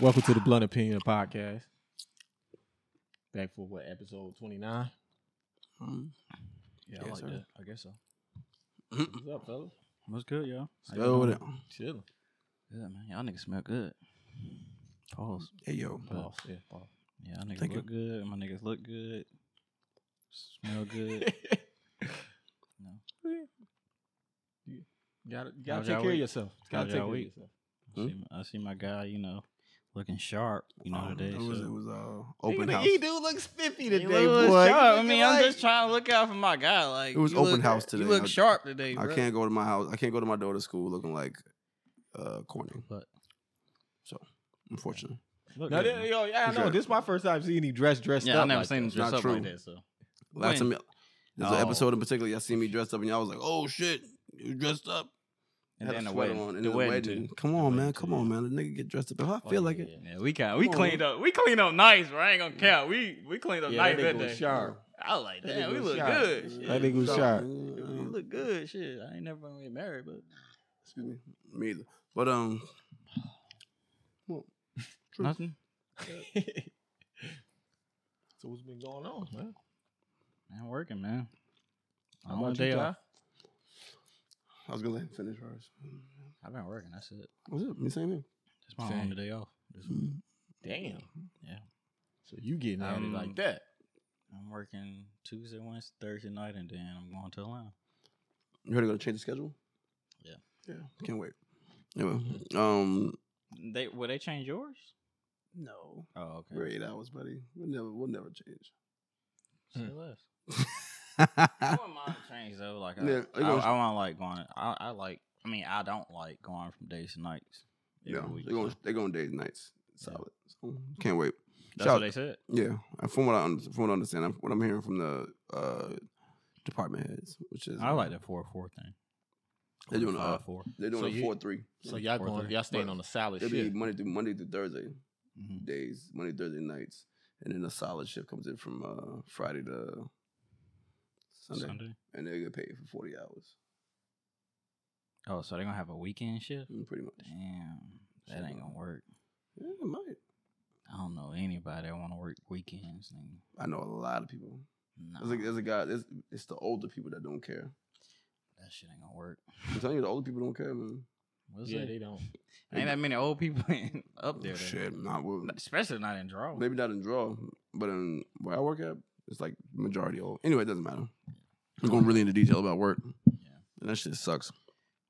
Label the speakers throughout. Speaker 1: Welcome to the Blunt Opinion Podcast. Back for what episode twenty nine?
Speaker 2: Mm.
Speaker 1: Yeah, I
Speaker 2: Yes,
Speaker 1: like
Speaker 2: sir.
Speaker 1: that. I guess so.
Speaker 2: Mm.
Speaker 1: What's up, fellas?
Speaker 3: What's good, y'all?
Speaker 1: How you
Speaker 2: Go with
Speaker 1: doing?
Speaker 2: it.
Speaker 1: Chilling.
Speaker 3: Good, man. Y'all niggas smell good. Pause.
Speaker 2: Hey yo,
Speaker 1: Pause. Yeah, pause.
Speaker 3: Yeah, y'all niggas
Speaker 2: Thank you.
Speaker 3: look good. My niggas look good. Smell good. No.
Speaker 1: You gotta, you gotta
Speaker 3: How's
Speaker 1: take
Speaker 3: y'all
Speaker 1: care of
Speaker 3: week?
Speaker 1: yourself.
Speaker 3: How's
Speaker 1: Gotta take care
Speaker 3: y'all
Speaker 1: of
Speaker 3: week?
Speaker 1: yourself.
Speaker 3: I, see, my- I see my guy, you know, looking sharp, you know,
Speaker 2: Um,
Speaker 3: today.
Speaker 2: It was
Speaker 3: so-
Speaker 2: it was uh,
Speaker 1: Nigga,
Speaker 2: open
Speaker 1: the
Speaker 2: house.
Speaker 1: E dude looks spiffy today,
Speaker 3: You
Speaker 1: boy.
Speaker 3: look
Speaker 1: You
Speaker 3: sharp. I
Speaker 1: looking
Speaker 3: mean, I'm
Speaker 1: like-
Speaker 3: just trying to look out for my guy. Like
Speaker 2: It was
Speaker 3: you
Speaker 2: open
Speaker 3: look-
Speaker 2: house today.
Speaker 3: You look
Speaker 2: I-
Speaker 3: sharp today.
Speaker 2: I
Speaker 3: bro.
Speaker 2: can't go to my house. I can't go to my daughter's school looking like uh corny.
Speaker 3: But
Speaker 2: Unfortunately,
Speaker 3: look
Speaker 1: No,
Speaker 3: good,
Speaker 1: that-
Speaker 3: man.
Speaker 1: yo, yeah, I know.
Speaker 2: Good.
Speaker 1: This is my first time seeing he dressed dressed
Speaker 3: yeah,
Speaker 1: up.
Speaker 3: I never
Speaker 1: like
Speaker 3: seen him
Speaker 1: that.
Speaker 2: Not
Speaker 3: dress up
Speaker 2: true.
Speaker 3: like that. So
Speaker 2: last
Speaker 3: When?
Speaker 2: time there's an
Speaker 3: Oh.
Speaker 2: episode in particular y'all seen me dressed up and y'all was like, "Oh shit, you dressed up."
Speaker 3: and
Speaker 2: Had a
Speaker 3: then the
Speaker 2: sweater
Speaker 3: wedding,
Speaker 2: on, and
Speaker 3: the
Speaker 2: then
Speaker 3: wedding, too.
Speaker 2: Come
Speaker 3: The
Speaker 2: on, man.
Speaker 3: wedding,
Speaker 2: Come
Speaker 3: too,
Speaker 2: on,
Speaker 3: yeah.
Speaker 2: man. The nigga get dressed up if I
Speaker 1: Oh,
Speaker 2: feel like it.
Speaker 3: Yeah, we kind we
Speaker 2: Come on,
Speaker 3: cleaned up. We cleaned up nice, bro. I ain't gonna count. We we cleaned up
Speaker 1: Yeah,
Speaker 3: nice
Speaker 1: that
Speaker 3: that
Speaker 1: nigga was
Speaker 3: day.
Speaker 1: sharp.
Speaker 3: I was like,
Speaker 1: That
Speaker 3: damn,
Speaker 1: nigga
Speaker 3: we
Speaker 1: was
Speaker 3: look
Speaker 1: sharp.
Speaker 3: good.
Speaker 1: That
Speaker 3: shit.
Speaker 1: nigga was sharp.
Speaker 3: You
Speaker 2: Yeah.
Speaker 3: look good, shit. I ain't never gonna get married, but
Speaker 2: Excuse me. Me either. But um, True.
Speaker 3: nothing.
Speaker 1: so what's been going on, man?
Speaker 3: I'm working, man.
Speaker 1: How
Speaker 3: I'm
Speaker 1: about
Speaker 3: on
Speaker 1: you,
Speaker 3: day
Speaker 1: Ty?
Speaker 3: off.
Speaker 2: I was gonna let him finish hers.
Speaker 3: I've been working. That's it.
Speaker 2: What's up? Me same here.
Speaker 3: That's my
Speaker 1: Same.
Speaker 3: only day off. This week.
Speaker 2: Mm.
Speaker 1: Damn.
Speaker 3: Yeah.
Speaker 1: So you getting at it
Speaker 3: Um,
Speaker 1: like that?
Speaker 3: I'm working Tuesday, Wednesday, Thursday night, and then I'm going to Atlanta.
Speaker 2: You heard they're gonna change the schedule?
Speaker 3: Yeah.
Speaker 2: Yeah. Can't wait. Anyway, um,
Speaker 3: They will they change yours?
Speaker 2: no,
Speaker 3: Oh, okay.
Speaker 2: we're eight hours, buddy. We'll never, we'll never change.
Speaker 3: Say
Speaker 1: Hmm.
Speaker 3: less. I
Speaker 2: yeah,
Speaker 3: wouldn't mind a change though. Like I,
Speaker 2: Yeah, it
Speaker 3: I,
Speaker 2: goes-
Speaker 3: I want like going. I, I like. I mean, I don't like going from days to nights. every week,
Speaker 2: they're going,
Speaker 3: so.
Speaker 2: they're going days and nights.
Speaker 3: Yeah.
Speaker 2: Solid. So, can't wait.
Speaker 3: That's
Speaker 2: Shout-
Speaker 3: what they said.
Speaker 2: Yeah, and from what I un- from what I understand, I'm, what I'm hearing from the uh, department heads, which is
Speaker 3: I like that four four thing.
Speaker 2: They're doing,
Speaker 3: five
Speaker 2: uh,
Speaker 3: four.
Speaker 2: they're doing
Speaker 1: So
Speaker 2: a
Speaker 1: you-
Speaker 2: four three.
Speaker 1: So y'all
Speaker 3: Four
Speaker 1: going?
Speaker 3: thirty.
Speaker 1: Y'all staying
Speaker 2: But
Speaker 1: on the solid
Speaker 2: It'll be
Speaker 1: shit?
Speaker 2: Monday through Monday through Thursday
Speaker 3: hmm
Speaker 2: days, Monday Thursday nights, and then a solid shift comes in from uh, Friday to Sunday,
Speaker 3: Sunday.
Speaker 2: and they get paid for forty hours,
Speaker 3: Oh, so they're gonna have a weekend shift.
Speaker 2: Mm, pretty much.
Speaker 3: Damn, that
Speaker 2: Shit,
Speaker 3: ain't
Speaker 2: bro.
Speaker 3: gonna work.
Speaker 2: Yeah, it might.
Speaker 3: I don't know anybody that want to work weekends. nigga.
Speaker 2: I know a lot of people.
Speaker 3: Nah,
Speaker 2: There's, a, there's a guy. There's, it's the older people that don't care.
Speaker 3: that shit ain't gonna work.
Speaker 2: I'm telling you, the older people don't care, man.
Speaker 3: We'll
Speaker 1: Yeah,
Speaker 3: see.
Speaker 1: they don't.
Speaker 3: ain't that many old people in, up
Speaker 2: Oh,
Speaker 3: there? that-
Speaker 2: Shit, not well,
Speaker 3: especially not in draw.
Speaker 2: maybe not in draw, but in where I work at, it's like majority old. Anyway, it doesn't matter. We're going really into detail about work,
Speaker 3: Yeah,
Speaker 2: and that shit sucks.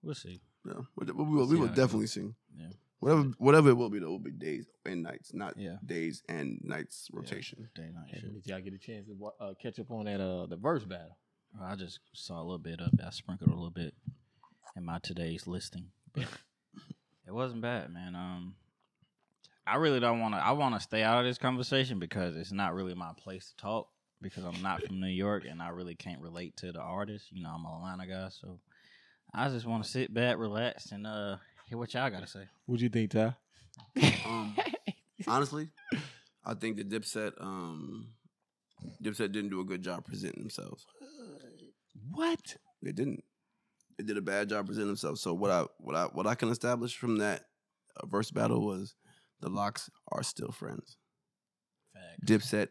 Speaker 3: we'll see.
Speaker 2: Yeah, but we will, we
Speaker 3: See
Speaker 2: will
Speaker 3: how it
Speaker 2: definitely sing.
Speaker 3: Yeah.
Speaker 2: Whatever, whatever it will be, though, will be days and nights, not
Speaker 3: Yeah,
Speaker 2: days and nights rotation.
Speaker 3: day night shit.
Speaker 1: Did y'all get a chance to wa- uh, catch up on that uh the verse battle?
Speaker 3: Well, I just saw a little bit of it. I sprinkled a little bit in my today's listing, but it wasn't bad, man. Um, I really don't want to. I want to stay out of this conversation because it's not really my place to talk because I'm not from New York and I really can't relate to the artist. You know, I'm a Atlanta guy, so I just want to sit back, relax, and uh, hear what y'all got to say.
Speaker 1: What'd you think,
Speaker 3: Uh,
Speaker 1: Ty?
Speaker 2: Um, honestly, I think the Dipset, um, Dipset didn't do a good job presenting themselves.
Speaker 1: What?
Speaker 2: They didn't. They did a bad job presenting themselves. So what I what I what I can establish from that uh, verse battle was the locks are still friends.
Speaker 3: Fact.
Speaker 2: Dipset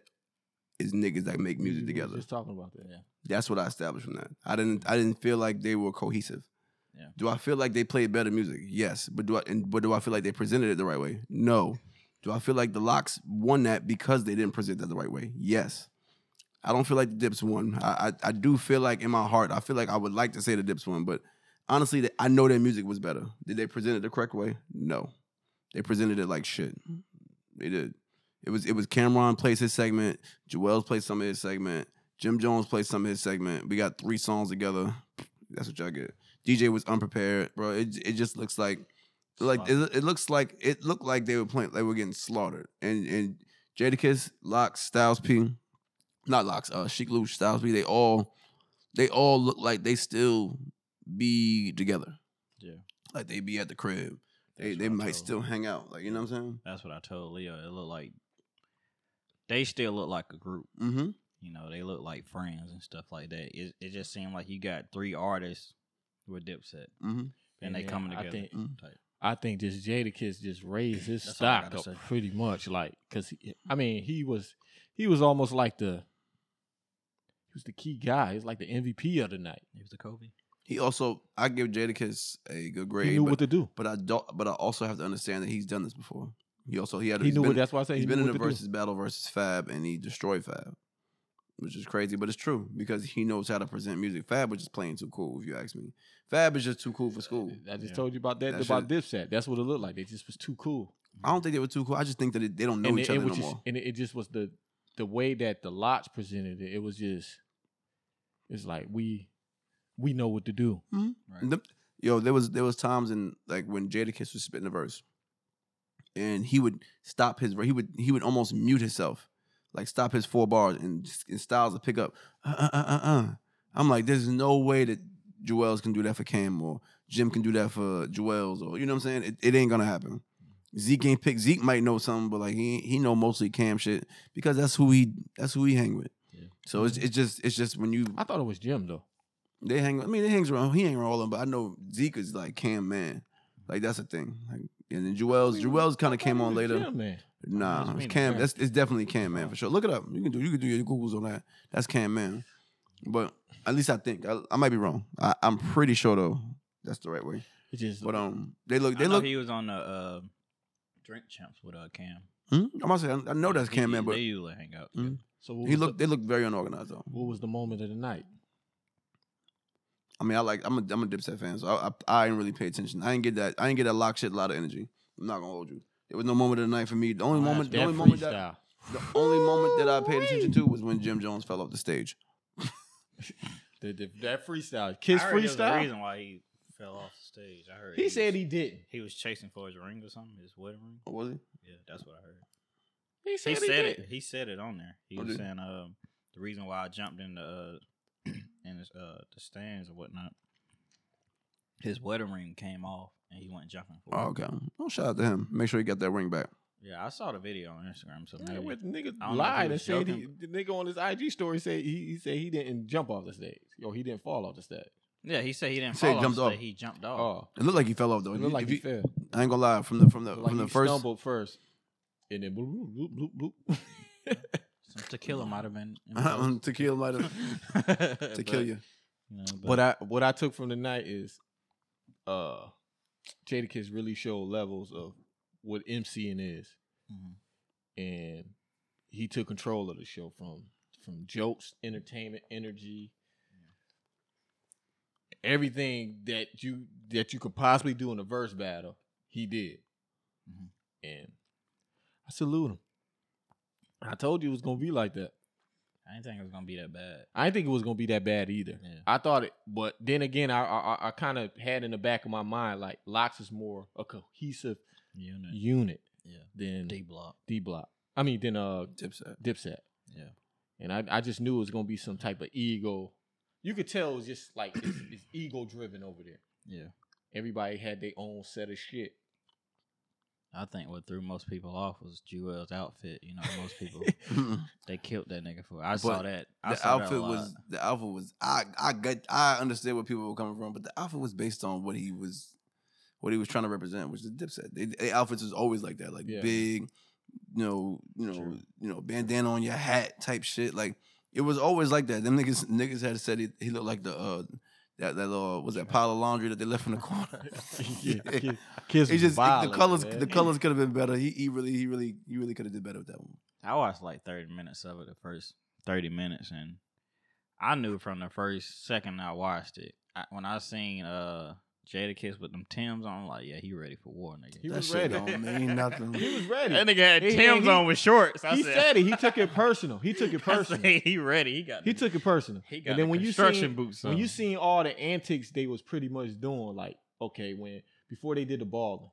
Speaker 2: is niggas that make
Speaker 3: Mm-hmm.
Speaker 2: music
Speaker 1: We was
Speaker 2: together.
Speaker 1: Just talking about that.
Speaker 3: Yeah.
Speaker 2: That's what I established from that. I didn't I didn't feel like they were cohesive.
Speaker 3: Yeah.
Speaker 2: Do I feel like they played better music? Yes. But do I and, but do I feel like they presented it the right way? No. Do I feel like the locks won that because they didn't present that the right way? Yes. I don't feel like the dips won. I, I I do feel like in my heart, I feel like I would like to say the dips won, but honestly, th- I know their music was better. Did they present it the correct way? No. They presented it like shit. They did. It was it was Cameron plays his segment, Joel's plays some of his segment, Jim Jones played some of his segment. We got three songs together. That's what y'all get. DJ was unprepared, bro. It it just looks like like it, it looks like it looked like they were playing they were getting slaughtered. And and Jadakiss, Locks, Styles P, not Locks, uh Sheik Lou, Styles P, they all they all look like they still be together.
Speaker 3: Yeah.
Speaker 2: Like they be at the crib. They
Speaker 3: That's
Speaker 2: they
Speaker 3: what I
Speaker 2: might
Speaker 3: told-
Speaker 2: still hang out. Like you know what I'm
Speaker 3: That's what I told Leo. It looked like they still look like a group.
Speaker 2: saying? Mm-hmm.
Speaker 3: You know, they look like friends and stuff like that. It, it just seemed like you got three artists with Dipset
Speaker 2: Mm-hmm.
Speaker 3: and, they
Speaker 1: then
Speaker 3: coming
Speaker 1: I
Speaker 3: together.
Speaker 1: think
Speaker 2: Mm.
Speaker 3: type.
Speaker 1: I think this Jadakiss just raised his
Speaker 3: That's all I
Speaker 1: stock
Speaker 3: gotta
Speaker 1: up
Speaker 3: say.
Speaker 1: pretty much, like because I mean he was he was almost like the he was the key guy. He was like the MVP of the night.
Speaker 3: He was the Kobe.
Speaker 2: He also, I give Jadakiss a good grade.
Speaker 1: he knew
Speaker 2: but,
Speaker 1: what to do.
Speaker 2: but I don't. But I also have to understand that he's done this before. He also he had
Speaker 1: He
Speaker 2: he's
Speaker 1: knew
Speaker 2: been,
Speaker 1: what. That's why I say
Speaker 2: he's
Speaker 1: he
Speaker 2: been
Speaker 1: knew
Speaker 2: in
Speaker 1: what
Speaker 2: a
Speaker 1: to do.
Speaker 2: versus battle versus Fab, and he destroyed Fab, which is crazy, but it's true because he knows how to present music. Fab was just playing too cool, if you ask me. Fab is just too cool for school.
Speaker 1: I just
Speaker 3: Yeah.
Speaker 1: told you about that,
Speaker 2: That
Speaker 1: about Dipset. That's what it looked like. They just was too cool.
Speaker 2: I don't think they were too cool. I just think that it, they don't know
Speaker 1: and
Speaker 2: each
Speaker 1: it, it
Speaker 2: other no
Speaker 1: was just,
Speaker 2: more.
Speaker 1: and it, it just was the the way that the lots presented it. It was just it's like we we know what to do.
Speaker 3: Right.
Speaker 2: The- yo, there was there was times in like when Jadakiss was spitting a verse, and he would stop his he would he would almost mute himself, like stop his four bars and just- and Styles would pick up. Uh uh uh uh. uh. I'm like, there's no way that Joel's can do that for Cam or Jim can do that for Joel's or you know what I'm saying. It, it ain't gonna happen. Zeke ain't pick. Zeke might know something, but like he he know mostly Cam shit because that's who he that's who he hang with.
Speaker 3: Yeah.
Speaker 2: So it's it's just it's just when you
Speaker 1: I thought it was Jim though.
Speaker 2: they hang. I mean, they hangs around. He hang around all of them, but I know Zeke is like Cam man. Like that's a thing. Like and then Joel's
Speaker 1: We-
Speaker 2: Joel's kind
Speaker 1: I
Speaker 2: of
Speaker 1: thought
Speaker 2: came
Speaker 1: it
Speaker 2: on
Speaker 1: was
Speaker 2: later.
Speaker 1: Jim, man.
Speaker 2: Nah,
Speaker 1: That's
Speaker 2: it's
Speaker 1: mean,
Speaker 2: Cam.
Speaker 1: yeah.
Speaker 2: That's it's definitely Cam man for sure. Look it up. You can do you can do your googles on that. That's Cam man. But at least I think I, I might be wrong. I, I'm pretty sure though. That's the right way.
Speaker 1: It just
Speaker 2: But um, they look.
Speaker 3: I
Speaker 2: They
Speaker 3: know
Speaker 2: look.
Speaker 3: he was on the uh, Drink Champs with uh, Cam.
Speaker 2: Hmm? I'm about to say, I- I know that's
Speaker 3: They
Speaker 2: Cam
Speaker 3: u-
Speaker 2: man, but
Speaker 3: they usually hang out.
Speaker 2: Mm.
Speaker 3: together.
Speaker 1: so what
Speaker 2: he
Speaker 1: was
Speaker 2: looked.
Speaker 1: the,
Speaker 2: They look very unorganized though.
Speaker 1: what was the moment of the night?
Speaker 2: I mean, I like I'm a I'm a Dipset fan, so I I, I didn't really pay attention. I didn't get that I didn't get that lock shit a lot of energy. I'm not gonna hold you. There was no moment of the night for me. The only
Speaker 1: Wow,
Speaker 2: moment, the
Speaker 1: that
Speaker 2: only moment that
Speaker 1: freestyle.
Speaker 2: the only moment that I paid attention to was when Jim Jones fell off the stage.
Speaker 1: The- the- that freestyle. Kiss
Speaker 3: I heard there was a
Speaker 1: freestyle.
Speaker 3: reason why he fell off the stage. I heard
Speaker 1: He said
Speaker 3: was,
Speaker 1: he didn't.
Speaker 3: he was chasing for his ring or something, his wedding ring.
Speaker 2: Oh, was he?
Speaker 3: Yeah, that's what I heard.
Speaker 1: He
Speaker 3: He
Speaker 1: said, he
Speaker 3: said it.
Speaker 1: didn't.
Speaker 3: He said it on there. He
Speaker 2: Oh,
Speaker 3: was
Speaker 2: did he?
Speaker 3: saying um, the reason why I jumped in the uh, in his, uh, the stands and whatnot. His wedding ring came off, and he went jumping for
Speaker 2: Oh,
Speaker 3: it.
Speaker 2: okay. Oh, shout out to him. Make sure he got that ring back.
Speaker 3: Yeah, I saw the video on Instagram. So
Speaker 1: Yeah,
Speaker 3: maybe.
Speaker 1: with niggas
Speaker 3: I don't know if he
Speaker 1: lied and
Speaker 3: was
Speaker 1: said he,
Speaker 3: joking.
Speaker 1: the nigga on his IG story said he, he said he didn't jump off the stage. Yo, he didn't fall off the stage.
Speaker 3: yeah, he said he didn't
Speaker 2: Said
Speaker 3: fall
Speaker 2: he jumped
Speaker 3: off. the
Speaker 2: off.
Speaker 3: stage, He jumped off.
Speaker 1: Oh,
Speaker 2: It looked like he fell off though.
Speaker 1: it
Speaker 2: If
Speaker 1: looked
Speaker 2: you-
Speaker 1: like
Speaker 2: if
Speaker 1: he
Speaker 2: you-
Speaker 1: fell.
Speaker 2: I ain't gonna lie. From the from the
Speaker 1: Like
Speaker 2: Uh, from the
Speaker 1: he
Speaker 2: first
Speaker 1: stumbled first, and then bloop, bloop, bloop, bloop, bloop.
Speaker 3: Some tequila might have been
Speaker 2: um, tequila might have
Speaker 3: involved.
Speaker 2: to kill you.
Speaker 3: you know,
Speaker 1: But I what I took from the night is, uh, Jadakiss really showed levels of what MCing is,
Speaker 3: Mhm.
Speaker 1: and he took control of the show from from jokes, entertainment, energy, everything that you that you could possibly do in a verse battle, he did,
Speaker 3: Mhm.
Speaker 2: Mm-hmm.
Speaker 1: and I salute him. I told you it was gonna be like that.
Speaker 3: I didn't think it was gonna be that bad.
Speaker 1: I didn't think it was gonna be that bad either.
Speaker 3: Yeah.
Speaker 1: I thought it, but then again, I I, I- I kind of had in the back of my mind like Locks is more a cohesive
Speaker 3: Unit.
Speaker 1: unit
Speaker 3: Yeah.
Speaker 1: than
Speaker 3: D
Speaker 1: D,
Speaker 3: block.
Speaker 1: Block. I mean, than uh
Speaker 2: Dipset.
Speaker 1: Dipset.
Speaker 3: Yeah.
Speaker 1: And I, I just knew it was gonna be some type of ego. You could tell it was just like it's, it's ego driven over there.
Speaker 3: Yeah.
Speaker 1: Everybody had their own set of shit.
Speaker 3: I think what threw most people off was Jewel's outfit. You know, most people they killed that nigga for. it. I saw
Speaker 2: But
Speaker 3: that. I
Speaker 2: the
Speaker 3: saw that a
Speaker 2: outfit
Speaker 3: lot.
Speaker 2: was the outfit was I I got I understand where people were coming from, but the outfit was based on what he was what he was trying to represent, which is Dipset. They, they outfits is always like that, like
Speaker 1: Yeah.
Speaker 2: big, you know, you know,
Speaker 1: True.
Speaker 2: you know, bandana on your hat type shit. Like it was always like that. Them niggas niggas had said he, he looked like the uh that that little was that pile of laundry that they left in the corner.
Speaker 1: Kiss- Kiss
Speaker 2: It's
Speaker 1: was
Speaker 2: just
Speaker 1: violent,
Speaker 2: the colors.
Speaker 1: man.
Speaker 2: The colors could have been better. He, he really, he really, he really could have did better with that one.
Speaker 3: I watched like thirty minutes of it. The first thirty minutes, and I knew from the first second I watched it. I, when I seen uh Jada Kiss with them Tims on, I'm like, yeah, he ready for war, nigga.
Speaker 1: He
Speaker 2: that
Speaker 1: was
Speaker 2: shit
Speaker 1: ready.
Speaker 2: don't mean nothing.
Speaker 1: He was ready.
Speaker 3: that nigga had
Speaker 1: He- he-
Speaker 3: Tims
Speaker 1: he-
Speaker 3: on with shorts. I
Speaker 1: he
Speaker 3: said,
Speaker 1: said it. He took it personal. He took it
Speaker 3: I
Speaker 1: personal.
Speaker 3: say he ready. He got.
Speaker 1: He
Speaker 3: the-
Speaker 1: took it personal.
Speaker 3: He
Speaker 1: and then when you seen
Speaker 3: boots.
Speaker 1: when you seen all the antics they was pretty much doing, like okay, when before they did the balling,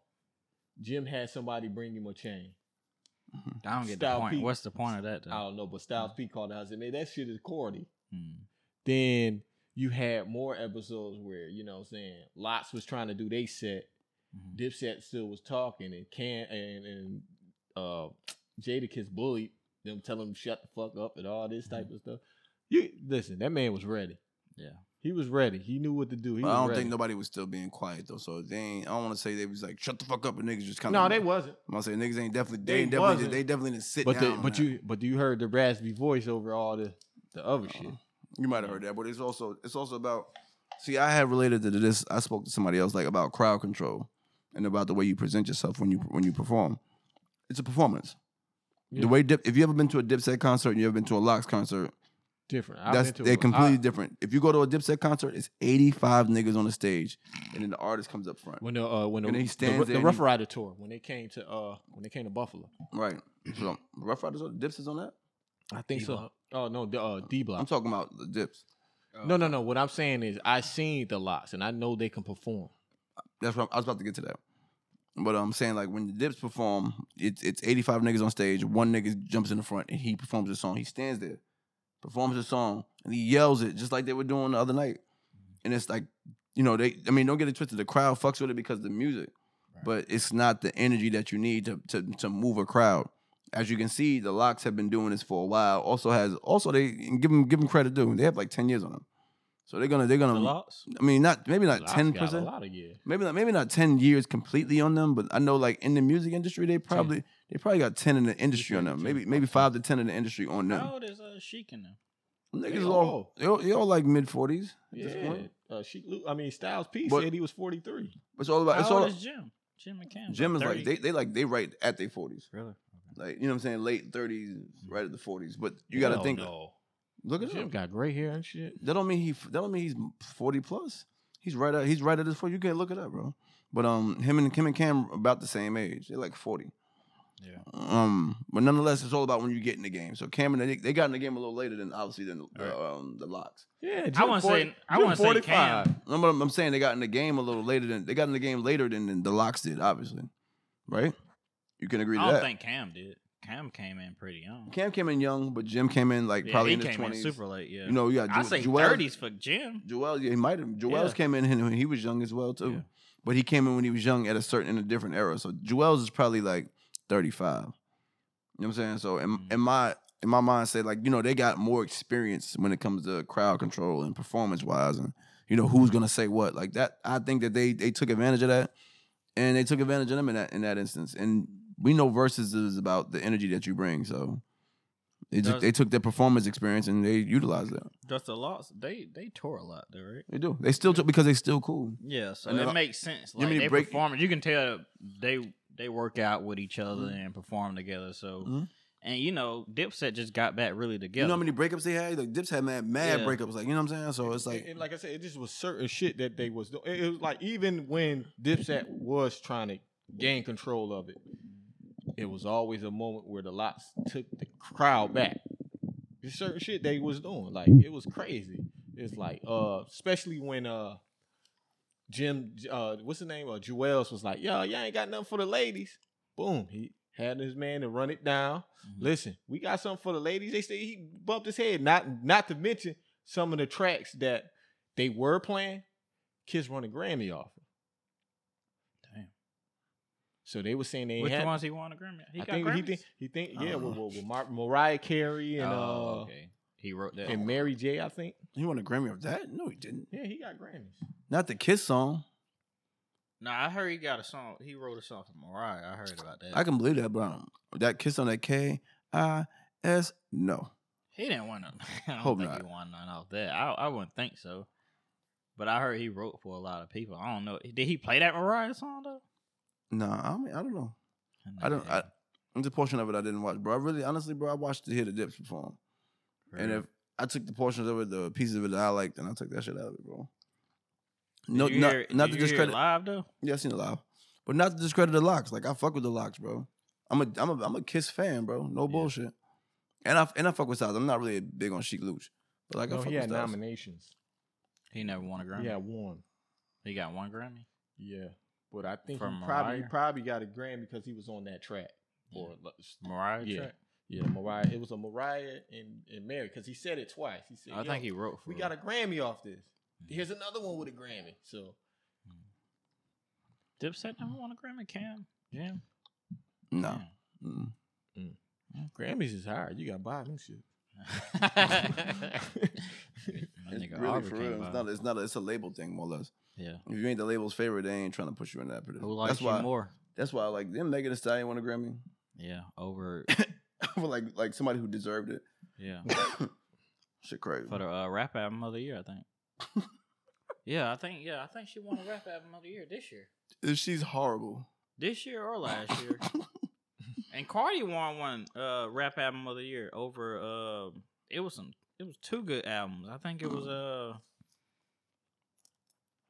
Speaker 1: Jim had somebody bring him a chain.
Speaker 3: I don't get the
Speaker 1: Style
Speaker 3: point.
Speaker 1: P.
Speaker 3: What's the point of that? Though?
Speaker 1: I don't know, but Styles P called out and said, "Man, that shit is corny."
Speaker 3: Hmm.
Speaker 1: Then you had more episodes where you know what I'm saying Lots was trying to do they set,
Speaker 3: Mhm.
Speaker 1: Dipset still was talking, and Can and and uh, Jadakiss bullied
Speaker 2: Mm-hmm.
Speaker 1: them, telling them shut the fuck up and all this type of stuff. You listen, that man was ready.
Speaker 3: Yeah,
Speaker 1: He was ready. He knew what to do. He
Speaker 2: But I don't
Speaker 1: was
Speaker 2: think
Speaker 1: ready.
Speaker 2: nobody was still being quiet though. So they ain't. I don't want to say they was like shut the fuck up and niggas just kind of.
Speaker 1: No, they wasn't.
Speaker 2: I'm gonna say niggas ain't definitely. They,
Speaker 1: They
Speaker 2: ain't definitely.
Speaker 1: wasn't.
Speaker 2: They definitely didn't sit
Speaker 1: But
Speaker 2: down.
Speaker 1: the,
Speaker 2: on
Speaker 1: but
Speaker 2: that.
Speaker 1: you but you heard the raspy voice over all the the other
Speaker 2: Uh,
Speaker 1: shit.
Speaker 2: You might have heard that, but it's also it's also about. See, I had related to this. I spoke to somebody else like about crowd control and about the way you present yourself when you when you perform. It's a performance.
Speaker 1: Yeah.
Speaker 2: The way dip, if you ever been to a Dipset concert and you ever been to a Locks concert,
Speaker 1: Different. I've
Speaker 2: that's
Speaker 1: been to
Speaker 2: they're
Speaker 1: a-
Speaker 2: completely
Speaker 1: I-
Speaker 2: different. If you go to a Dipset concert, it's eighty five niggas on the stage, and then the artist comes up front.
Speaker 1: when the uh, when the,
Speaker 2: And he
Speaker 1: the
Speaker 2: stands
Speaker 1: Ru-
Speaker 2: there
Speaker 1: the
Speaker 2: and
Speaker 1: Rough
Speaker 2: he-
Speaker 1: Rider tour when they came to uh when they came to Buffalo.
Speaker 2: Right. So Rough Riders on Dips is on that?
Speaker 1: I think so.
Speaker 3: D-Block.
Speaker 1: Oh no, the, uh, D
Speaker 2: I'm
Speaker 1: Block.
Speaker 2: talking about the Dips. Uh,
Speaker 1: No, no, no. What I'm saying is I seen the locks and I know they can perform.
Speaker 2: That's what I'm, I was about to get to that. But I'm saying like when the Dips perform, it's it's 85 niggas on stage. One nigga jumps in the front and he performs a song. He stands there, performs a song, and he yells it just like they were doing the other night.
Speaker 1: Mm-hmm.
Speaker 2: And it's like, you know, they. I mean, don't get it twisted. The crowd fucks with it because of the music,
Speaker 3: Right.
Speaker 2: but it's not the energy that you need to to to move a crowd. As you can see, the Locks have been doing this for a while. Also has also they and give them give them credit due. They have like 10 years on them, so they're gonna they're
Speaker 3: The
Speaker 2: gonna.
Speaker 3: loss?
Speaker 2: I mean, not maybe
Speaker 1: The
Speaker 2: not
Speaker 1: Locks
Speaker 2: ten
Speaker 1: got a
Speaker 2: percent
Speaker 1: lot of years.
Speaker 2: maybe not maybe not 10 years completely on them but i know like in the music industry they probably they probably got 10 in the industry on them maybe maybe 5 to 10 in the industry on
Speaker 3: How
Speaker 2: them
Speaker 3: old is uh, Sheik in them?
Speaker 2: niggas
Speaker 1: they
Speaker 2: is all they all, they all like mid 40s at this
Speaker 1: Yeah.
Speaker 2: point
Speaker 1: Uh, she, Lu- I mean, Styles P
Speaker 2: But-
Speaker 1: said he was 43.
Speaker 2: it's all about it's
Speaker 3: How old
Speaker 2: all
Speaker 3: is Jim? Jim McCann.
Speaker 2: Jim is like
Speaker 3: 30?
Speaker 2: they, they like they right at their 40s
Speaker 3: Really?
Speaker 2: like you know what i'm saying late 30s right at the 40s but you
Speaker 1: Hell
Speaker 2: gotta think
Speaker 1: No.
Speaker 2: look at
Speaker 1: Jim
Speaker 2: him
Speaker 1: got gray hair and shit.
Speaker 2: that don't mean he that don't mean he's 40 plus he's right at he's right at his 40 you can look it up bro but um him and Kim and Cam about the same age they're like 40
Speaker 3: Yeah.
Speaker 2: Um, but nonetheless, it's all about when you get in the game. So Cameron, they, they got in the game a little later than obviously than the, um, the locks.
Speaker 1: Yeah,
Speaker 3: I
Speaker 1: Jim
Speaker 3: want to
Speaker 1: 40
Speaker 3: say I
Speaker 1: Jim
Speaker 3: want to say Cam.
Speaker 2: No, but I'm, I'm saying they got in the game a little later than they got in the game later than, than the locks did. Obviously, right? You can agree to
Speaker 3: I don't
Speaker 2: that.
Speaker 3: think Cam did. Cam came in pretty young.
Speaker 2: Cam came in young, but Jim came in like
Speaker 3: Yeah,
Speaker 2: probably
Speaker 3: he
Speaker 2: in his
Speaker 3: came in
Speaker 2: twenties.
Speaker 3: super late. Yeah.
Speaker 2: You know, you got
Speaker 3: I
Speaker 2: Ju-
Speaker 3: say
Speaker 2: Joel-
Speaker 3: thirties for Jim.
Speaker 2: Joel, yeah, he might have. Joel's
Speaker 3: Yeah.
Speaker 2: came in when he was young as well too,
Speaker 3: Yeah.
Speaker 2: but he came in when he was young at a certain in a different era. So Joel's is probably like thirty five. You know what I'm saying? So in,
Speaker 3: Mhm.
Speaker 2: in my in my mind, say like you know they got more experience when it comes to crowd control and performance wise, and you know who's gonna say what like that. I think that they they took advantage of that, and they took advantage of them in that in that instance. And we know verses is about the energy that you bring, so. They, just,
Speaker 3: Does-
Speaker 2: they took their performance experience and they utilized that.
Speaker 3: Just a lot. They they tore a lot though, right?
Speaker 2: They do. They still took because they still cool.
Speaker 3: Yeah, so
Speaker 2: And
Speaker 3: it
Speaker 2: then-
Speaker 3: makes sense.
Speaker 2: You mean
Speaker 3: Like
Speaker 2: to
Speaker 3: they
Speaker 2: break-
Speaker 3: perform, you can tell they they work out with each other and perform together. So,
Speaker 2: Mhm.
Speaker 3: and you know, Dipset just got back really
Speaker 2: You
Speaker 3: together.
Speaker 2: know how many breakups they had? Like Dips had mad, mad
Speaker 3: Yeah.
Speaker 2: breakups. Like you know what I'm saying? So it's like,
Speaker 1: and, and like I said, it just was certain shit that they was doing. It, it was like even when Dipset was trying to gain control of it, it was always a moment where the locks took the crowd back. There's certain shit they was doing. Like it was crazy. It's like uh especially when uh Jim uh what's the name? Uh Jewels was like, yo, y'all ain't got nothing for the ladies. Boom. He had his man to run it down.
Speaker 3: Mhm.
Speaker 1: Listen, we got something for the ladies. They say he bumped his head. Not not to mention some of the tracks that they were playing, Kiss won a Grammy off. of.
Speaker 3: Damn.
Speaker 1: So they were saying they ain't
Speaker 3: Which
Speaker 1: had.
Speaker 3: ones he won a Grammy? He
Speaker 1: I
Speaker 3: got
Speaker 1: think he
Speaker 3: Grammys.
Speaker 1: think he think
Speaker 2: I
Speaker 1: yeah,
Speaker 2: don't
Speaker 1: with,
Speaker 2: know.
Speaker 1: with, with Mar- Mariah Carey and
Speaker 3: oh,
Speaker 1: uh
Speaker 3: okay. He wrote that.
Speaker 1: and Mary J. I think
Speaker 2: he won a Grammy of that? No, he didn't.
Speaker 1: yeah, he got Grammys.
Speaker 2: Not the Kiss song.
Speaker 3: no, I heard he got a song. He wrote a song for Mariah. I heard about that.
Speaker 2: I can believe that, but um, that Kiss on that K I S. No,
Speaker 3: He didn't want to. I don't
Speaker 2: Hope
Speaker 3: think
Speaker 2: not.
Speaker 3: he won none off that. I I wouldn't think so. But I heard he wrote for a lot of people. I don't know. Did he play that Mariah song though?
Speaker 2: nah. I mean, I don't know. I don't. I, the portion of it I didn't watch, bro. I really, honestly, bro, I watched to hear the Dips perform, and if I took the portions of it, the pieces of it that I liked, and I took that shit out of it, bro. No,
Speaker 3: Did you
Speaker 2: not,
Speaker 3: hear-
Speaker 2: not
Speaker 3: did
Speaker 2: to
Speaker 3: you hear it
Speaker 2: discredit.
Speaker 3: live though.
Speaker 2: Yeah, I seen it live, but not to discredit the locks. Like I fuck with the locks, bro. I'm a I'm a I'm a Kiss fan, bro. No
Speaker 3: Yeah.
Speaker 2: bullshit. And I and I fuck with Styles. I'm not really big on Chic Luch, but like I
Speaker 1: no,
Speaker 2: fuck
Speaker 1: he
Speaker 2: with
Speaker 1: had
Speaker 2: Styles.
Speaker 1: nominations.
Speaker 3: He never won a Grammy.
Speaker 1: He had one.
Speaker 3: He got one Grammy.
Speaker 1: Yeah, but I think
Speaker 3: From
Speaker 1: he probably he
Speaker 3: Mariah?
Speaker 1: probably got a Grammy because he was on that track. Or
Speaker 3: Mariah
Speaker 1: Yeah.
Speaker 3: track.
Speaker 1: yeah, Mariah. It was a Mariah and, and Mary because he said it twice. He Mm-hmm. said,
Speaker 3: I
Speaker 1: "Yo,
Speaker 3: think he wrote for.
Speaker 1: We got a Grammy off this.
Speaker 3: Mhm.
Speaker 1: Here's another one with a Grammy. So
Speaker 3: Dipset never won a Grammy. Cam Jim.
Speaker 2: No,
Speaker 3: Damn.
Speaker 2: Mm.
Speaker 1: Grammys is hard. You got to buy them shit.
Speaker 3: My nigga
Speaker 2: really
Speaker 3: Aubrey
Speaker 2: for
Speaker 3: came
Speaker 2: real. It's
Speaker 3: by.
Speaker 2: not. It's not. A, it's a label thing, more or less.
Speaker 3: yeah.
Speaker 2: If you ain't the label's favorite, they ain't trying to push you in that
Speaker 3: Who
Speaker 2: pedestal.
Speaker 3: likes
Speaker 2: That's
Speaker 3: you
Speaker 2: why.
Speaker 3: more?
Speaker 2: That's why. Like them, Megan Thee Stallion won a Grammy.
Speaker 3: Yeah. Over.
Speaker 2: For like, like somebody who deserved it.
Speaker 3: Yeah.
Speaker 2: Shit, crazy.
Speaker 3: For the uh, rap album of the year, I think. yeah, I think. Yeah, I think she won a rap album of the year this year.
Speaker 2: She's horrible.
Speaker 3: This year or last year. and Cardi won one uh, rap album of the year over. Uh, it was some. It was two good albums. I think it was uh.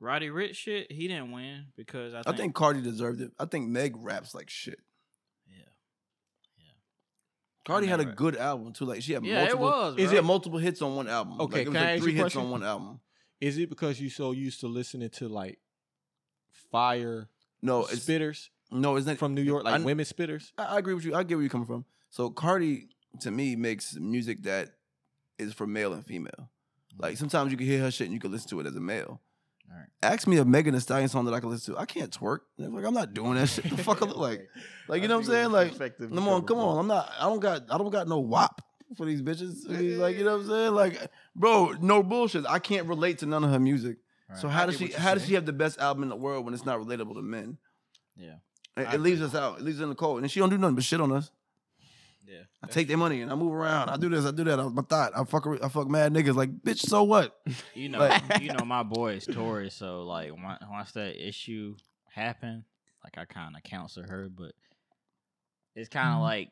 Speaker 3: Roddy Rich shit. He didn't win because I
Speaker 2: I
Speaker 3: think.
Speaker 2: think Cardi deserved it. I think Meg raps like shit.
Speaker 3: yeah.
Speaker 2: Cardi had a
Speaker 3: Meg rap.
Speaker 2: good album too. Like she had
Speaker 3: Yeah,
Speaker 2: multiple.
Speaker 3: it was.
Speaker 2: Is
Speaker 3: bro.
Speaker 2: had multiple hits on one album?
Speaker 1: Okay,
Speaker 2: like, it was
Speaker 1: can I
Speaker 2: like
Speaker 1: ask
Speaker 2: three
Speaker 1: you a
Speaker 2: hits on
Speaker 1: question?
Speaker 2: one album.
Speaker 1: Is it because you so used to listening to like fire
Speaker 2: No, Oh, it's
Speaker 1: spitters
Speaker 2: no, it's not.
Speaker 1: from New York, like
Speaker 2: I'm-
Speaker 1: women spitters?
Speaker 2: I, I agree with you. I get where you're coming from. So Cardi to me makes music that is for male and female. Like
Speaker 1: Mm-hmm.
Speaker 2: sometimes you can hear her shit and you can listen to it as a male.
Speaker 3: Alright.
Speaker 2: Ask me a Megan Thee Stallion song that I can listen to. I can't twerk. And it's Like I'm not doing that shit. The fuck I look like. Like you know what I'm saying? Like come on, come on. I'm not. I don't got. I don't got no wop for these bitches. Like you know what I'm saying? Like bro, no bullshit. I can't relate to none of her music.
Speaker 3: Alright.
Speaker 2: So how
Speaker 1: I
Speaker 2: does
Speaker 1: get
Speaker 2: she?
Speaker 1: what you're
Speaker 2: How does
Speaker 1: saying.
Speaker 2: she have the best album in the world when it's not relatable to men?
Speaker 3: Yeah.
Speaker 2: It,
Speaker 1: I
Speaker 2: it leaves us out. It leaves us in the cold, and she don't do nothing but shit on us.
Speaker 3: Yeah.
Speaker 2: I take their money and I move around. I do this. I do that. I, my thought. I fuck. I fuck mad niggas. Like bitch. So what?
Speaker 3: You know,
Speaker 2: Like-
Speaker 3: you know my boy is Tory, so like once, once that issue happened, like I kind of counsel her, but it's kind
Speaker 2: Mm-hmm.
Speaker 3: of like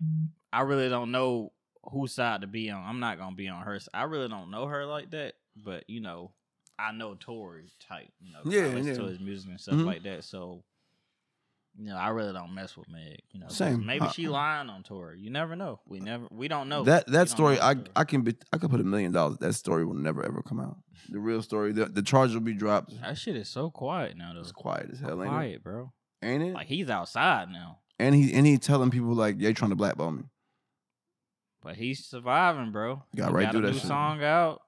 Speaker 3: I really don't know whose side to be on. I'm not gonna be on her. s- I really don't know her like that, but you know, I know Tory type. You know, 'cause I
Speaker 2: Yeah,
Speaker 3: listen
Speaker 2: yeah.
Speaker 3: to his music and stuff
Speaker 2: Mhm.
Speaker 3: like that. So you know, I really don't mess with Meg. You know, 'cause
Speaker 2: Same.
Speaker 3: Maybe
Speaker 2: I-
Speaker 3: she lying on Tory. You never know. We never. We don't know
Speaker 2: That
Speaker 3: We
Speaker 2: that
Speaker 3: don't
Speaker 2: story.
Speaker 3: know
Speaker 2: I
Speaker 3: Tory.
Speaker 2: I can be. I could put a million dollars. That story will never ever come out. The real story. The, the charge will be dropped.
Speaker 3: that shit is so quiet now though.
Speaker 2: It's quiet as hell, ain't it?
Speaker 3: quiet, bro.
Speaker 2: Ain't it?
Speaker 3: Like he's outside now,
Speaker 2: and he and he telling people like, "Yeah, you trying to blackball me."
Speaker 3: but he's surviving, bro.
Speaker 2: Got
Speaker 3: He
Speaker 2: right
Speaker 3: got
Speaker 2: through
Speaker 3: a
Speaker 2: that
Speaker 3: new
Speaker 2: shit.
Speaker 3: song out.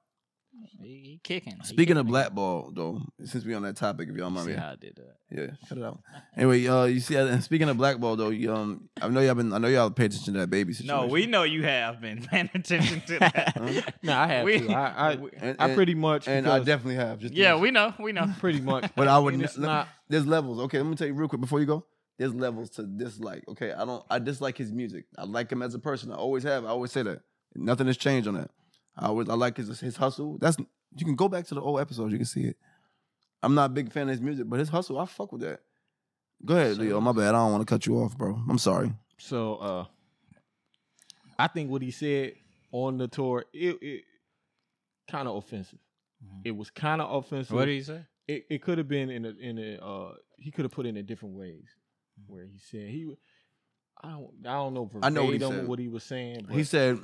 Speaker 3: He, he kicking. He
Speaker 2: Speaking of
Speaker 3: kicking.
Speaker 2: blackball, though, since we on that topic, if y'all
Speaker 3: You
Speaker 2: mind
Speaker 3: see
Speaker 2: me,
Speaker 3: how I did that.
Speaker 2: Yeah, cut it out. Anyway, uh, you see, uh, speaking of blackball though, you, um, I know y'all been, I know y'all paid attention to that baby situation.
Speaker 3: No, we know you have been paying attention to that.
Speaker 1: No, I have
Speaker 3: We-
Speaker 1: to. I, I,
Speaker 3: we-
Speaker 2: and,
Speaker 1: I
Speaker 2: and-
Speaker 1: pretty much
Speaker 2: and I
Speaker 1: because-
Speaker 2: definitely have. Just
Speaker 3: yeah, we know. We know.
Speaker 1: pretty much.
Speaker 2: But I would
Speaker 1: and
Speaker 2: n-
Speaker 1: it's
Speaker 2: let me-
Speaker 1: not.
Speaker 2: There's levels. Okay, let me tell you real quick before you go. There's levels to dislike. Okay, I don't. I dislike his music. I like him as a person. I always have. I always say that. Nothing has changed on that. I always. I like his his hustle. That's you can go back to the old episodes. You can see it. I'm not a big fan of his music, but his hustle. I fuck with that. Go ahead,
Speaker 3: So-
Speaker 2: Leo. My bad. I don't want to cut you off, bro. I'm sorry.
Speaker 1: So uh I think what he said on the tour, it, it kind of offensive.
Speaker 2: Mm-hmm.
Speaker 3: Mhm.
Speaker 1: It was kind of offensive.
Speaker 3: what do you say?
Speaker 1: it, it could have been in a in a uh he could have put it in different ways where he said he would- I don't I don't know verbatim
Speaker 2: Mm-hmm. I know what he said.
Speaker 1: what he was saying, but
Speaker 2: He said,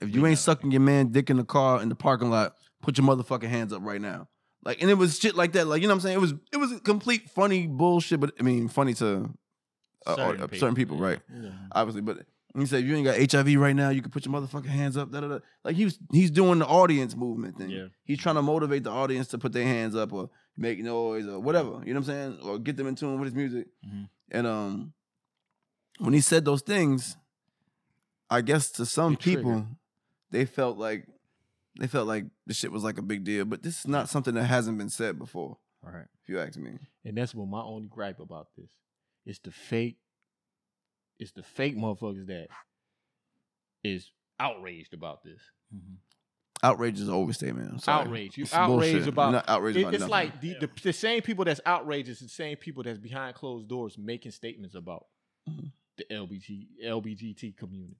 Speaker 2: if
Speaker 3: We
Speaker 2: you
Speaker 3: know.
Speaker 2: ain't sucking your man dick in the car in the parking lot, put your motherfucking hands up right now. Like, and it was shit like that. Like, you know what I'm saying? It was it was complete funny bullshit, but I mean funny to uh, certain,
Speaker 3: Certain
Speaker 2: people, certain people,
Speaker 3: people, yeah.
Speaker 2: right?
Speaker 1: yeah.
Speaker 2: Obviously, but he said, if you ain't got HIV right now, you can put your motherfucking hands up. Da, da, da. Like he was he's doing the audience movement thing.
Speaker 3: Yeah.
Speaker 2: He's trying to motivate the audience to put their hands up or make noise or whatever. You know what I'm saying? Or get them in tune with his music.
Speaker 1: Mm-hmm.
Speaker 3: Mhm.
Speaker 2: And um, when he said those things, I guess to some
Speaker 1: It triggered.
Speaker 2: people, they felt like they felt like the shit was like a big deal. But this is not something that hasn't been said before,
Speaker 3: All right.
Speaker 2: if you ask me.
Speaker 1: and that's what my only gripe about this. It's the fake it's the fake motherfuckers that is outraged about this.
Speaker 2: Mm-hmm. Outrage is an overstatement. I'm sorry.
Speaker 1: Outrage. You
Speaker 2: It's
Speaker 1: outraged
Speaker 2: bullshit.
Speaker 1: about-
Speaker 2: You're not outraged
Speaker 1: It-
Speaker 2: about
Speaker 1: it's
Speaker 2: nothing.
Speaker 1: like the, the, the same people that's outraged is the same people that's behind closed doors making statements about
Speaker 2: Mhm.
Speaker 1: the LBG LBGT community.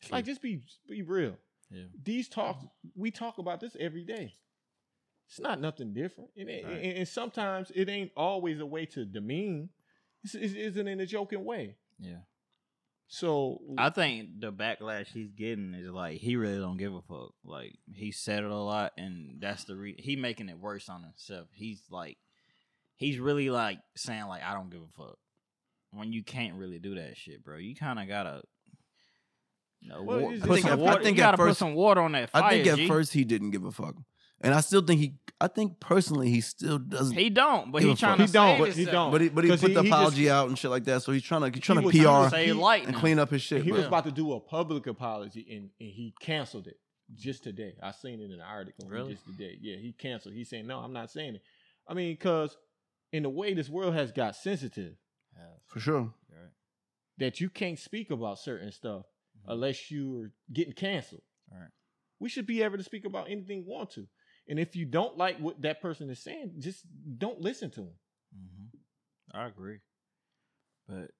Speaker 1: It's like just be be real.
Speaker 3: Yeah.
Speaker 1: These talks we talk about this every day. It's not nothing different, and, it-
Speaker 3: Right.
Speaker 1: and, and sometimes it ain't always a way to demean. It's, it isn't in a joking way.
Speaker 3: Yeah.
Speaker 1: So
Speaker 3: I think the backlash he's getting is like he really don't give a fuck. Like he said it a lot, and that's the re- he making it worse on himself. He's like, he's really like saying like I don't give a fuck. When you can't really do that shit, bro, you kind of gotta. You know,
Speaker 1: Well,
Speaker 3: wa-
Speaker 1: it's-
Speaker 3: put
Speaker 1: I
Speaker 3: some
Speaker 1: think- I
Speaker 3: water.
Speaker 2: think
Speaker 3: you
Speaker 2: at
Speaker 3: gotta put
Speaker 2: first-
Speaker 3: some water on that fire.
Speaker 2: I think at
Speaker 3: G.
Speaker 2: first he didn't give a fuck, and I still think he. I think personally he still doesn't.
Speaker 3: he don't, but
Speaker 2: Give
Speaker 3: he
Speaker 2: a fuck.
Speaker 3: trying to
Speaker 1: He don't,
Speaker 3: save
Speaker 1: but he
Speaker 3: himself.
Speaker 1: don't.
Speaker 2: but he, but he
Speaker 1: 'Cause
Speaker 2: put
Speaker 1: he-
Speaker 2: the
Speaker 1: he just-
Speaker 2: apology out and shit like that. So he's trying to he's trying
Speaker 1: he
Speaker 2: to
Speaker 1: was trying
Speaker 2: PR
Speaker 1: to
Speaker 3: Say
Speaker 1: He-
Speaker 3: lightning.
Speaker 2: and clean up his shit.
Speaker 1: he
Speaker 2: but-
Speaker 1: was about to do a public apology, and, and he canceled it. just today. I seen it in an article
Speaker 3: Really?
Speaker 1: just today. Yeah, he canceled. He's saying, no, I'm not saying it. I mean, because in the way this world has got sensitive,
Speaker 2: for sure.
Speaker 3: Right.
Speaker 1: that you can't speak about certain stuff
Speaker 3: Mhm.
Speaker 1: unless you're getting canceled.
Speaker 3: Right.
Speaker 1: We should be able to speak about anything we want to. And if you don't like what that person is saying, just don't listen to him.
Speaker 3: Mm-hmm. I agree. But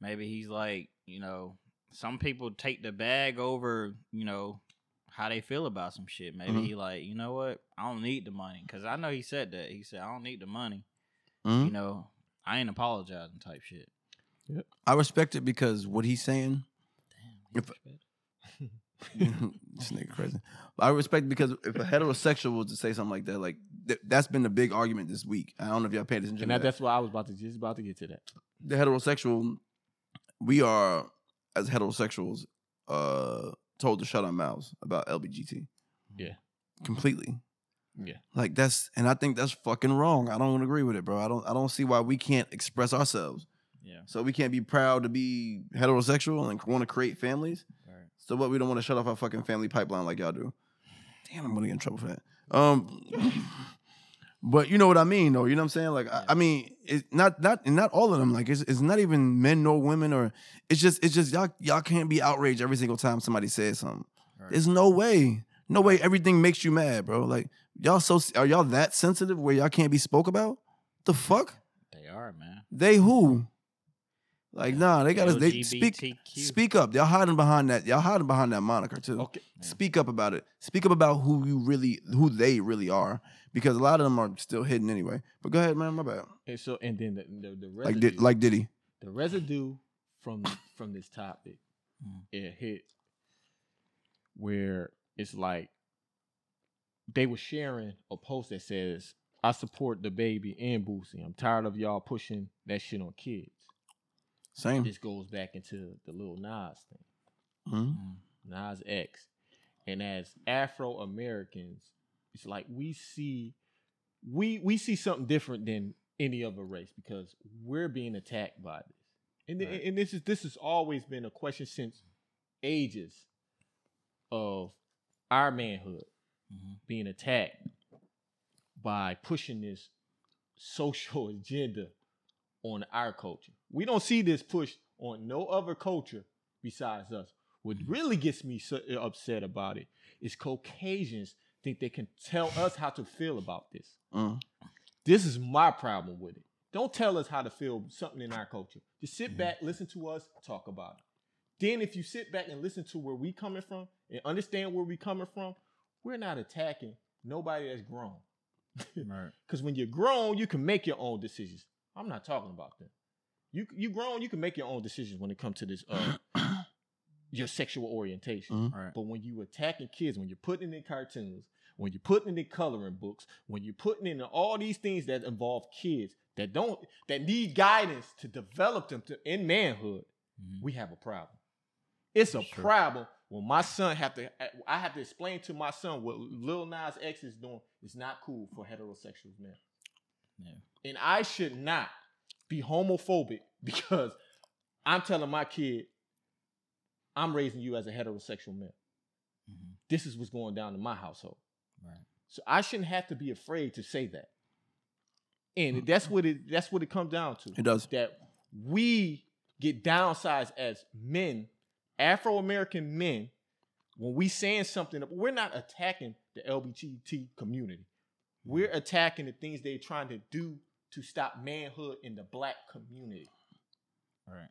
Speaker 3: maybe he's like, you know, some people take the bag over, you know, how they feel about some shit. Maybe
Speaker 2: Mhm.
Speaker 3: he like, you know what? I don't need the money because I know he said that. He said I don't need the money.
Speaker 2: Mhm.
Speaker 3: You know, I ain't apologizing type shit.
Speaker 2: I respect it because what he's saying,
Speaker 3: Damn.
Speaker 2: If- this nigga crazy. I respect it because if a heterosexual was to say something like that, like th- that's been the big argument this week. I don't know if y'all paid attention. to
Speaker 1: And that,
Speaker 2: that.
Speaker 1: that's why I was about to just about to get to that.
Speaker 2: the heterosexual, we are as heterosexuals uh told to shut our mouths about LBGT.
Speaker 1: Yeah.
Speaker 2: Completely.
Speaker 1: Yeah.
Speaker 2: Like that's and I think that's fucking wrong. I don't agree with it, bro. I don't I don't see why we can't express ourselves.
Speaker 3: yeah.
Speaker 2: So we can't be proud to be heterosexual and want to create families.
Speaker 3: Right.
Speaker 2: So what we don't want to shut off our fucking family pipeline like y'all do. Damn, I'm gonna get in trouble for that. Um But you know what I mean, though. You know what I'm saying? Like, I, I mean, it's not not and not all of them. Like, it's, it's not even men nor women, or it's just it's just y'all y'all can't be outraged every single time somebody says something.
Speaker 3: Right.
Speaker 2: There's no way, no way. Everything makes you mad, bro. Like, y'all so are y'all that sensitive where y'all can't be spoke about? The fuck?
Speaker 3: They are man.
Speaker 2: They who? Like, nah, they gotta they speak
Speaker 3: LGBTQ.
Speaker 2: speak up. Y'all hiding behind that. Y'all hiding behind that moniker too.
Speaker 1: Okay.
Speaker 3: Yeah.
Speaker 2: Speak up about it. Speak up about who you really, who they really are, because a lot of them are still hidden anyway. But go ahead, man. My bad.
Speaker 1: And so and then the the, the residue,
Speaker 2: Like, did, like Diddy.
Speaker 1: the residue from from this topic
Speaker 3: Mm.
Speaker 1: it hit where it's like they were sharing a post that says I support the baby and Boosie. I'm tired of y'all pushing that shit on kids.
Speaker 2: Same.
Speaker 1: This goes back into the little Nas thing,
Speaker 2: Mhm.
Speaker 3: Mm.
Speaker 1: Nas X. And as Afro Americans, it's like we see we we see something different than any other race because we're being attacked by this. And th-
Speaker 3: Right.
Speaker 1: and this is this has always been a question since ages of our manhood
Speaker 3: Mhm.
Speaker 1: being attacked by pushing this social agenda on our culture. We don't see this pushed on no other culture besides us. What really gets me so uh, upset about it is Caucasians think they can tell us how to feel about this.
Speaker 2: Mm.
Speaker 1: This is my problem with it. Don't tell us how to feel something in our culture. Just sit
Speaker 3: Mhm.
Speaker 1: back, listen to us, talk about it. Then if you sit back and listen to where we coming from and understand where we coming from, we're not attacking nobody that's grown.
Speaker 3: Right.
Speaker 1: Because when you're grown, you can make your own decisions. I'm not talking about them. You you grown, you can make your own decisions when it comes to this uh your sexual orientation.
Speaker 2: Mhm.
Speaker 3: Right.
Speaker 1: But when you attacking kids, when you're putting it in cartoons, when you're putting it in coloring books, when you're putting it in all these things that involve kids that don't that need guidance to develop them to, in manhood,
Speaker 3: Mhm.
Speaker 1: we have a problem. It's a
Speaker 3: Sure.
Speaker 1: problem when my son have to. I have to explain to my son what Lil Nas X is doing is not cool for heterosexual men.
Speaker 3: Yeah.
Speaker 1: And I should not be homophobic because I'm telling my kid I'm raising you as a heterosexual man.
Speaker 3: Mhm.
Speaker 1: This is what's going down in my household.
Speaker 3: Right.
Speaker 1: So I shouldn't have to be afraid to say that.
Speaker 3: Mm-hmm.
Speaker 1: And that's what it that's what it comes down to
Speaker 2: It does.
Speaker 1: that we get downsized as men, Afro American men, when we saying something. We're not attacking the LGBT community. We're attacking the things they're trying to do to stop manhood in the black community.
Speaker 3: Right.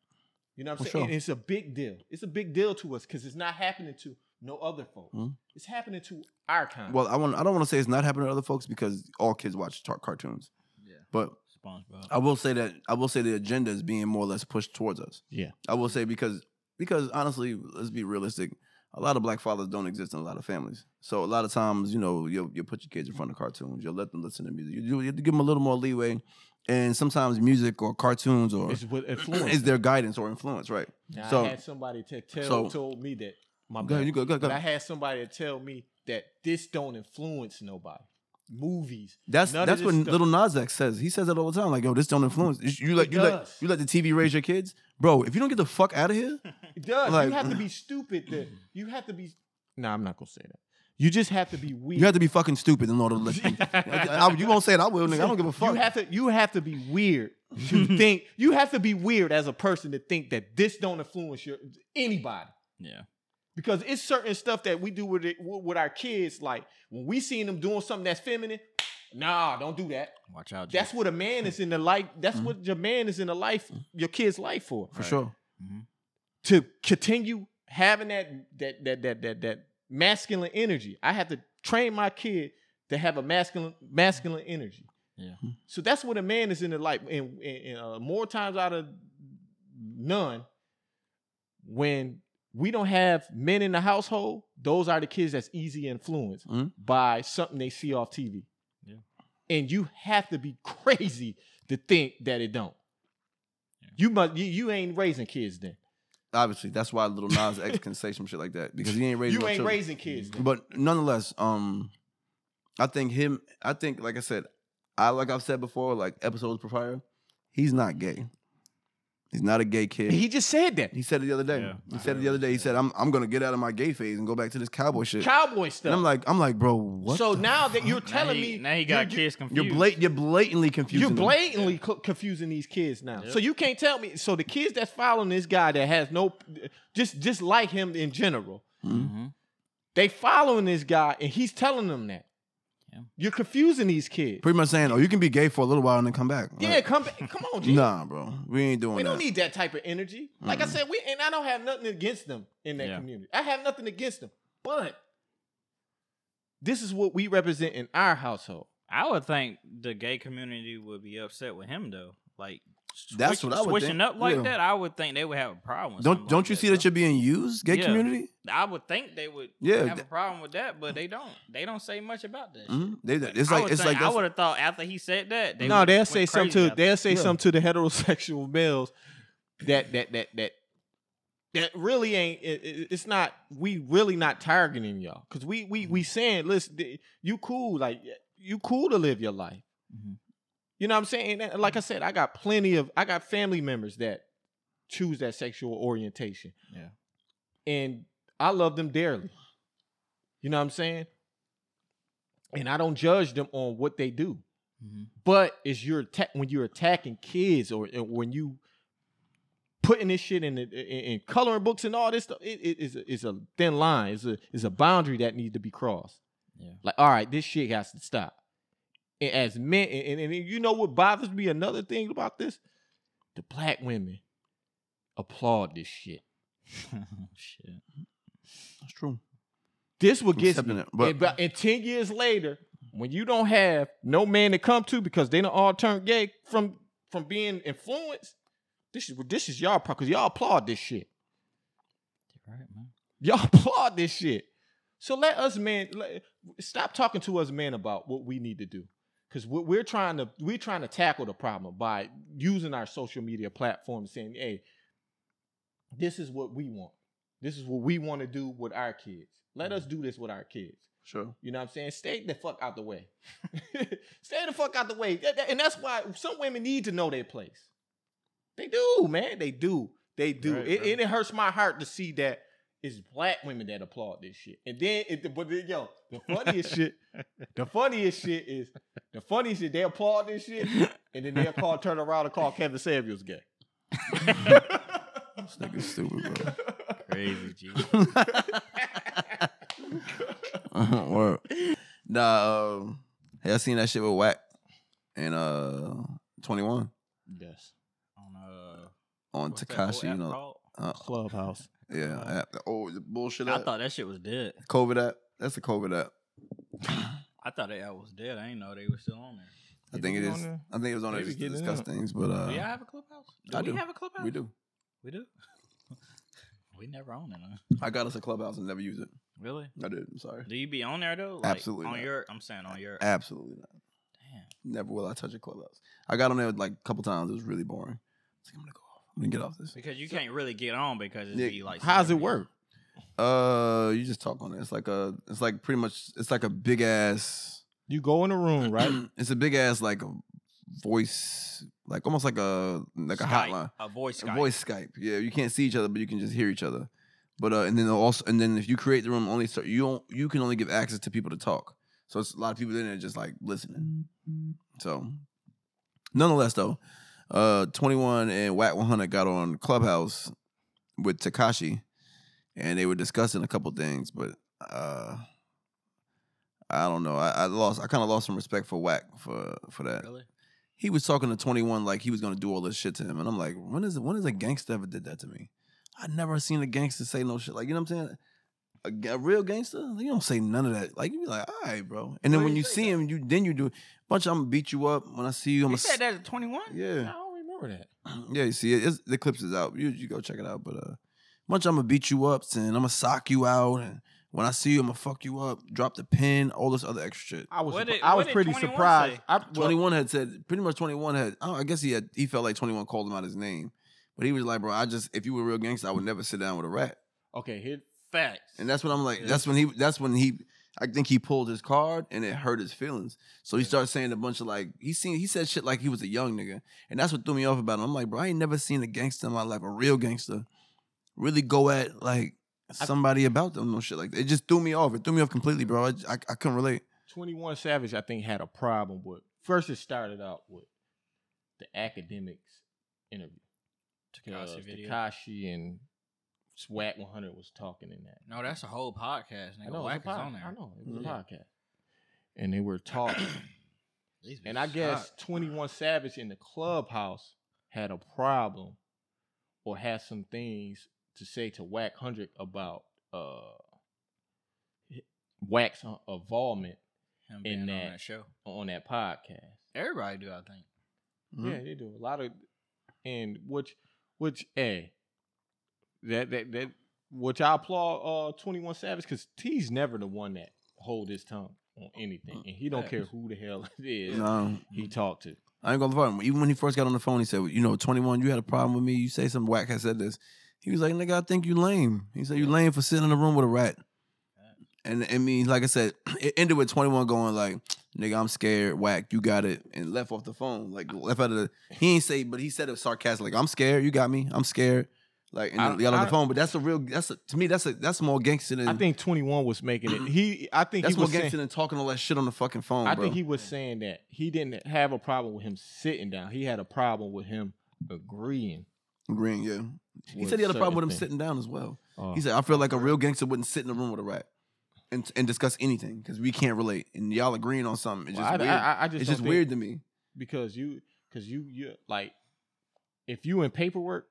Speaker 1: You know what I'm
Speaker 2: For
Speaker 1: saying?
Speaker 2: sure.
Speaker 1: And it's a big deal. It's a big deal to us because it's not happening to no other folks.
Speaker 2: Mhm.
Speaker 1: It's happening to our kind.
Speaker 2: Well, I want. I don't want to say it's not happening to other folks because all kids watch tar- cartoons.
Speaker 3: Yeah.
Speaker 2: But
Speaker 3: SpongeBob.
Speaker 2: I will say that I will say the agenda is being more or less pushed towards us.
Speaker 1: Yeah.
Speaker 2: I will say because because honestly, let's be realistic. A lot of black fathers don't exist in a lot of families. So a lot of times, you know, you'll, you'll put your kids in front of cartoons. You'll let them listen to music. You, you give them a little more leeway. And sometimes music or cartoons or
Speaker 1: it's what influence.
Speaker 2: is their guidance or influence, right?
Speaker 1: Now,
Speaker 2: So-
Speaker 1: I had somebody to tell
Speaker 2: so-
Speaker 1: told me that my
Speaker 2: Go ahead,
Speaker 1: bad.
Speaker 2: you go, go, go.
Speaker 1: But I had somebody to tell me that this don't influence nobody. Movies.
Speaker 2: That's
Speaker 1: None of
Speaker 2: that's
Speaker 1: this
Speaker 2: what
Speaker 1: stuff-
Speaker 2: Little Nas X says. He says that all the time. Like, yo, this don't influence. You, you let
Speaker 1: It
Speaker 2: you let
Speaker 1: does.
Speaker 2: you let the TV raise your kids, bro. If you don't get the fuck out of here,
Speaker 1: It does.
Speaker 2: Like- mm.
Speaker 1: you have to be stupid. That you have to be. nah, I'm not gonna say that. You just have to be weird.
Speaker 2: You have to be fucking stupid in order to listen. I- I- you won't say it. I will, nigga. I don't give a fuck.
Speaker 1: You have to you have to be weird to think. You have to be weird as a person to think that this don't influence your anybody.
Speaker 3: Yeah.
Speaker 1: Because it's certain stuff that we do with it, with with our kids. Like when we seen them doing something that's feminine, nah, don't do that.
Speaker 3: Watch out.
Speaker 1: That's what a man is in the life. That's
Speaker 2: Mhm.
Speaker 1: what your man is in the life, your kid's life for.
Speaker 2: For sure.
Speaker 1: To continue having that that that that that that masculine energy. I have to train my kid to have a masculine masculine energy.
Speaker 3: Yeah.
Speaker 1: So that's what a man is in the life, and, and, and, uh, more times out of none, when we don't have men in the household, those are the kids that's easy influenced
Speaker 2: Mhm.
Speaker 1: by something they see off TV.
Speaker 3: Yeah.
Speaker 1: And you have to be crazy to think that it don't. You must you, you ain't raising kids then.
Speaker 2: Obviously, that's why Little Nas X can say some shit like that because he ain't raised.
Speaker 1: You
Speaker 2: no
Speaker 1: ain't
Speaker 2: children.
Speaker 1: raising kids then.
Speaker 2: But nonetheless, um, I think him. I think, like I said, I like I've said before, like episodes prior, he's not gay. He's not a gay kid.
Speaker 1: He just said that.
Speaker 2: He said it the other day.
Speaker 3: Yeah,
Speaker 2: he
Speaker 3: I
Speaker 2: said it
Speaker 3: heard
Speaker 2: the other
Speaker 3: him
Speaker 2: day. He
Speaker 3: say
Speaker 2: said, "I'm I'm gonna get out of my gay phase and go back to this cowboy shit."
Speaker 1: Cowboy stuff.
Speaker 2: and I'm like, I'm like, bro, what?
Speaker 1: so
Speaker 2: the
Speaker 1: now that you're
Speaker 2: fuck?
Speaker 1: telling
Speaker 3: now he,
Speaker 1: me
Speaker 3: now he got
Speaker 1: you- you-
Speaker 3: kids confused.
Speaker 2: you're blat- you're blatantly confusing.
Speaker 1: You're
Speaker 2: them.
Speaker 1: blatantly co- confusing these kids now.
Speaker 3: Yep.
Speaker 1: So you can't tell me. So the kids that's following this guy that has no, just just like him in general,
Speaker 2: Mhm.
Speaker 3: Mhm.
Speaker 1: they following this guy and he's telling them that.
Speaker 3: Yeah.
Speaker 1: You're confusing these kids.
Speaker 2: Pretty much saying, oh, you can be gay for a little while and then come back.
Speaker 1: yeah,
Speaker 2: Like,
Speaker 1: come ba- come on, G.
Speaker 2: nah, bro, we ain't doing
Speaker 1: we
Speaker 2: that.
Speaker 1: don't need that type of energy. Like I
Speaker 2: Mm-mm.
Speaker 1: said, we and I don't have nothing against them in that
Speaker 3: Yeah.
Speaker 1: community. I have nothing against them, but this is what we represent in our household.
Speaker 3: I would think the gay community would be upset with him though. Like switch,
Speaker 2: That's what I would
Speaker 3: switching
Speaker 2: think.
Speaker 3: up like
Speaker 2: Yeah.
Speaker 3: that. I would think they would have a problem. with
Speaker 2: don't
Speaker 3: something
Speaker 2: don't
Speaker 3: like
Speaker 2: you see that
Speaker 3: bro.
Speaker 2: you're being used, gay
Speaker 3: Yeah.
Speaker 2: community?
Speaker 3: I would think they would
Speaker 2: Yeah,
Speaker 3: have a
Speaker 2: th-
Speaker 3: problem with that, but they don't. They don't say much about that. shit.
Speaker 2: Mhm. They, it's
Speaker 3: I
Speaker 2: like
Speaker 3: would
Speaker 2: it's
Speaker 3: think-
Speaker 2: like
Speaker 3: I
Speaker 2: that's-
Speaker 3: would have thought after he said that. They
Speaker 1: no,
Speaker 3: would-
Speaker 1: they'll
Speaker 3: went
Speaker 1: say something
Speaker 3: crazy
Speaker 1: to
Speaker 3: after
Speaker 1: they'll say
Speaker 2: Yeah.
Speaker 1: something to the heterosexual males that that that that that really ain't it, it- it's not we really not targeting y'all because we we we saying listen th- you cool like you cool to live your life
Speaker 3: Mhm.
Speaker 1: you know what i'm saying and like i said i got plenty of i got family members that choose that sexual orientation
Speaker 3: Yeah.
Speaker 1: and i love them dearly you know what i'm saying and i don't judge them on what they do
Speaker 3: Mhm.
Speaker 1: but is you're atta- when you're attacking kids or or when you putting this shit in the, in, in coloring books and all this stuff, it, it is a, it's a thin line. It's a it's a boundary that needs to be crossed.
Speaker 3: Yeah.
Speaker 1: Like, all right, this shit has to stop. And as men, and, and, and you know what bothers me? Another thing about this, the black women applaud this shit.
Speaker 3: Shit.
Speaker 2: that's true.
Speaker 1: This what gets
Speaker 2: Accepting
Speaker 1: me.
Speaker 2: it, but-
Speaker 1: and, about- and ten years later, when you don't have no man to come to because they don't all turn gay from from being influenced, this is this is y'all because y'all applaud this shit.
Speaker 3: You're right, man.
Speaker 1: Y'all applaud this shit. So let us man let- stop talking to us men about what we need to do because we're, we're trying to we're trying to tackle the problem by using our social media platform saying, hey, this is what we want. This is what we want to do with our kids. Let us do this with our kids.
Speaker 2: Sure.
Speaker 1: You know what I'm saying? Stay the fuck out the way. Stay the fuck out the way. That- that- And that's why some women need to know their place. They do, man. They do. They do.
Speaker 3: Right,
Speaker 1: it,
Speaker 3: bro.
Speaker 1: and it hurts my heart to see that it's black women that applaud this shit. And then, it, but then, yo, the funniest shit, the funniest shit is, the funniest shit, they applaud this shit, and then they'll call, turn around and call Kevin Samuels gay.
Speaker 2: This nigga's stupid, bro.
Speaker 3: Crazy G.
Speaker 2: Uh-huh, Word. Nah, um, hey, I seen that shit with Wack and uh Twenty One
Speaker 1: yes.
Speaker 3: On uh,
Speaker 2: on
Speaker 3: what's that whole
Speaker 2: Takashi. You
Speaker 3: app
Speaker 2: know,
Speaker 3: called? Uh-huh.
Speaker 2: uh,
Speaker 1: Clubhouse.
Speaker 2: yeah, app, the old the bullshit
Speaker 3: I
Speaker 2: app,
Speaker 3: thought that shit was dead.
Speaker 2: COVID app. That's the COVID app.
Speaker 3: I thought that I was dead. I didn't know they were still on there.
Speaker 2: I
Speaker 1: They
Speaker 2: think it
Speaker 1: be on
Speaker 2: is.
Speaker 1: there.
Speaker 2: I think it was on there
Speaker 1: They be
Speaker 2: just to
Speaker 1: getting it
Speaker 2: discuss
Speaker 1: out.
Speaker 2: things, but uh,
Speaker 3: do y'all have a clubhouse? Do
Speaker 2: I
Speaker 3: we
Speaker 2: do.
Speaker 3: have a clubhouse?
Speaker 2: we do.
Speaker 3: We do. we never own it. Huh?
Speaker 2: I got us a clubhouse and never used it.
Speaker 3: Really?
Speaker 2: I did. I'm sorry.
Speaker 3: Do you be on there though?
Speaker 2: Absolutely
Speaker 3: On
Speaker 2: not.
Speaker 3: your, I'm saying on your.
Speaker 2: Absolutely not.
Speaker 3: Damn.
Speaker 2: Never will I touch a clubhouse. I got on there like a couple times. It was really boring. I was like, I'm gonna go off. I'm gonna get off this.
Speaker 3: Because you can't really get on because it'd
Speaker 2: Yeah,
Speaker 3: be like.
Speaker 1: How's it
Speaker 3: celebrities.
Speaker 1: work?
Speaker 2: Uh, you just talk on it. It's like a, it's like pretty much, it's like a big ass,
Speaker 1: You go in the room, right?
Speaker 2: it's a big ass like a voice, like almost like a like a
Speaker 3: Skype,
Speaker 2: hotline,
Speaker 3: A voice.
Speaker 2: a
Speaker 3: Skype.
Speaker 2: voice Skype. Yeah, you can't see each other, but you can just hear each other. But uh, and then also and then if you create the room, only start you don't you can only give access to people to talk. So it's a lot of people in there just like listening. So, nonetheless, though, uh, Twenty One and Whack One Hundred got on Clubhouse with Takashi, and they were discussing a couple things. But uh, I don't know. I, I lost. I kind of lost some respect for Whack for for that
Speaker 3: Really?
Speaker 2: he was talking to 21 like he was gonna do all this shit to him. And I'm like, when is when is a gangster ever did that to me? I never seen a gangster say no shit. Like, you know what I'm saying? A, ga- a real gangster, like, you don't say none of that. Like you be like, all right, bro. And then
Speaker 1: Why
Speaker 2: when
Speaker 1: you
Speaker 2: you
Speaker 1: say
Speaker 2: see
Speaker 1: that?
Speaker 2: him, you then you do bunch. I'm gonna beat you up when I see you. I'm gonna
Speaker 3: He said
Speaker 2: s-
Speaker 3: that at 21?
Speaker 1: I
Speaker 2: yeah,
Speaker 1: don't remember that.
Speaker 2: yeah. You see, it, it's, the clips is out. You you go check it out. But uh, bunch. I'm gonna beat you up and I'm gonna sock you out. And when I see you, I'm gonna fuck you up. Drop the pin. All this other extra shit.
Speaker 1: I was
Speaker 3: What
Speaker 1: surpri-
Speaker 3: did-
Speaker 1: I
Speaker 3: what
Speaker 1: was
Speaker 3: did
Speaker 1: pretty
Speaker 3: 21
Speaker 1: surprised.
Speaker 3: say?
Speaker 1: I, well,
Speaker 2: 21 had said pretty much 21 had oh, I guess he had he felt like 21 called him out his name. But he was like, bro, I just if you were a real gangster, I would never sit down with a rat.
Speaker 1: okay, here,
Speaker 3: Facts.
Speaker 2: And that's when I'm like,
Speaker 3: Yeah.
Speaker 2: that's when he that's when he I think he pulled his card and it hurt his feelings. So he started saying a bunch of like he seen he said shit like he was a young nigga. And that's what threw me off about him. I'm like, bro, I ain't never seen a gangster in my life, a real gangster, really go at like somebody about them no shit like that. It just threw me off. It threw me off completely, bro. I I, I couldn't relate.
Speaker 1: 21 Savage, I think, had a problem with. First, it started out with the academics interview.
Speaker 3: Tekashi video.
Speaker 1: Takashi and Swag 100 was talking in that.
Speaker 3: No, that's a whole podcast, nigga.
Speaker 1: I know, it was
Speaker 3: Whack
Speaker 1: a
Speaker 3: is
Speaker 1: pod-
Speaker 3: on there.
Speaker 1: I know, it was
Speaker 2: Mm-hmm.
Speaker 3: Yeah.
Speaker 1: a podcast. And they were talking.
Speaker 3: These
Speaker 1: and
Speaker 3: bitches
Speaker 1: I guess
Speaker 3: hot.
Speaker 1: 21 Savage in the clubhouse had a problem or had some things to say to Wack 100 about uh Wack's involvement
Speaker 3: him being
Speaker 1: that-
Speaker 3: on that show.
Speaker 1: on that podcast.
Speaker 3: Everybody do, I think.
Speaker 2: Mm-hmm.
Speaker 1: Yeah, they do a lot of, and which, which, hey, that that that which I applaud uh Twenty One Savage because T's never the one that hold his tongue on anything, and he don't care who the hell it is
Speaker 2: No.
Speaker 1: he talked to.
Speaker 2: I ain't gonna lie. Even when he first got on the phone, he said, "You know, 21, you had a problem with me. You say some whack has said this." He was like, "Nigga, I think you lame." He said, "You lame for sitting in a room with a rat." And I mean, like I said, it ended with 21 going like, "Nigga, I'm scared. Whack, you got it," and left off the phone. Like left out of the. He ain't say, but he said it sarcastic. Like, "I'm scared. You got me. I'm scared." Like and
Speaker 1: I-
Speaker 2: then got off
Speaker 1: I-
Speaker 2: the phone. But that's a real. That's a, to me. That's a that's more gangster than.
Speaker 1: I think Twenty One was making it. He, I think
Speaker 2: that's
Speaker 1: he
Speaker 2: more
Speaker 1: was
Speaker 2: gangster
Speaker 1: saying.
Speaker 2: than talking all that shit on the fucking phone.
Speaker 1: I
Speaker 2: bro.
Speaker 1: think he was saying that he didn't have a problem with him sitting down. He had a problem with him agreeing.
Speaker 2: agreeing. Yeah, he said he had a problem with him sitting down as well. He said, I feel like a real gangster wouldn't sit in a room with a rat and and discuss anything because we can't relate. And y'all agreeing on something. It's just weird.
Speaker 1: Uh, I, I just
Speaker 2: it's
Speaker 1: don't
Speaker 2: just
Speaker 1: think-
Speaker 2: weird to me.
Speaker 1: because you because you you like if you in paperwork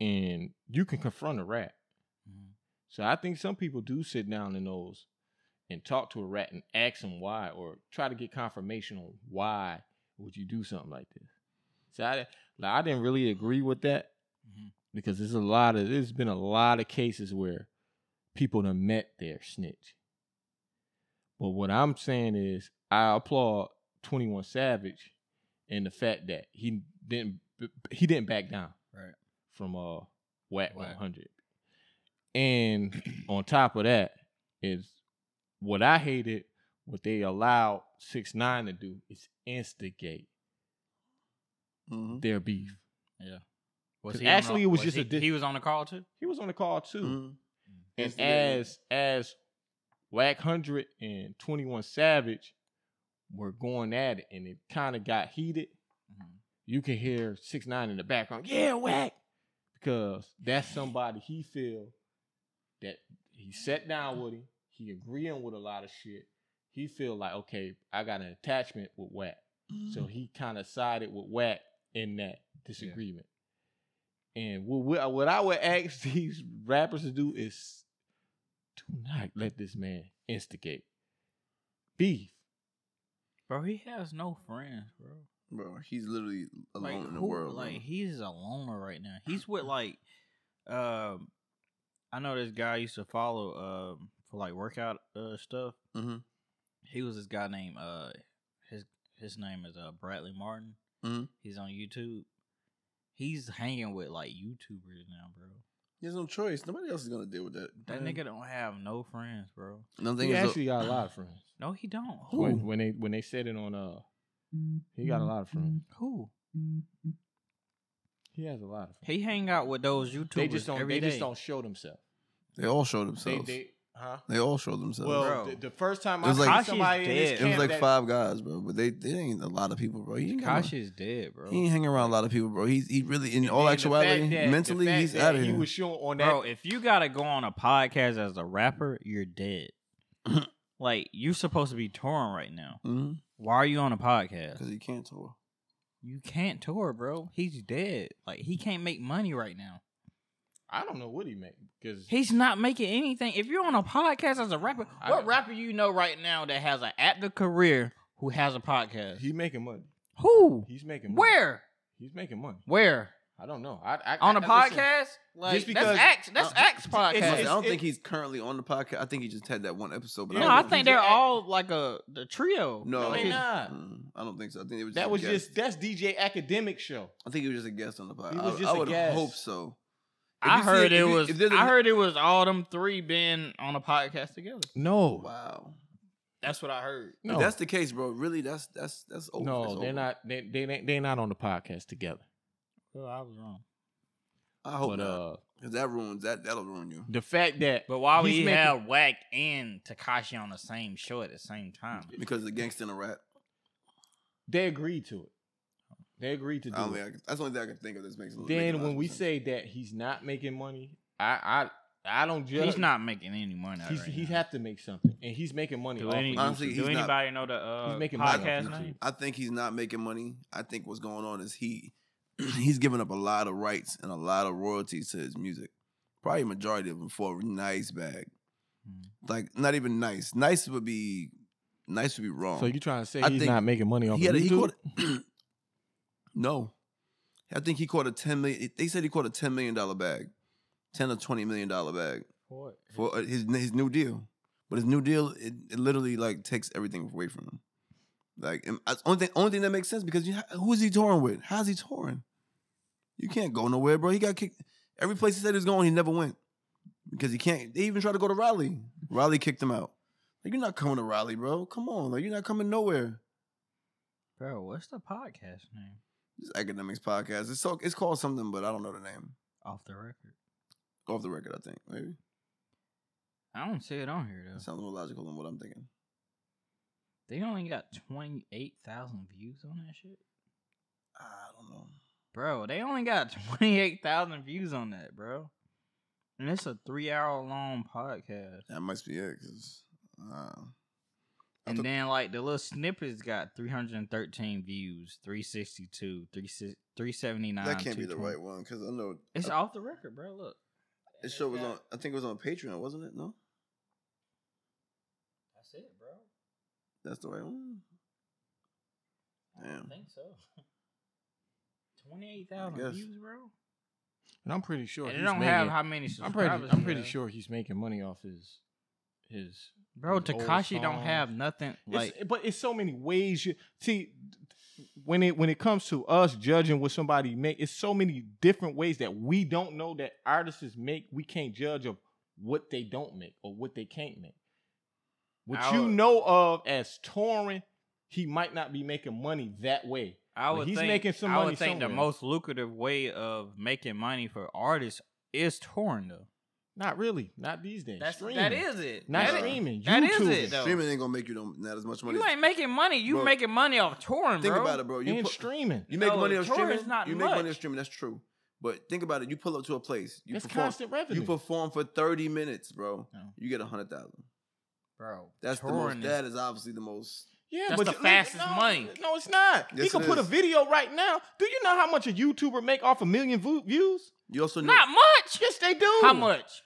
Speaker 1: and you can confront a rat.
Speaker 3: Mm-hmm.
Speaker 1: So I think some people do sit down in those and talk to a rat and ask them why or try to get confirmation on why would you do something like this. So I like, I didn't really agree with that
Speaker 3: Mhm.
Speaker 1: because there's a lot of there's been a lot of cases where people done met their snitch. But what I'm saying is I applaud 21 Savage and the fact that he didn't he didn't back down
Speaker 3: Right.
Speaker 1: from uh whack
Speaker 3: Whack.
Speaker 1: 100 and on top of that is what i hated what they allowed 6-9 to do is instigate
Speaker 2: Mhm.
Speaker 1: their beef
Speaker 3: Yeah.
Speaker 1: 'Cause
Speaker 3: on the-
Speaker 1: actually it was just
Speaker 3: he,
Speaker 1: a dis-
Speaker 3: He was on the call too?
Speaker 1: he was on the call too
Speaker 2: Mhm.
Speaker 1: and
Speaker 2: Instigate it.
Speaker 1: as as whack 100 and 21 savage were going at it and it kind of got heated you can hear six nine in the background. Yeah, whack, because that's somebody he feel that he sat down with him. He agreeing with a lot of shit. He feel like okay, I got an attachment with whack, so
Speaker 2: Mm-hmm.
Speaker 1: he kind of sided with whack in that disagreement. And what we- what I would ask these rappers to do is do not let this man instigate beef.
Speaker 3: Bro, he has no friends, bro.
Speaker 2: Mm-hmm. bro, he's literally alone in the
Speaker 3: who-
Speaker 2: world.
Speaker 3: Like
Speaker 2: bro.
Speaker 3: he's a loner right now. He's with like, um, I know this guy I used to follow um for like workout uh stuff.
Speaker 1: Mm-hmm.
Speaker 2: Mhm.
Speaker 3: He was this guy named uh his his name is uh Bradley Martin.
Speaker 1: Mm-hmm.
Speaker 2: Mhm.
Speaker 3: He's on YouTube. He's hanging with like YouTubers now, bro.
Speaker 2: He has no choice. Nobody else is gonna deal with that.
Speaker 3: That nigga don't have no friends, bro.
Speaker 2: Another thing
Speaker 1: He
Speaker 2: is,
Speaker 1: actually got a lot of friends.
Speaker 3: No, he don't. Who?
Speaker 1: When, when they when they said it on uh, he got a lot of friends.
Speaker 3: Who?
Speaker 1: He has a lot of friends.
Speaker 3: He hang out with those YouTubers
Speaker 1: They just don't.
Speaker 3: every
Speaker 1: They just
Speaker 3: day.
Speaker 1: don't show themselves.
Speaker 2: They all showed
Speaker 1: They,
Speaker 2: themselves. They,
Speaker 1: they, huh?
Speaker 2: all showed themselves.
Speaker 1: Well,
Speaker 3: Bro.
Speaker 1: the, the first time
Speaker 2: It
Speaker 1: I
Speaker 2: was
Speaker 1: seen
Speaker 2: like-
Speaker 1: somebody in this
Speaker 3: Kashi's
Speaker 2: it
Speaker 3: dead.
Speaker 2: was
Speaker 1: camp
Speaker 2: like
Speaker 1: that-
Speaker 2: five guys, bro. But they, they ain't a lot of people, bro. He ain't, hang
Speaker 3: Kashi is dead, bro.
Speaker 2: around, he ain't hang around a lot of people, bro. He's he really in all
Speaker 1: and the
Speaker 2: actuality,
Speaker 1: fact that- the
Speaker 2: mentally,
Speaker 1: fact
Speaker 2: he's
Speaker 1: that
Speaker 2: out of
Speaker 1: He
Speaker 2: here.
Speaker 1: was showing on that.
Speaker 3: Bro, if you gotta go on a podcast as a rapper, you're dead. like you supposed to be touring right now.
Speaker 2: Mhm.
Speaker 3: Why are you on a podcast?
Speaker 2: Cause he can't tour.
Speaker 3: You can't tour, bro. He's dead. Like he can't make money right now.
Speaker 1: I don't know what he made because
Speaker 3: He's not making anything. If you're on a podcast as a rapper,
Speaker 1: I
Speaker 3: what
Speaker 1: know.
Speaker 3: rapper you know right now that has an active career who has a podcast?
Speaker 1: he making money.
Speaker 3: who?
Speaker 1: He's making money.
Speaker 3: Where?
Speaker 1: he's making money.
Speaker 3: Where?
Speaker 1: I don't know. I, I
Speaker 3: On
Speaker 1: I-
Speaker 3: a
Speaker 1: listen,
Speaker 3: podcast? Like
Speaker 1: just because-
Speaker 3: that's X. That's
Speaker 2: Uh,
Speaker 3: X podcast.
Speaker 1: It's-
Speaker 2: I
Speaker 1: it's-
Speaker 2: don't
Speaker 1: it-
Speaker 2: think he's currently on the podcast. I think he just had that one episode. But
Speaker 1: Yeah,
Speaker 3: no,
Speaker 2: I
Speaker 3: I
Speaker 2: don't
Speaker 3: think
Speaker 1: he's
Speaker 3: they're
Speaker 1: act-
Speaker 3: all like a the trio.
Speaker 2: No,
Speaker 1: No, they not.
Speaker 2: Mm, I don't think so. I think it was
Speaker 1: That
Speaker 2: a
Speaker 1: was
Speaker 2: guest.
Speaker 1: just that's DJ academic show.
Speaker 2: I think he was just a guest on the podcast.
Speaker 1: He was
Speaker 2: I,
Speaker 1: just
Speaker 2: I
Speaker 1: a
Speaker 2: would
Speaker 1: guest.
Speaker 2: hope so. If
Speaker 3: I
Speaker 2: you see
Speaker 3: heard
Speaker 2: if
Speaker 3: it
Speaker 2: you-
Speaker 3: was.
Speaker 2: if there's a-
Speaker 3: I heard it was all them three being on a podcast together.
Speaker 1: No,
Speaker 2: Wow.
Speaker 3: That's what I heard.
Speaker 2: If
Speaker 1: no,
Speaker 2: that's the case, bro. Really, that's that's that's over.
Speaker 1: no.
Speaker 2: It's
Speaker 1: They're
Speaker 2: over.
Speaker 1: not. They they they- they're not on the podcast together.
Speaker 3: Well, I was wrong.
Speaker 2: I hope
Speaker 1: but
Speaker 2: not.
Speaker 1: uh,
Speaker 2: Because that ruins that. That'll ruin you.
Speaker 1: the fact that
Speaker 3: But why would
Speaker 1: He's
Speaker 3: he
Speaker 1: making-
Speaker 3: have Wack and Takashi on the same show at the same time?
Speaker 2: Because the gangster and the rat.
Speaker 1: they agreed to it, they agreed to do
Speaker 2: I don't
Speaker 1: it.
Speaker 2: think I can, that's the only thing I can think of that makes.
Speaker 1: then
Speaker 2: makes
Speaker 1: when we
Speaker 2: sense.
Speaker 1: say that he's not making money, I I I don't judge.
Speaker 3: He's not making any money.
Speaker 1: He's
Speaker 3: right
Speaker 1: he
Speaker 3: now.
Speaker 1: have to make something, and he's making money.
Speaker 3: Do,
Speaker 1: off
Speaker 3: any,
Speaker 1: of
Speaker 2: Honestly,
Speaker 1: YouTube.
Speaker 3: do
Speaker 2: he's not-
Speaker 3: anybody know the uh,
Speaker 1: He's making money off
Speaker 3: podcast
Speaker 1: YouTube.
Speaker 3: name?
Speaker 2: I think he's not making money. I think what's going on is he he's giving up a lot of rights and a lot of royalties to his music. Probably majority of them for a nice bag.
Speaker 1: Hmm.
Speaker 2: Like not even nice. Nice would be nice would be wrong.
Speaker 1: So you trying to say
Speaker 2: I
Speaker 1: he's
Speaker 2: think
Speaker 1: not making money off
Speaker 2: he
Speaker 1: of
Speaker 2: had a, he
Speaker 1: YouTube?
Speaker 2: caught no. I think he caught a ten million. They said he caught a ten million dollar bag, ten or twenty million dollar bag for uh, his his new deal. But his new deal, it, it literally like takes everything away from him. Like and that's only thing, only thing that makes sense because you, who is he touring with? How's he touring? You can't go nowhere, bro. He got kicked. Every place he said he was going, he never went because he can't. They even tried to go to Raleigh. Raleigh kicked him out. Like you're not coming to Raleigh, bro. Come on, like you're not coming nowhere.
Speaker 3: Bro, what's the podcast name?
Speaker 2: This academics podcast. It's so, it's called something, but I don't know the name.
Speaker 3: Off the record.
Speaker 2: Go off the record, I think. Maybe
Speaker 3: I don't see it on here
Speaker 2: it
Speaker 3: though.
Speaker 2: sounds more logical than what I'm thinking.
Speaker 3: They only got twenty eight thousand views on that shit.
Speaker 2: I don't know.
Speaker 3: Bro, they only got 28,000 views on that, bro. And it's a three hour long podcast.
Speaker 2: That must be it. 'cause, uh, I
Speaker 3: And
Speaker 2: thought-
Speaker 3: then, like, the little snippets got 313 views, 362, 36 379.
Speaker 2: that can't be the
Speaker 3: 220.
Speaker 2: right one because I know
Speaker 3: It's
Speaker 2: I-
Speaker 3: off the record, bro. Look.
Speaker 2: This show was on. I think it was on Patreon, wasn't it? No,
Speaker 3: That's it, bro.
Speaker 2: that's the right one.
Speaker 3: I
Speaker 2: Damn.
Speaker 3: don't think so. 28,000
Speaker 2: guess.
Speaker 3: views, bro.
Speaker 1: And I'm pretty sure.
Speaker 3: And
Speaker 1: he's
Speaker 3: they don't
Speaker 1: making,
Speaker 3: have how many
Speaker 1: I'm pretty.
Speaker 3: subscribers.
Speaker 1: I'm
Speaker 3: they
Speaker 1: pretty
Speaker 3: have.
Speaker 1: sure he's making money off his his.
Speaker 3: Bro,
Speaker 1: his old
Speaker 3: Takashi don't
Speaker 1: songs.
Speaker 3: have nothing. Like,
Speaker 1: Like, but it's so many ways you see when it when it comes to us judging what somebody make. It's so many different ways that we don't know that artists make. We can't judge of what they don't make or what they can't make. What
Speaker 3: I
Speaker 1: you
Speaker 3: would-
Speaker 1: know of as touring, he might not be making money that way.
Speaker 3: I
Speaker 1: But
Speaker 3: would
Speaker 1: he's
Speaker 3: think,
Speaker 1: making some
Speaker 3: I
Speaker 1: money
Speaker 3: would think the
Speaker 1: somewhere.
Speaker 3: most lucrative way of making money for artists is touring though.
Speaker 1: Not really. Not these days.
Speaker 3: That's
Speaker 1: Streaming.
Speaker 3: that is it.
Speaker 1: Not
Speaker 3: that is-
Speaker 1: streaming.
Speaker 3: that is
Speaker 1: YouTube.
Speaker 3: it, though.
Speaker 2: Streaming ain't gonna make you don't, not as much money.
Speaker 3: You ain't making money. You
Speaker 2: Bro,
Speaker 3: making money off touring,
Speaker 2: think
Speaker 3: bro.
Speaker 2: about it, bro. You
Speaker 1: and
Speaker 2: pu-
Speaker 1: streaming.
Speaker 2: you make
Speaker 3: No,
Speaker 2: money on
Speaker 3: touring is
Speaker 2: streaming.
Speaker 3: not
Speaker 2: you make money on
Speaker 3: much.
Speaker 2: streaming. That's true. But think about it. You pull up to a place. You
Speaker 1: That's
Speaker 2: perform.
Speaker 1: constant revenue.
Speaker 2: You perform for thirty minutes, bro.
Speaker 3: No.
Speaker 2: You get a hundred thousand.
Speaker 3: bro.
Speaker 2: That's
Speaker 3: touring
Speaker 2: the most.
Speaker 3: is-
Speaker 2: That is obviously the most.
Speaker 1: yeah,
Speaker 3: That's the
Speaker 1: you-
Speaker 3: fastest
Speaker 1: no,
Speaker 3: money.
Speaker 1: No, it's not. you
Speaker 2: Yes,
Speaker 1: can
Speaker 2: it
Speaker 1: put a
Speaker 2: is.
Speaker 1: video right now. Do you know how much a YouTuber make off a million vu- views?
Speaker 2: You also know.
Speaker 3: not much.
Speaker 1: Yes, they do.
Speaker 3: How much?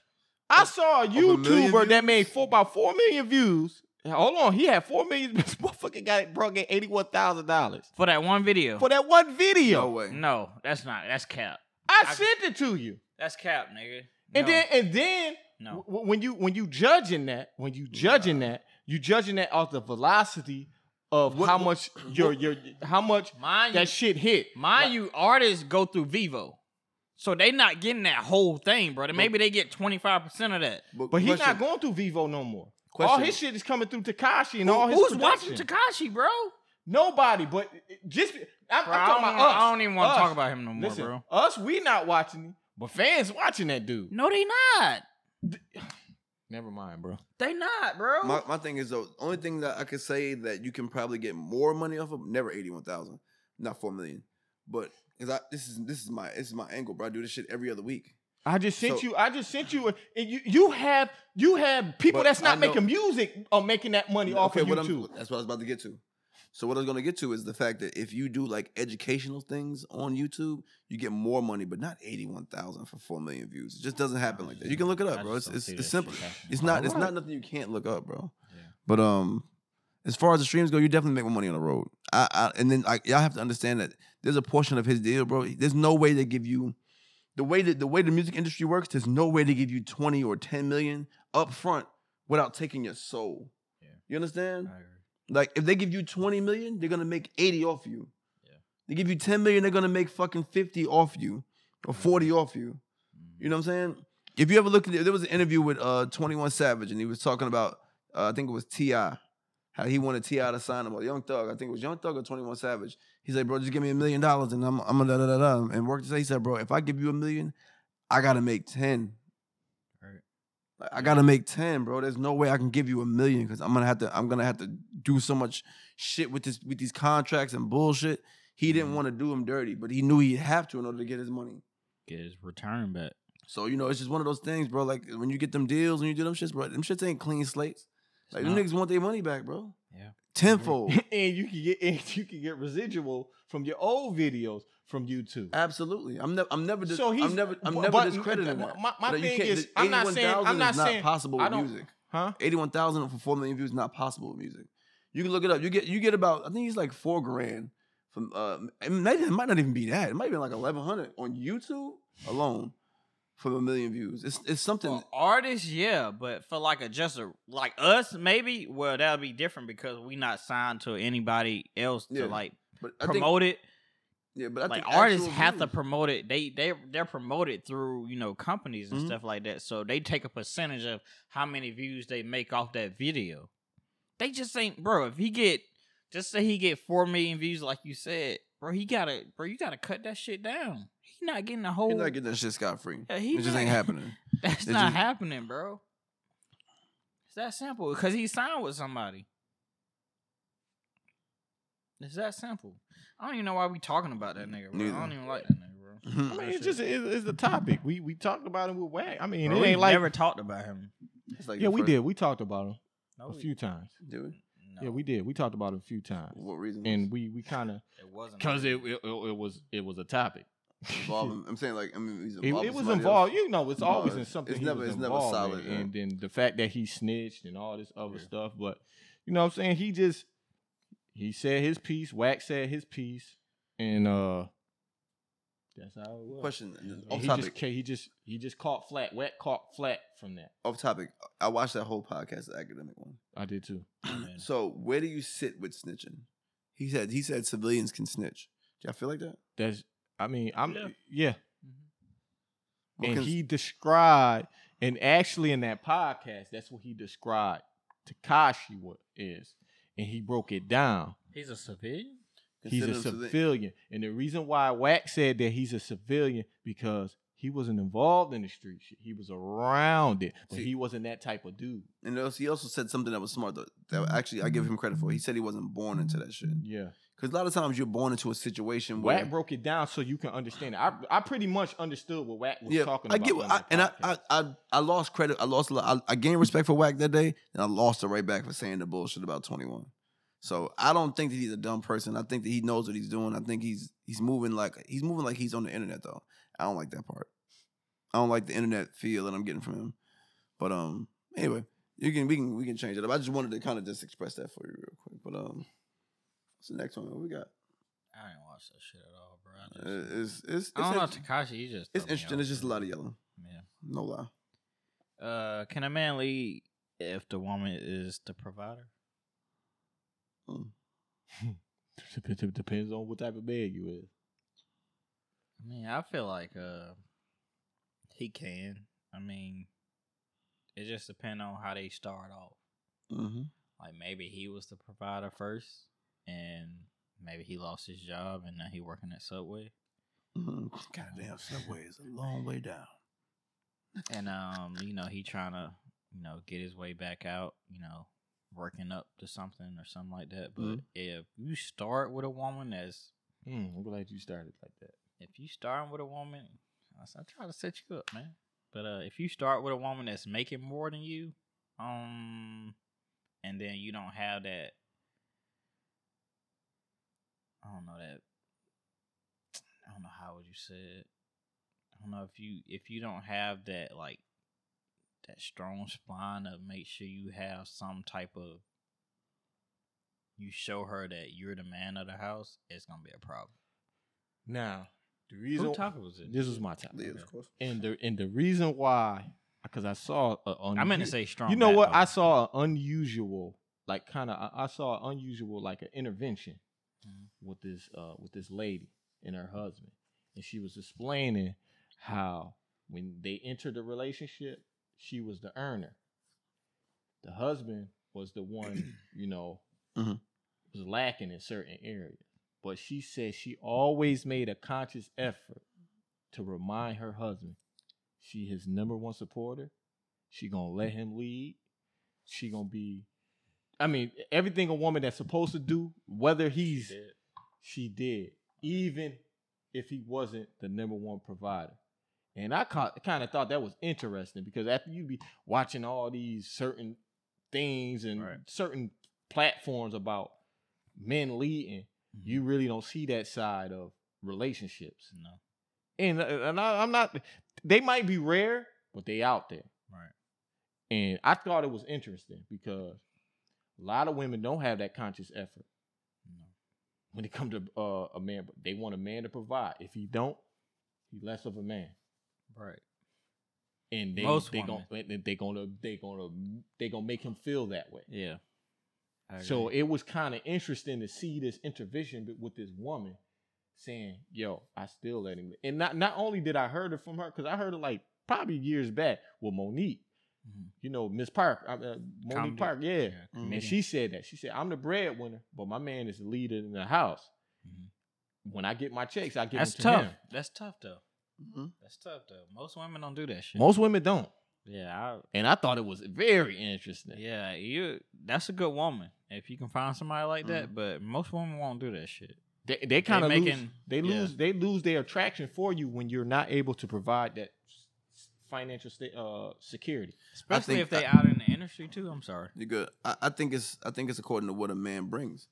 Speaker 1: I saw a
Speaker 2: a million
Speaker 1: YouTuber that
Speaker 2: views?
Speaker 1: made four, about four million views. Now, Hold on, he had four million. This motherfucker got it, bro, get eighty-one thousand dollars
Speaker 3: For that one video.
Speaker 1: for that one video.
Speaker 2: no way.
Speaker 3: no, that's not. That's cap.
Speaker 1: I,
Speaker 3: I-
Speaker 1: sent it to you,
Speaker 3: That's cap, nigga.
Speaker 1: and
Speaker 3: No,
Speaker 1: then and then
Speaker 3: no.
Speaker 1: W- when you when you judging that when you judging that you judging that off the velocity of
Speaker 2: What-
Speaker 1: how
Speaker 2: what-
Speaker 1: much your your how much
Speaker 3: Mind you,
Speaker 1: that shit hit.
Speaker 3: mind you, artists go through Vivo, so they not getting that whole thing, bro. Maybe they get twenty five percent of that.
Speaker 1: But he's
Speaker 2: question-
Speaker 1: not going through Vivo no more. All
Speaker 2: Question.
Speaker 1: his shit is coming through Takashi and
Speaker 3: Who-
Speaker 1: all Oh, his.
Speaker 3: who's
Speaker 1: production.
Speaker 3: watching Takashi, bro?
Speaker 1: Nobody, but just I'm,
Speaker 3: Bro,
Speaker 1: I'm
Speaker 3: I,
Speaker 1: talking
Speaker 3: don't
Speaker 1: about
Speaker 3: wanna-
Speaker 1: us.
Speaker 3: I don't even want
Speaker 1: Us.
Speaker 3: to talk about him no more,
Speaker 1: Listen,
Speaker 3: bro.
Speaker 1: us we not watching him, but fans watching that dude.
Speaker 3: No, they not.
Speaker 1: Never mind, bro.
Speaker 3: They not, bro.
Speaker 2: My, my thing is though, only thing that I could say that you can probably get more money off of never eighty one thousand, not four million, but because I this is this is my this is my angle, bro. I do this shit every other week.
Speaker 1: I just sent
Speaker 2: So-
Speaker 1: you. I just sent you. A, and you you have you have people
Speaker 2: But
Speaker 1: that's
Speaker 2: I
Speaker 1: not
Speaker 2: know-
Speaker 1: making music or making that money off of
Speaker 2: what
Speaker 1: YouTube.
Speaker 2: I'm, that's what I was about to get to. So what I was going to get to is the fact that if you do like educational things on YouTube, you get more money, but not eighty one thousand for four million views. It just doesn't happen like that. You can look it
Speaker 3: I
Speaker 2: up, bro. It's
Speaker 3: just don't
Speaker 2: it's,
Speaker 3: see
Speaker 2: it's
Speaker 3: that
Speaker 2: simple.
Speaker 3: shit happening.
Speaker 2: It's not it's
Speaker 1: Alright.
Speaker 2: not nothing you can't look up, bro.
Speaker 3: Yeah.
Speaker 2: But um, as far as the streams go, you definitely make more money on the road. I, I and then like y'all have to understand that there's a portion of his deal, bro. There's no way they give you the way that the way the music industry works. There's no way they give you twenty or ten million up front without taking your soul.
Speaker 3: Yeah.
Speaker 2: You understand?
Speaker 3: I agree.
Speaker 2: Like if they give you 20 million, they're gonna make 80 off you.
Speaker 3: Yeah.
Speaker 2: They give you 10 million, they're gonna make fucking 50 off you or 40
Speaker 3: Mm-hmm.
Speaker 2: off you. You know what I'm saying? If you ever look at it, there was an interview with uh 21 Savage and he was talking about uh, I think it was T.I. How he wanted T.I. to sign him or Young Thug. I think it was Young Thug or 21 Savage. He's like, bro, just give me a million dollars and I'm I'm gonna da da da da and work this out. He said, bro, if I give you a million, I gotta make 10.
Speaker 3: Right.
Speaker 2: Like, I gotta make 10, bro. There's no way I can give you a million because I'm gonna have to I'm gonna have to do so much shit with this with these contracts and bullshit. He didn't
Speaker 3: Mhm.
Speaker 2: want to do him dirty, but he knew he'd have to in order to get his money.
Speaker 3: Get his return back.
Speaker 2: So you know, it's just one of those things, bro. Like when you get them deals and you do them shits, bro, them shits ain't clean slates.
Speaker 3: It's
Speaker 2: Like them
Speaker 3: not.
Speaker 2: niggas want their money back, bro.
Speaker 3: Yeah. Mm-hmm.
Speaker 2: tenfold,
Speaker 1: and you can get and you can get residual from your old videos from YouTube.
Speaker 2: absolutely. I'm never, I'm never, dis-
Speaker 1: So he's
Speaker 2: I'm never, I'm
Speaker 1: but-
Speaker 2: never
Speaker 1: but-
Speaker 2: discrediting that.
Speaker 1: My, my
Speaker 2: Like, you
Speaker 1: thing
Speaker 2: can't-
Speaker 1: is, I'm not saying
Speaker 2: 81,000
Speaker 1: I'm
Speaker 2: is
Speaker 1: not saying
Speaker 2: possible
Speaker 1: I
Speaker 2: with
Speaker 1: don't-
Speaker 2: music.
Speaker 1: huh.
Speaker 2: 81,000 for 4 million views is not possible with music. You can look it up. You get you get about I think it's like 4 grand from uh it might, it might not even be that. It might be like 1100 on YouTube alone for a million views. It's it's something
Speaker 3: For artists, yeah, but for like a just a like us, maybe well that'll be different because we not signed to anybody else
Speaker 2: Yeah.
Speaker 3: to like
Speaker 2: but I think
Speaker 3: promote it.
Speaker 2: yeah, but I
Speaker 3: like
Speaker 2: think
Speaker 3: artists
Speaker 2: actual
Speaker 3: have to
Speaker 2: views-
Speaker 3: promote it. They they they're promoted through you know companies and
Speaker 2: Mhm.
Speaker 3: stuff like that. So they take a percentage of how many views they make off that video. They just ain't bro. If he get just say he get four million views, like you said, bro, he gotta bro, you gotta cut that shit down. He not getting the whole.
Speaker 2: You're not getting that shit scot free.
Speaker 3: Oh. Yeah, he
Speaker 2: It just
Speaker 3: not-
Speaker 2: ain't happening.
Speaker 3: That's
Speaker 2: It's
Speaker 3: not
Speaker 2: just-
Speaker 3: happening, bro. It's that simple. Cause he signed with somebody. It's that simple. I don't even know why we talking about that nigga, bro.
Speaker 2: Neither.
Speaker 3: I don't even like that nigga, bro.
Speaker 1: I
Speaker 2: Mhm.
Speaker 1: mean,
Speaker 3: that
Speaker 1: it's
Speaker 3: shit.
Speaker 1: just it, it's the topic we we talked about it with whack. I mean,
Speaker 3: Bro,
Speaker 1: it
Speaker 3: we
Speaker 1: ain't like
Speaker 3: never talked about him.
Speaker 2: It's like
Speaker 1: yeah,
Speaker 2: the
Speaker 1: we
Speaker 2: first-
Speaker 1: did. We talked about him
Speaker 3: No,
Speaker 1: a
Speaker 3: we-
Speaker 1: few times.
Speaker 2: Did we?
Speaker 3: Oh, no,
Speaker 1: Yeah, we did. We talked about it a few times,
Speaker 2: What reason?
Speaker 1: and we we kind of
Speaker 3: It wasn't
Speaker 1: because it, it it was it was a topic.
Speaker 2: involved. I'm saying like I mean he's
Speaker 1: It,
Speaker 2: involved.
Speaker 1: it
Speaker 2: with
Speaker 1: was
Speaker 2: somebody
Speaker 1: involved.
Speaker 2: else.
Speaker 1: You know, it's
Speaker 2: No,
Speaker 1: always in
Speaker 2: it's-
Speaker 1: something.
Speaker 2: it's
Speaker 1: he
Speaker 2: never-
Speaker 1: was
Speaker 2: it's never
Speaker 1: involved
Speaker 2: solid,
Speaker 1: in.
Speaker 2: yeah.
Speaker 1: And then the fact that he snitched and all this other
Speaker 3: Yeah.
Speaker 1: stuff, but you know what I'm saying? He just he said his piece. Wax said his piece, and uh, that's how it was.
Speaker 2: Question
Speaker 1: And
Speaker 2: off
Speaker 1: he
Speaker 2: topic.
Speaker 1: just ca- he just he just caught flat. Wet caught flat from that.
Speaker 2: Off topic. I watched that whole podcast, the academic one.
Speaker 1: I did too.
Speaker 3: Man.
Speaker 2: So where do you sit with snitching? He said he said civilians can snitch. Do y'all feel like that?
Speaker 1: That's I mean I'm yeah.
Speaker 3: Yeah. Mhm.
Speaker 2: Or
Speaker 1: And
Speaker 2: can-
Speaker 1: he described and actually in that podcast that's what he described Takashi what is, and he broke it down.
Speaker 3: He's a civilian.
Speaker 1: He's a
Speaker 2: consider them civili-
Speaker 1: civilian. And the reason why Wack said that he's a civilian because he wasn't involved in the street shit. He was around it, but
Speaker 2: See-
Speaker 1: he wasn't that type of dude.
Speaker 2: And also, he also said something that was smart though. That actually I give
Speaker 1: Mm-hmm.
Speaker 2: him credit for. He said he wasn't born into that shit.
Speaker 1: Yeah.
Speaker 2: Because a lot of times you're born into a situation where
Speaker 1: Wack broke it down so you can understand it. I, I pretty much understood what Wack was
Speaker 2: yeah,
Speaker 1: talking
Speaker 2: I
Speaker 1: about.
Speaker 2: get what, I, and I, I I I lost credit. I lost a lot. I, I gained respect for Wack that day, and I lost it right back for saying the bullshit about twenty one. So I don't think that he's a dumb person. I think that he knows what he's doing. I think he's he's moving like he's moving like he's on the internet though. I don't like that part. I don't like the internet feel that I'm getting from him. But um, anyway, you can we can we can change it up. I just wanted to kind of just express that for you real quick. But um, what's the next one? What we got?
Speaker 3: I didn't watch that shit at all, bro. I,
Speaker 2: Uh, It's
Speaker 3: just,
Speaker 2: it's it's,
Speaker 3: I don't know
Speaker 2: int-
Speaker 3: Takashi. He just
Speaker 2: it's
Speaker 3: threw me
Speaker 2: interesting.
Speaker 3: off,
Speaker 2: It's just a
Speaker 3: bro.
Speaker 2: lot of yelling.
Speaker 3: Yeah.
Speaker 2: No lie.
Speaker 3: Uh, can a man lead if the woman is the provider?
Speaker 2: Mm.
Speaker 1: Dep- Depends on what type of bed you is.
Speaker 3: I mean, I feel like uh, he can. I mean, it just depends on how they start off.
Speaker 2: Mm-hmm.
Speaker 3: Like maybe he was the provider first, and maybe he lost his job, and now he working at Subway.
Speaker 2: Mm, Goddamn, Subway is a long way down.
Speaker 3: And um, you know, he trying to you know, get his way back out, you know, working up to something or something like that. But
Speaker 2: Mhm.
Speaker 3: if you start with a woman that's
Speaker 1: Mm, I'm glad you started like that.
Speaker 3: if you starting with a woman, I s- I try to set you up, man. But uh, if you start with a woman that's making more than you, um, and then you don't have that, I don't know that, I don't know how would you say it. I don't know if you if you don't have that like that strong spine to make sure you have some type of you show her that you're the man of the house, it's gonna be a problem.
Speaker 1: Now, the
Speaker 3: Who
Speaker 1: reason
Speaker 3: topic was it?
Speaker 1: this was my topic,
Speaker 2: Yeah, of course.
Speaker 1: and the and the reason why, because I saw a un-
Speaker 3: I meant to say strong.
Speaker 1: You know what? I
Speaker 3: backbone.
Speaker 1: saw an unusual, like kind of, I, I saw an unusual, like an intervention
Speaker 3: Mhm.
Speaker 1: with this, uh, with this lady and her husband, and she was explaining how when they entered the relationship, she was the earner. The husband was the one, you know,
Speaker 2: Mhm.
Speaker 1: was lacking in certain areas. But she said she always made a conscious effort to remind her husband she his number one supporter. She gonna let him lead. She gonna be. I mean, everything a woman that's supposed to do, whether he's
Speaker 3: Shit.
Speaker 1: she did, even if he wasn't the number one provider. And I kind of thought that was interesting because after you be watching all these certain things and
Speaker 3: Right.
Speaker 1: certain platforms about men leading, you really don't see that side of relationships.
Speaker 3: no
Speaker 1: And uh, and I, I'm not. They might be rare, but they out there.
Speaker 3: right.
Speaker 1: And I thought it was interesting because a lot of women don't have that conscious effort
Speaker 3: No.
Speaker 1: when it comes to uh, a man. But they want a man to provide. If he don't, he less of a man.
Speaker 3: Right.
Speaker 1: And they
Speaker 3: Most
Speaker 1: they gonna they gonna they gonna they gonna make him feel that way.
Speaker 3: Yeah.
Speaker 1: So it was kind of interesting to see this intervention b- with this woman saying, "Yo, I still let him." li-" And not not only did I heard it from her because I heard it like probably years back with Monique,
Speaker 3: Mm-hmm.
Speaker 1: you know, Miss Park, uh, uh, Monique
Speaker 3: Comedy.
Speaker 1: Park, yeah.
Speaker 2: Mhm.
Speaker 1: And she said that she said, "I'm the breadwinner, but my man is the leader in the house.
Speaker 3: Mhm.
Speaker 1: When I get my checks, I give
Speaker 3: that's
Speaker 1: them to
Speaker 3: tough.
Speaker 1: him."
Speaker 3: That's tough though. That's tough though. Most women don't do that shit.
Speaker 1: Most women don't,
Speaker 3: Yeah.
Speaker 1: and I thought it was very
Speaker 3: I,
Speaker 1: interesting.
Speaker 3: yeah. You. That's a good woman if you can find somebody like
Speaker 2: Mm.
Speaker 3: that. But most women won't do that shit.
Speaker 1: They, they kind of
Speaker 3: They
Speaker 1: lose.
Speaker 3: making-
Speaker 1: they
Speaker 3: yeah.
Speaker 1: lose. They lose their attraction for you when you're not able to provide that s- s- financial sta- uh, security.
Speaker 3: Especially
Speaker 2: think
Speaker 3: if they
Speaker 2: I-
Speaker 3: out in the industry too. I'm sorry.
Speaker 2: You're good. I, I think it's I think it's according to what a man brings.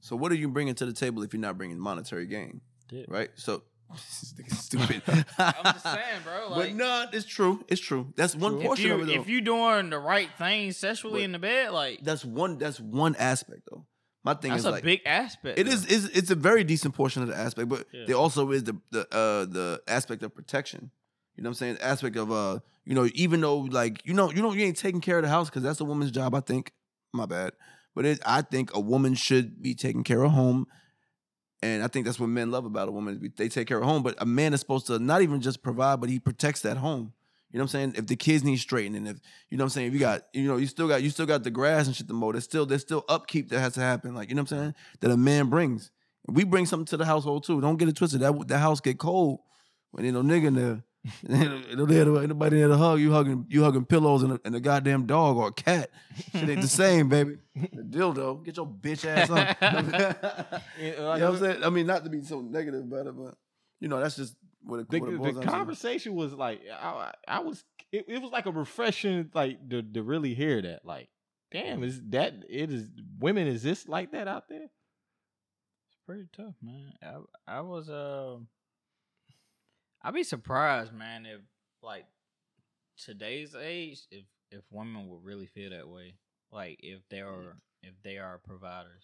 Speaker 2: So what are you bringing to the table if you're not bringing monetary gain,
Speaker 3: Dick.
Speaker 2: right? So this nigga's stupid.
Speaker 3: I'm just saying, bro. Like,
Speaker 2: but no, it's true. It's true. That's one
Speaker 1: True.
Speaker 3: if
Speaker 2: portion
Speaker 3: you
Speaker 2: of it. Though.
Speaker 3: if you doing the right thing sexually
Speaker 2: But-
Speaker 3: in the bed, like
Speaker 2: that's one. That's one aspect though. My thing
Speaker 3: that's
Speaker 2: is
Speaker 3: a
Speaker 2: like
Speaker 3: big aspect.
Speaker 2: it
Speaker 3: though.
Speaker 2: is. It's, it's a very decent portion of the aspect, but
Speaker 3: Yeah.
Speaker 2: there also is the the uh, the aspect of protection. You know what I'm saying? The aspect of uh, you know, even though like you know you don't you ain't taking care of the house because that's a woman's job. I think. My bad, but it, I think a woman should be taking care of home. And I think that's what men love about a woman. is we- They take care of home, but a man is supposed to not even just provide, but he protects that home. You know what I'm saying? If the kids need straightening, if you know what I'm saying, if you got, you know, you still got, you still got the grass and shit to mow. There's still, there's still upkeep that has to happen. Like you know what I'm saying? That a man brings. We bring something to the household too. Don't get it twisted. That that house get cold when ain't no nigga in there. Ain't no- ain't nobody there to hug. You hugging, you hugging pillows and a, and a goddamn dog or a cat. Shit ain't the same, baby. The dildo, get your bitch ass up.
Speaker 1: And, uh,
Speaker 2: You
Speaker 1: like,
Speaker 2: know what I'm saying? I mean, not to be so negative about it, but you know, that's just what it,
Speaker 1: the,
Speaker 2: what it
Speaker 1: the
Speaker 2: boils down to.
Speaker 1: conversation was like I, I was it, it was like a refreshing like to, to really hear that like damn is that it is women is this like that out there
Speaker 3: pretty tough, man. I I was um I'd be surprised, man, if like today's age, if if women would really feel that way, like if they are if they are providers.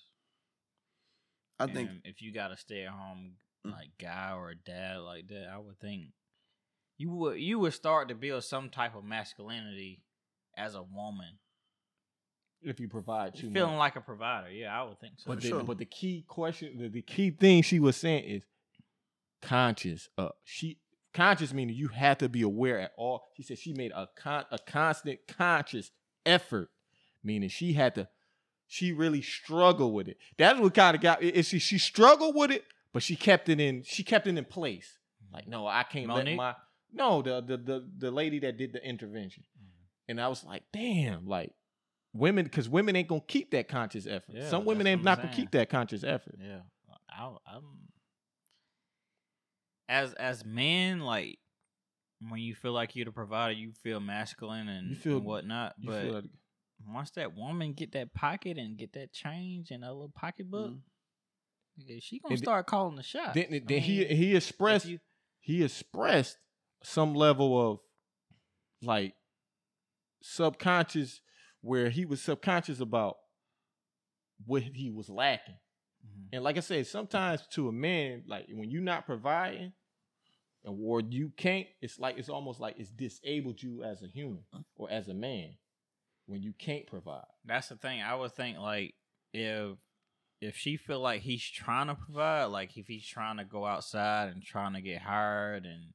Speaker 2: I think
Speaker 3: And if you got a stay at home
Speaker 2: Mm.
Speaker 3: like guy or dad like that, I would think you would you would start to build some type of masculinity as a woman,
Speaker 1: if you provide too
Speaker 3: feeling
Speaker 1: much
Speaker 3: like a provider. Yeah, I would think so.
Speaker 1: but the,
Speaker 2: sure.
Speaker 1: but the key question the, the key thing she was saying is conscious uh she conscious meaning you have to be aware at all she said she made a con a constant conscious effort meaning she had to she really struggled with it that's what kind of got it, it- she she struggled with it but she kept it in she kept it in
Speaker 3: Mm.
Speaker 1: place like no i can't let
Speaker 3: Monique?
Speaker 1: my no the, the the the lady that did the intervention and I was like, damn, like women, because women ain't gonna keep that conscious effort.
Speaker 3: Yeah,
Speaker 1: Some women
Speaker 3: that's
Speaker 1: ain't
Speaker 3: what I'm
Speaker 1: not gonna
Speaker 3: saying.
Speaker 1: keep that conscious effort.
Speaker 3: Yeah, I, I'm. As as men, like when you feel like you're the provider, you feel masculine and,
Speaker 1: You feel-
Speaker 3: and whatnot.
Speaker 1: You
Speaker 3: But
Speaker 1: feel like-
Speaker 3: once that woman get that pocket and get that change and a little pocketbook, nigga, she gonna
Speaker 1: Mm-hmm. And th-
Speaker 3: start calling the shots.
Speaker 1: then,
Speaker 3: I
Speaker 1: then he
Speaker 3: mean, if
Speaker 1: he expressed
Speaker 3: you-
Speaker 1: he expressed some level of like subconscious where he was subconscious about what he was lacking.
Speaker 3: Mhm.
Speaker 1: And like I said, sometimes to a man, like when you're not providing or you can't, it's like it's almost like it's disabled you as a human or as a man when you can't provide.
Speaker 3: That's the thing. I would think like if if she feel like he's trying to provide, like if he's trying to go outside and trying to get hired and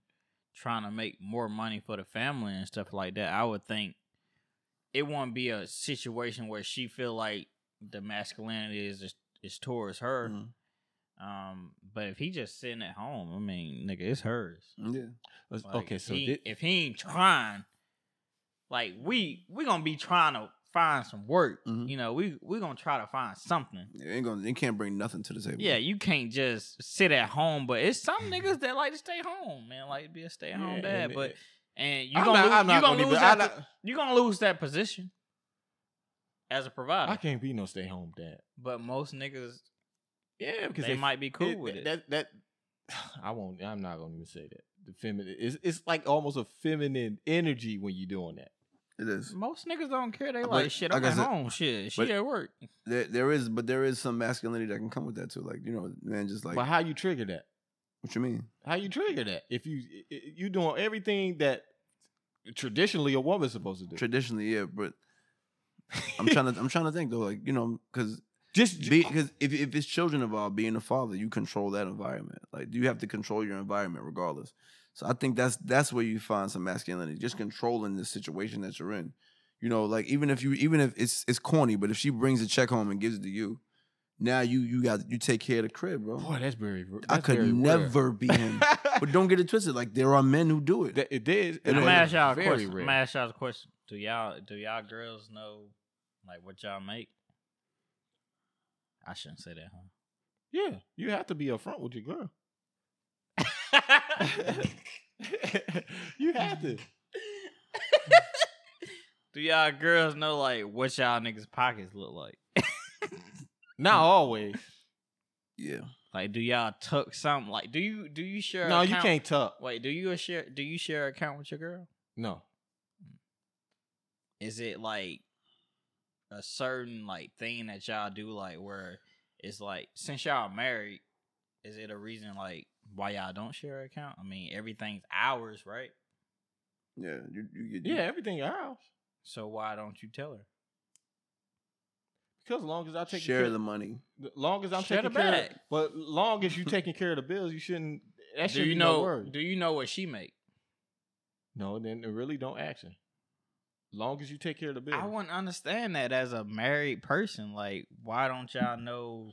Speaker 3: trying to make more money for the family and stuff like that, I would think it won't be a situation where she feel like the masculinity is is towards her.
Speaker 2: Mhm.
Speaker 3: Um, but if he just sitting at home, I mean, nigga, it's hers.
Speaker 2: Yeah.
Speaker 1: Let's-
Speaker 3: Like,
Speaker 1: okay, so
Speaker 3: he-
Speaker 1: thi-
Speaker 3: if he ain't trying, like we we gonna be trying to find some work.
Speaker 2: Mhm.
Speaker 1: Mm-hmm.
Speaker 3: You know, we we gonna try to find something.
Speaker 2: It ain't gonna. It can't bring nothing to the table.
Speaker 3: Yeah, you can't just sit at home. But it's some niggas that like to stay home, man. Like be a stay at home
Speaker 1: Yeah,
Speaker 3: dad.
Speaker 1: and
Speaker 3: But
Speaker 1: it-
Speaker 3: and you
Speaker 1: I'm
Speaker 3: gonna
Speaker 1: not-
Speaker 3: lose,
Speaker 1: I'm not
Speaker 3: you gonna
Speaker 1: gonna
Speaker 3: lose
Speaker 1: even-
Speaker 3: that
Speaker 1: I'm
Speaker 3: po- you gonna lose that position as a provider.
Speaker 1: I can't be no stay home dad.
Speaker 3: But most niggas
Speaker 1: Yeah,
Speaker 3: they,
Speaker 1: because
Speaker 3: might be cool with it.
Speaker 1: That that I won't. I'm not gonna even say that. The feminine. It's it's like almost a feminine energy when you're doing that.
Speaker 2: it is.
Speaker 3: most niggas don't care. They
Speaker 2: But,
Speaker 3: like shit. I'm
Speaker 2: like I
Speaker 3: at
Speaker 2: said-
Speaker 3: home. Shit, she
Speaker 2: but-
Speaker 3: at work.
Speaker 2: There, there is, but there is some masculinity that can come with that too. Like you know, man, just like
Speaker 1: but how you trigger that?
Speaker 2: what you mean?
Speaker 1: How you trigger that? If you i- i- you doing everything that traditionally a woman's supposed to do.
Speaker 2: Traditionally, yeah, but I'm trying to, I'm trying to think though, like you know, because
Speaker 1: just ju-
Speaker 2: because if if it's children involved, being a father, you control that environment. Like you have to control your environment regardless. So I think that's that's where you find some masculinity, just controlling the situation that you're in. You know, like even if you even if it's it's corny, but if she brings a check home and gives it to you, now you you got you take care of the crib, bro.
Speaker 1: boy, that's very.
Speaker 2: I
Speaker 1: that's
Speaker 2: could
Speaker 1: very
Speaker 2: never be him.
Speaker 1: Rare.
Speaker 2: but don't get it twisted. Like there are men who do it.
Speaker 1: That- it is. it
Speaker 2: And
Speaker 3: I'm
Speaker 1: is
Speaker 3: gonna ask y'all a
Speaker 1: very
Speaker 3: question. I'm
Speaker 1: rare.
Speaker 3: gonna ask y'all a question. Do y'all do y'all girls know like what y'all make? I shouldn't say that,
Speaker 1: Yeah, you have to be upfront with your girl.
Speaker 3: huh?
Speaker 1: you have to.
Speaker 3: do y'all girls know like what y'all niggas pockets look like?
Speaker 1: Not always.
Speaker 2: yeah.
Speaker 3: Like do y'all tuck something? Like do you do you share?
Speaker 1: No, you
Speaker 3: account-
Speaker 1: can't tuck.
Speaker 3: Wait, do you share? Do you share account with your girl?
Speaker 1: No.
Speaker 3: Is it like a certain like thing that y'all do like where it's like since y'all married, is it a reason like why y'all don't share account? I mean, everything's ours, right?
Speaker 2: Yeah. You, you get
Speaker 1: Yeah, everything else.
Speaker 3: So why don't you tell her?
Speaker 1: Because as long as I take
Speaker 2: share
Speaker 1: care,
Speaker 2: the money.
Speaker 1: the long as I'm
Speaker 3: Share the
Speaker 1: taking care, of,
Speaker 3: bag.
Speaker 1: but long as you taking care of the bills, you shouldn't. That
Speaker 3: do
Speaker 1: should
Speaker 3: you
Speaker 1: be no
Speaker 3: know?
Speaker 1: worry.
Speaker 3: Do you know what she make?
Speaker 1: No, then it really don't action. Long as you take care of the bills,
Speaker 3: I wouldn't understand that as a married person. Like, why don't y'all know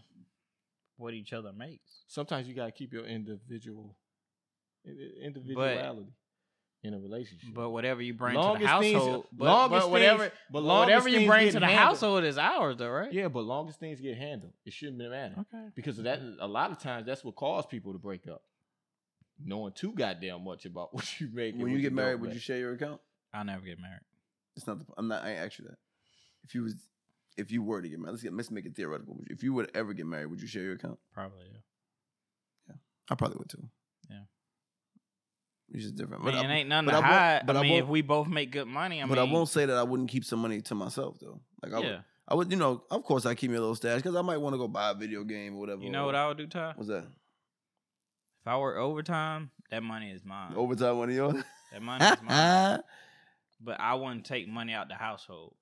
Speaker 3: what each other makes?
Speaker 1: sometimes you gotta keep your individual i- i- individuality in a relationship.
Speaker 3: But whatever you bring to the
Speaker 1: Longest things-
Speaker 3: household, but,
Speaker 1: longest
Speaker 3: but whatever,
Speaker 1: things-
Speaker 3: but
Speaker 1: but longest
Speaker 3: whatever you
Speaker 1: things
Speaker 3: bring
Speaker 1: get
Speaker 3: to the
Speaker 1: handled.
Speaker 3: household is ours, though, right?
Speaker 1: yeah, but long as things get handled, it shouldn't matter
Speaker 3: Okay.
Speaker 1: because of that. A lot of times, that's what caused people to break up. Knowing too goddamn much about what you make. and
Speaker 2: When
Speaker 1: what
Speaker 2: you get
Speaker 1: don't
Speaker 2: married, would
Speaker 1: make.
Speaker 2: you share your account?
Speaker 3: I'll never get married.
Speaker 2: It's not. The, I'm not. I ain't asked you that. If you was, if you were to get married, let's get let's make it theoretical. If you would ever get married, would you share your account?
Speaker 3: Probably. Yeah.
Speaker 2: I probably would too.
Speaker 3: Yeah.
Speaker 2: It's just different.
Speaker 3: I mean,
Speaker 2: I-
Speaker 3: it ain't nothing
Speaker 2: but
Speaker 3: to
Speaker 2: I won't-
Speaker 3: hide.
Speaker 2: but
Speaker 3: I
Speaker 2: I
Speaker 3: mean,
Speaker 2: won't-
Speaker 3: if we both make good money, I
Speaker 2: but
Speaker 3: mean,
Speaker 2: I won't say that I wouldn't keep some money to myself though. Like I
Speaker 3: Yeah.
Speaker 2: would, I would, you know, of course I keep me a little stash because I might want to go buy a video game or whatever.
Speaker 3: You know what I would do, Ty?
Speaker 2: was that
Speaker 3: If I work overtime, that money is mine.
Speaker 2: overtime one of yours?
Speaker 3: that money is mine.
Speaker 2: the
Speaker 3: But I wouldn't take money out the household.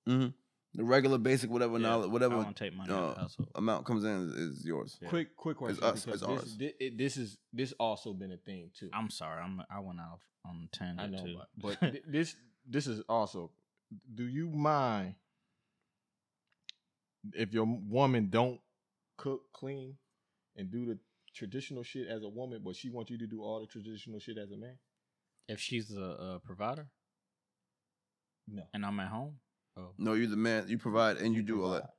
Speaker 2: regular basic whatever
Speaker 3: Yeah,
Speaker 2: knowledge
Speaker 3: I
Speaker 2: whatever
Speaker 3: wouldn't take money out
Speaker 2: uh,
Speaker 3: the household.
Speaker 2: amount comes in is, is yours.
Speaker 3: Yeah.
Speaker 1: Quick, quick question.
Speaker 2: us,
Speaker 1: because
Speaker 2: it's
Speaker 1: this,
Speaker 2: ours.
Speaker 1: thi- it- this is this also been a thing too.
Speaker 3: I'm sorry. I'm I went off on a tangent
Speaker 1: I know,
Speaker 3: too.
Speaker 1: but, but thi- this this is also. Do you mind if your woman don't cook, clean, and do the traditional shit as a woman, but she wants you to do all the traditional shit as a man?
Speaker 3: if she's a, a provider,
Speaker 1: No.
Speaker 3: and I'm at home. Oh,
Speaker 2: No, you're the man. You provide and you do all that.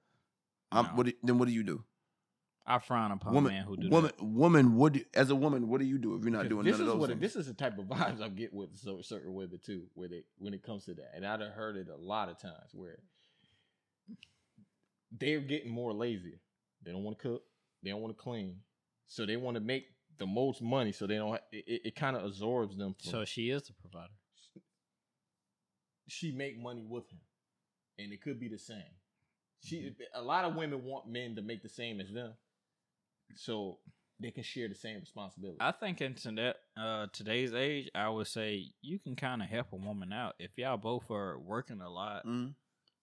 Speaker 2: I'm,
Speaker 3: No.
Speaker 2: What do you- then? What do you do?
Speaker 3: I frown upon
Speaker 2: woman,
Speaker 3: men who do
Speaker 2: woman, woman. What do, as a woman, what do you do if you're not
Speaker 1: Because
Speaker 2: doing
Speaker 1: this
Speaker 2: none
Speaker 1: is
Speaker 2: of those
Speaker 1: what it-
Speaker 2: things?
Speaker 1: this is the type of vibes I get with so, certain women too, where they when it comes to that, and I've heard it a lot of times where they're getting more lazy. They don't want to cook, they don't want to clean, so they want to make the most money, so they don't. ha- It, it, it kind of absorbs them.
Speaker 3: that.
Speaker 1: From,
Speaker 3: So she is the provider.
Speaker 1: she make money with him, and it could be the same. She
Speaker 3: Mm-hmm.
Speaker 1: a lot of women want men to make the same as them, so they can share the same responsibility.
Speaker 3: I think in today, uh, today's age, I would say you can kind of help a woman out if y'all both are working a lot.
Speaker 2: Mm.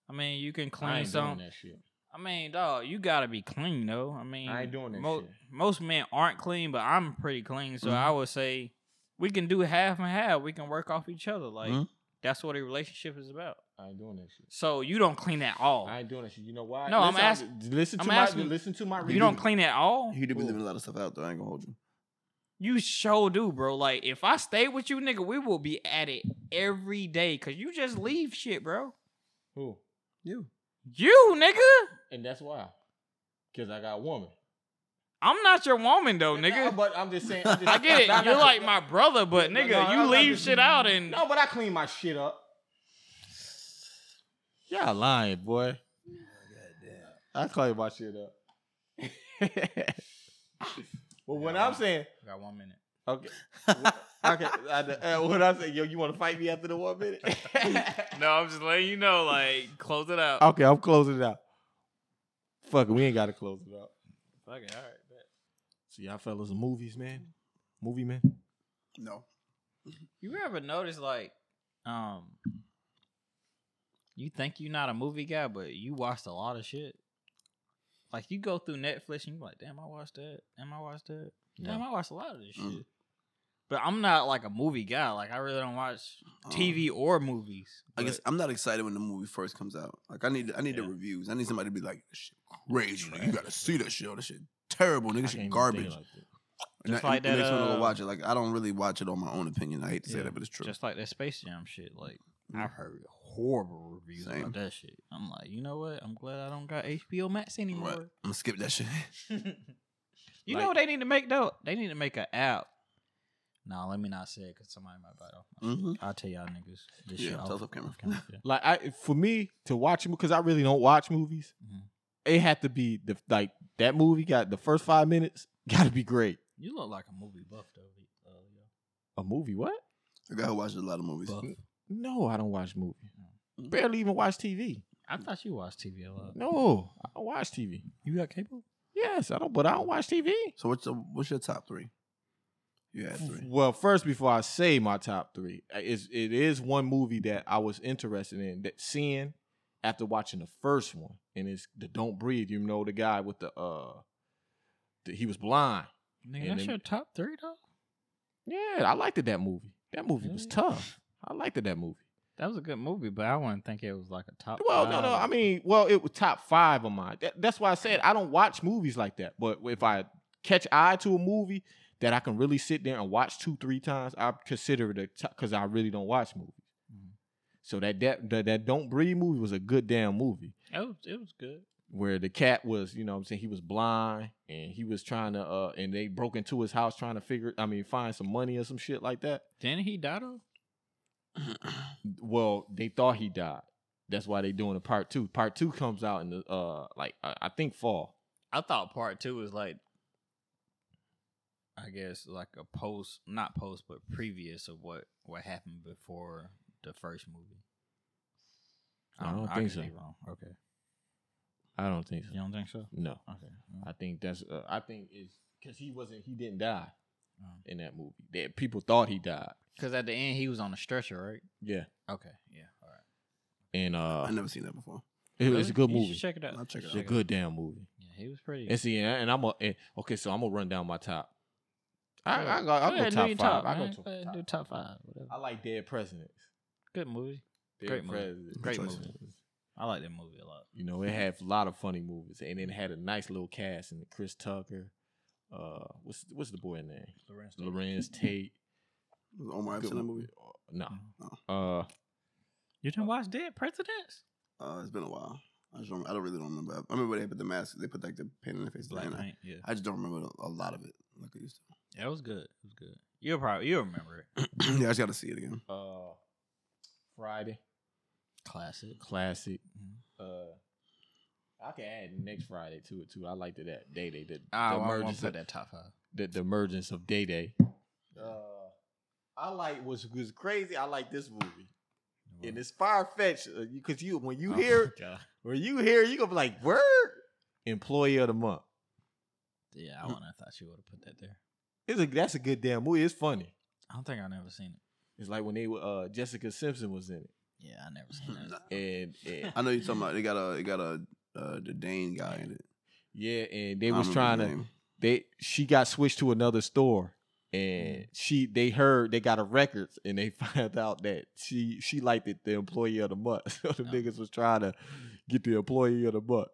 Speaker 3: I mean, you can
Speaker 1: I
Speaker 3: clean
Speaker 1: ain't doing
Speaker 3: some.
Speaker 1: that shit.
Speaker 3: I mean, dog, you gotta be clean though. I mean,
Speaker 1: I ain't doing that shit. Mm-hmm.
Speaker 3: Most men aren't clean, but I'm pretty clean, so I would say we can do half and half. We can work off each other. Like
Speaker 1: Mm-hmm.
Speaker 2: Mhm.
Speaker 3: that's what a relationship is about.
Speaker 1: I ain't doing that shit.
Speaker 3: So you don't clean at all.
Speaker 1: I ain't doing that shit. You know why?
Speaker 3: No, I'm
Speaker 1: Listen,
Speaker 3: asking-
Speaker 1: Listen to
Speaker 3: I'm
Speaker 1: my.
Speaker 3: asking-
Speaker 1: listen to my.
Speaker 3: you don't clean at all.
Speaker 2: He do be leaving a lot of stuff out though. I ain't gonna hold you.
Speaker 3: You sure do, bro. Like if I stay with you, nigga, we will be at it every day. Cause you just leave shit, bro.
Speaker 1: Who?
Speaker 2: You.
Speaker 3: You, nigga.
Speaker 1: And that's why. Cause I got a woman.
Speaker 3: I'm not your woman though,
Speaker 1: Nah,
Speaker 3: nigga.
Speaker 1: but I'm just saying. I'm just,
Speaker 3: I get
Speaker 1: I'm
Speaker 3: it. You're like my brother, but
Speaker 1: No,
Speaker 3: nigga,
Speaker 1: no,
Speaker 3: you
Speaker 1: I'm not
Speaker 3: leave
Speaker 1: just-
Speaker 3: shit out and
Speaker 1: No, but I clean my shit up. Y'all lying, boy. Oh, I clean my shit up. well, what I'm saying,
Speaker 3: got one minute.
Speaker 1: okay, okay. I, uh, what I'm saying, yo, you want to fight me after the one minute?
Speaker 3: No, I'm just letting you know, like, close it out.
Speaker 1: okay, I'm closing it out. Fuck, it, we ain't got to close it out.
Speaker 3: Fuck it, all right.
Speaker 1: So y'all fellas, movies, man.
Speaker 3: Mm-hmm.
Speaker 1: Movie man.
Speaker 2: No.
Speaker 3: You ever notice, like, um, you think you're not a movie guy, but you watched a lot of shit. Like, you go through Netflix and you're like, damn, I watched that. Damn, I watched that. Damn, I watched a lot of this shit.
Speaker 2: Mm.
Speaker 3: But I'm not like a movie guy. Like, I really don't watch TV or movies.
Speaker 2: I
Speaker 3: Um, But
Speaker 2: guess I'm not excited when the movie first comes out. Like I need I need the
Speaker 3: Yeah.
Speaker 2: reviews. I need somebody to be like, "This shit crazy. nigga. You gotta see that shit. Oh, This shit terrible. Nigga, This shit garbage. And
Speaker 3: Just
Speaker 2: that-
Speaker 3: like
Speaker 2: it
Speaker 3: that,
Speaker 2: makes me wanna go
Speaker 3: uh,
Speaker 2: watch it. Like I don't really watch it on my own opinion. I hate to say
Speaker 3: Yeah.
Speaker 2: that, but it's true.
Speaker 3: just like that Space Jam shit. Like,
Speaker 2: Mm.
Speaker 3: I've heard horrible reviews
Speaker 2: Same.
Speaker 3: about that shit. I'm like, you know what? I'm glad I don't got HBO Max anymore.
Speaker 2: Right. I'm gonna skip that shit.
Speaker 3: you know what they need to make though? They need to make an app. Nah, let me not say it because somebody might bite off. My shit.
Speaker 2: Mhm.
Speaker 3: I'll tell y'all niggas this
Speaker 2: Yeah,
Speaker 3: shit.
Speaker 2: tell
Speaker 3: off-
Speaker 2: us off camera.
Speaker 3: off camera, yeah.
Speaker 1: Like I, for me to watch because I really don't watch movies.
Speaker 2: Mm-hmm.
Speaker 3: Mhm.
Speaker 1: It had to be the like that movie got the first five minutes got to be great.
Speaker 3: You look like a movie buff though. Uh, yo.
Speaker 1: A movie? What?
Speaker 2: I got who watches a lot of movies.
Speaker 3: buff.
Speaker 1: No, I don't watch movies.
Speaker 2: Mm-hmm.
Speaker 1: Barely even watch TV.
Speaker 3: I thought you watched TV a lot.
Speaker 1: No, I don't watch TV.
Speaker 3: You got cable?
Speaker 1: Yes, I don't, but I don't watch TV.
Speaker 2: So what's the, what's your top three? You had three.
Speaker 1: Well, first, before I say my top three, uh, is it is one movie that I was interested in that seeing after watching the first one, and it's the Don't Breathe. You know the guy with the uh, the, he was blind.
Speaker 3: Nigga,
Speaker 1: And
Speaker 3: that's
Speaker 1: then-
Speaker 3: your top three though.
Speaker 1: Yeah, I liked it, that movie. That movie was
Speaker 3: Really?
Speaker 1: tough. I liked it, that movie.
Speaker 3: That was a good movie, but I wouldn't think it was like a top.
Speaker 1: Well, no, no.
Speaker 3: five.
Speaker 1: I mean, well, it was top five of mine. That, that's why I said I don't watch movies like that. But if I catch eye to a movie that I can really sit there and watch two, three times, I consider it a top because I really don't watch movies.
Speaker 3: Mhm.
Speaker 1: So that, that that that Don't Breathe movie was a good damn movie
Speaker 3: it was it was good.
Speaker 1: where the cat was, you know what I'm saying, he was blind and he was trying to uh and they broke into his house trying to figure I mean find some money or some shit like that.
Speaker 3: Didn't he die though?
Speaker 1: well, they thought he died. That's why they doing a part two. Part two comes out in the uh like I, I think fall.
Speaker 3: I thought part two was like, I guess like a post, not post, but previous of what what happened before the first movie.
Speaker 1: I don't
Speaker 3: know,
Speaker 1: think
Speaker 3: could
Speaker 1: so.
Speaker 3: be wrong. Okay,
Speaker 1: I don't think so.
Speaker 3: you don't think so?
Speaker 1: No,
Speaker 3: Okay,
Speaker 1: I think that's uh, I think it's because he wasn't he didn't die
Speaker 3: Oh.
Speaker 1: in that movie. That people thought he died.
Speaker 3: because at the end he was on a stretcher,
Speaker 1: Yeah,
Speaker 3: right? Okay, yeah, all right.
Speaker 1: and uh,
Speaker 2: I never seen that before.
Speaker 1: it, was a
Speaker 3: Really?
Speaker 1: good
Speaker 3: You should
Speaker 1: movie.
Speaker 3: Check it out.
Speaker 2: I'll check it
Speaker 1: It's
Speaker 2: out.
Speaker 1: a good damn movie.
Speaker 3: Yeah, he was pretty.
Speaker 1: And see, and, I- and I'm a and, okay. So I'm gonna run down my top. I,
Speaker 3: Go
Speaker 1: I, go, I
Speaker 3: ahead
Speaker 1: go
Speaker 3: and do
Speaker 1: top
Speaker 3: your
Speaker 1: five.
Speaker 3: Top,
Speaker 1: I go
Speaker 3: man.
Speaker 1: to-
Speaker 3: ahead and do top five. Oh, Whatever.
Speaker 1: I like Dead Presidents.
Speaker 3: Good movie.
Speaker 1: Dead
Speaker 3: Great movie.
Speaker 1: Presidents.
Speaker 3: Great
Speaker 2: choice.
Speaker 3: movie. I like that movie a lot.
Speaker 1: You know, it had a lot of funny movies, and it had a nice little cast. And Chris Tucker, uh, what's what's the boy name?
Speaker 3: Lorenz.
Speaker 1: Lorenz Tate.
Speaker 2: Was Omar Epps
Speaker 1: Good-
Speaker 3: Oh.
Speaker 2: in that movie?
Speaker 1: No. Uh,
Speaker 3: You didn't watch Dead Presidents?
Speaker 2: Uh, it's been a while. I just don't, I don't really don't remember. I remember they put the mask. They put like the paint in their face.
Speaker 3: Black
Speaker 2: and I,
Speaker 3: Panther. Yeah.
Speaker 2: I just don't remember a lot of it like I used
Speaker 3: yeah, it was good. It was good. You'll probably you'll remember it.
Speaker 2: to. yeah, I just got to see it again.
Speaker 1: Uh, Friday
Speaker 3: Classic.
Speaker 1: classic.
Speaker 3: Mhm.
Speaker 1: Uh, I can add next Friday to it too. I liked it that day day. The, the
Speaker 3: Ah, well, I won't
Speaker 1: emergence
Speaker 3: put
Speaker 1: of
Speaker 3: that top five.
Speaker 1: the, the emergence of day day. Uh, I like what's was crazy. I like this movie. And it's far fetched because you when you
Speaker 3: Oh,
Speaker 1: hear
Speaker 3: God.
Speaker 1: when you hear you gonna be like word employee of the month.
Speaker 3: Yeah, I wouldn't have thought you would have put that there.
Speaker 1: It's a that's a good damn movie. It's funny.
Speaker 3: I don't think I've never seen it.
Speaker 1: It's like when they were uh, Jessica Simpson was in
Speaker 3: Yeah, I never seen that.
Speaker 1: it, and, and
Speaker 2: I know you're talking about. They got a. They got a. Uh, the Dane guy in it.
Speaker 1: yeah, and they
Speaker 2: I don't
Speaker 1: was
Speaker 2: remember
Speaker 1: trying
Speaker 2: his
Speaker 1: to
Speaker 2: name.
Speaker 1: they she got switched to another store
Speaker 3: Mm.
Speaker 1: and she they heard they got her records and they found out that she she liked it the employee of the month. So the
Speaker 3: Oh.
Speaker 1: niggas was trying to get the employee of the month.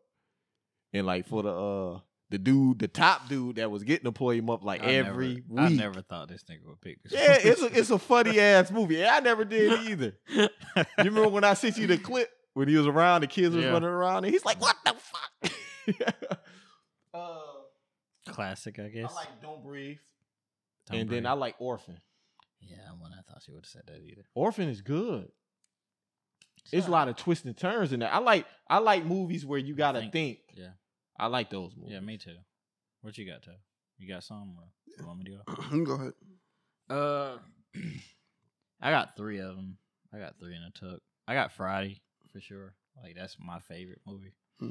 Speaker 1: And like for the uh the dude, the top dude that was getting employee month like
Speaker 3: I never-
Speaker 1: every
Speaker 3: I
Speaker 1: week.
Speaker 3: never thought this nigga would pick this.
Speaker 1: yeah, it's a, it's a funny ass movie. And I never did either.
Speaker 3: you
Speaker 1: You remember when I sent you the clip when he was around, the kids was
Speaker 3: Yeah.
Speaker 1: running around, and he's like, "What the fuck?" uh,
Speaker 3: classic, I guess.
Speaker 1: I like "Don't Breathe,"
Speaker 3: Tom
Speaker 1: and then
Speaker 3: Brady.
Speaker 1: I like "Orphan."
Speaker 3: yeah, I wouldn't have thought she would have said that either.
Speaker 1: Orphan is good. It's a lot of twists and turns in there. I like I like movies where you gotta
Speaker 3: Think.
Speaker 1: think.
Speaker 3: Yeah.
Speaker 1: I like those movies.
Speaker 3: Yeah, me too. What you got, Toe? You got some? Or you want me to go?
Speaker 2: You go ahead.
Speaker 3: Uh, I got three of them. I got three in a tuck. I got Friday for sure. Like that's my favorite movie.
Speaker 2: Hmm.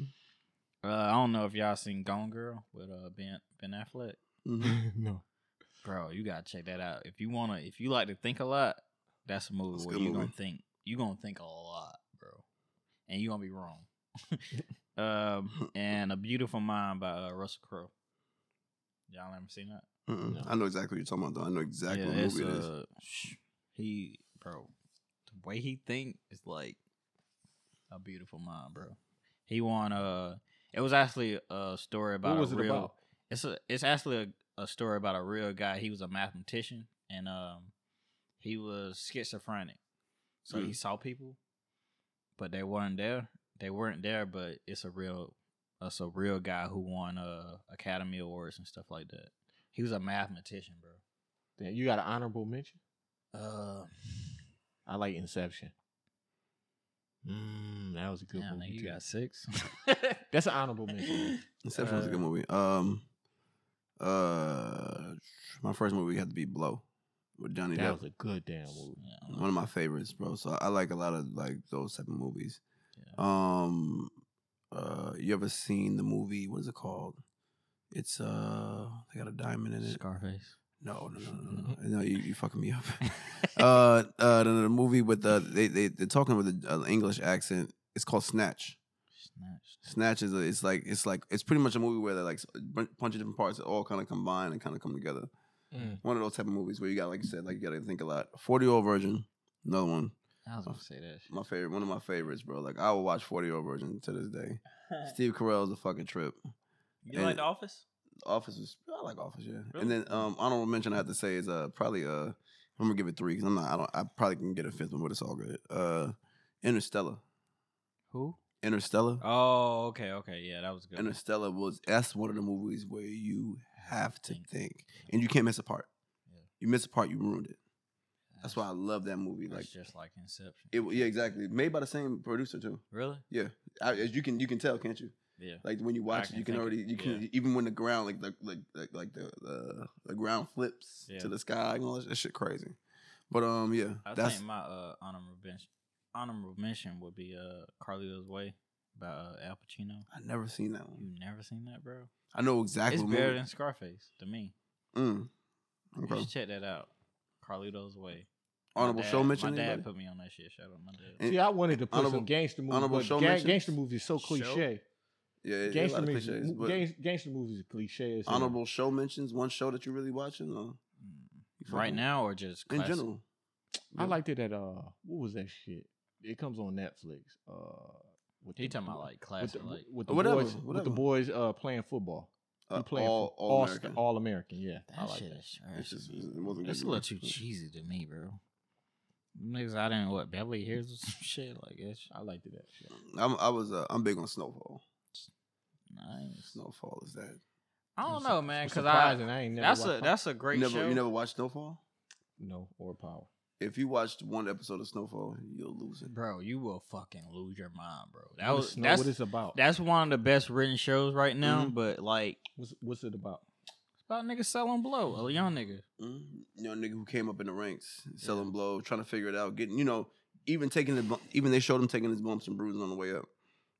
Speaker 3: Uh, I don't know if y'all seen Gone Girl with uh Ben Ben Affleck.
Speaker 2: Mhm.
Speaker 1: no.
Speaker 3: Bro, you gotta check that out. If you wanna, if you like to think a lot, that's a movie
Speaker 2: That's a
Speaker 3: where
Speaker 2: good
Speaker 3: you gonna
Speaker 2: movie.
Speaker 3: think. You gonna think a lot, bro, and you gonna be wrong. um, and A Beautiful Mind by uh, Russell Crowe. Y'all ever seen that?
Speaker 2: Mm-mm.
Speaker 3: No.
Speaker 2: I know exactly what you're talking about. Though. I know exactly what
Speaker 3: it's,
Speaker 2: movie it is.
Speaker 3: uh, sh- He, bro, the way he think is like a beautiful mind, bro. He won. Uh, it was actually a story about
Speaker 1: What was
Speaker 3: a
Speaker 1: it
Speaker 3: real.
Speaker 1: about?
Speaker 3: It's a. It's actually a, a story about a real guy. He was a mathematician, and um, he was schizophrenic, so he saw people, but they weren't there. They weren't there, but it's a real. It's a real guy who won uh Academy Awards and stuff like that. He was a mathematician, bro.
Speaker 1: Damn, you got an honorable mention?
Speaker 3: Uh,
Speaker 1: I like Inception. Mm, that was a good
Speaker 3: damn,
Speaker 1: movie.
Speaker 3: nigga, you
Speaker 1: too.
Speaker 3: got six.
Speaker 1: That's an honorable mention.
Speaker 2: Inception was a
Speaker 3: uh,
Speaker 2: good movie. Um, uh, my first movie had to be Blow with Johnny
Speaker 1: that
Speaker 2: Depp.
Speaker 1: was a good damn movie.
Speaker 2: One of my favorites, bro. So I like a lot of like those type of movies.
Speaker 3: Yeah.
Speaker 2: Um, uh, you ever seen the movie? What is it called? It's uh, they got a diamond in it.
Speaker 3: Scarface.
Speaker 2: No, no, no, no, no. no you, you fucking me up. uh, uh, the, the movie with uh, they they they're talking with an uh, English accent. It's called Snatch.
Speaker 3: Snatched.
Speaker 2: Snatch is a, it's like it's like it's pretty much a movie where they like a bunch bunch of different parts all kind of combine and kind of come together.
Speaker 1: Mm.
Speaker 2: One of those type of movies where you got like you said like you got to think a lot. Forty year old virgin, another one,
Speaker 3: I
Speaker 2: Oh.
Speaker 3: was gonna say that.
Speaker 2: my favorite, one of my favorites, bro. Like I will watch Forty Year Old Virgin to this day. Steve Carell's a fucking trip.
Speaker 3: You like
Speaker 2: and-
Speaker 3: The Office?
Speaker 2: Office is I like Office, yeah.
Speaker 3: Really?
Speaker 2: And then um honorable mention I have to say is uh probably uh I'm gonna give it three because I'm not I don't I probably can get a fifth one, but it's all good. Uh, Interstellar,
Speaker 3: Who?
Speaker 2: Interstellar.
Speaker 3: Oh, okay, okay, yeah, that was good.
Speaker 2: Interstellar was that's one of the movies where you have to
Speaker 3: Think.
Speaker 2: think and you can't miss a part.
Speaker 3: Yeah.
Speaker 2: You miss a part, you ruined it. That's why I love that movie. Like
Speaker 3: That's just like Inception.
Speaker 2: it, yeah, exactly. Made by the same producer too.
Speaker 3: really?
Speaker 2: I, as you can you can tell, can't you?
Speaker 3: Yeah.
Speaker 2: Like when you watch
Speaker 3: can
Speaker 2: it, you can
Speaker 3: think
Speaker 2: already
Speaker 3: it,
Speaker 2: you can
Speaker 3: yeah.
Speaker 2: even when the ground like the like like, like the, the the ground flips
Speaker 3: Yeah.
Speaker 2: to the sky and all that, that shit crazy. But um yeah,
Speaker 3: I
Speaker 2: that's
Speaker 3: think my uh, honorable mention, honorable mention would be uh, Carlito's Way by uh, Al Pacino.
Speaker 2: I never seen that one.
Speaker 3: You never seen that, bro?
Speaker 2: I know exactly.
Speaker 3: It's
Speaker 2: what movie-
Speaker 3: better than Scarface to me.
Speaker 2: Mm.
Speaker 3: You
Speaker 2: Okay.
Speaker 3: should check that out. Carlito's Way. My
Speaker 2: Honorable
Speaker 3: dad-
Speaker 2: show mention.
Speaker 3: My dad
Speaker 2: anybody?
Speaker 3: put me on that shit. Shout out my dad.
Speaker 2: And-
Speaker 1: See, I wanted to put
Speaker 2: Honorable-
Speaker 1: some gangster movies,
Speaker 2: honorable
Speaker 1: but
Speaker 2: show
Speaker 1: gang,
Speaker 2: mentions?
Speaker 1: gangster movies is so
Speaker 3: Show?
Speaker 1: cliche.
Speaker 2: Yeah, yeah, yeah, a
Speaker 1: Gangster
Speaker 2: lot of
Speaker 1: movies,
Speaker 2: cliches, but
Speaker 1: gang- gangster movies is cliche. As hell.
Speaker 2: honorable show mentions. One show that you really watching or you
Speaker 3: Mm. Right
Speaker 2: fucking-
Speaker 3: now or just
Speaker 2: in
Speaker 3: classic?
Speaker 2: general.
Speaker 1: I liked it at uh, what was that shit? It comes on Netflix. Uh, with
Speaker 3: He
Speaker 1: the
Speaker 3: talking
Speaker 1: boy-
Speaker 3: about like
Speaker 1: with
Speaker 3: classic,
Speaker 1: the,
Speaker 3: like
Speaker 1: with the
Speaker 2: Whatever,
Speaker 1: boys, with
Speaker 2: whatever.
Speaker 1: the boys uh playing football.
Speaker 2: Uh,
Speaker 1: He playing
Speaker 2: all
Speaker 1: fo-
Speaker 2: all
Speaker 1: sta-
Speaker 2: American.
Speaker 1: all American. Yeah, I
Speaker 3: that
Speaker 1: like
Speaker 3: shit
Speaker 1: that.
Speaker 3: is
Speaker 2: It's just-
Speaker 3: trash.
Speaker 2: it wasn't
Speaker 3: That's a
Speaker 2: good.
Speaker 3: little too cheesy to me, bro. Niggas out in what Beverly Hills or some shit like that.
Speaker 1: I liked it. That shit.
Speaker 2: I'm, I was. Uh, I'm big on Snowfall.
Speaker 3: Nice.
Speaker 2: Snowfall is that.
Speaker 3: I
Speaker 1: It was
Speaker 3: don't
Speaker 1: su-
Speaker 3: know, man,
Speaker 1: was
Speaker 3: because I
Speaker 1: surprising. I ain't never
Speaker 3: that's
Speaker 1: watched
Speaker 3: a
Speaker 1: Power.
Speaker 3: that's a
Speaker 2: You
Speaker 3: great
Speaker 2: never.
Speaker 3: show.
Speaker 2: You never watched Snowfall?
Speaker 1: no or power.
Speaker 2: If you watched one episode of Snowfall, you'll lose it.
Speaker 3: bro, you will fucking lose your mind, bro. That
Speaker 1: What
Speaker 3: was
Speaker 1: is- know
Speaker 3: that's
Speaker 1: what it's about.
Speaker 3: that's one of the best written shows right now.
Speaker 1: Mm-hmm.
Speaker 3: But like,
Speaker 1: what's, what's it about?
Speaker 3: it's about niggas selling blow, a young nigga.
Speaker 2: mm
Speaker 3: Mm-hmm.
Speaker 2: You know, nigga who came up in the ranks, selling blow, trying to figure it out, getting you know, even taking the bu- even they showed him taking his bumps and bruises on the way up.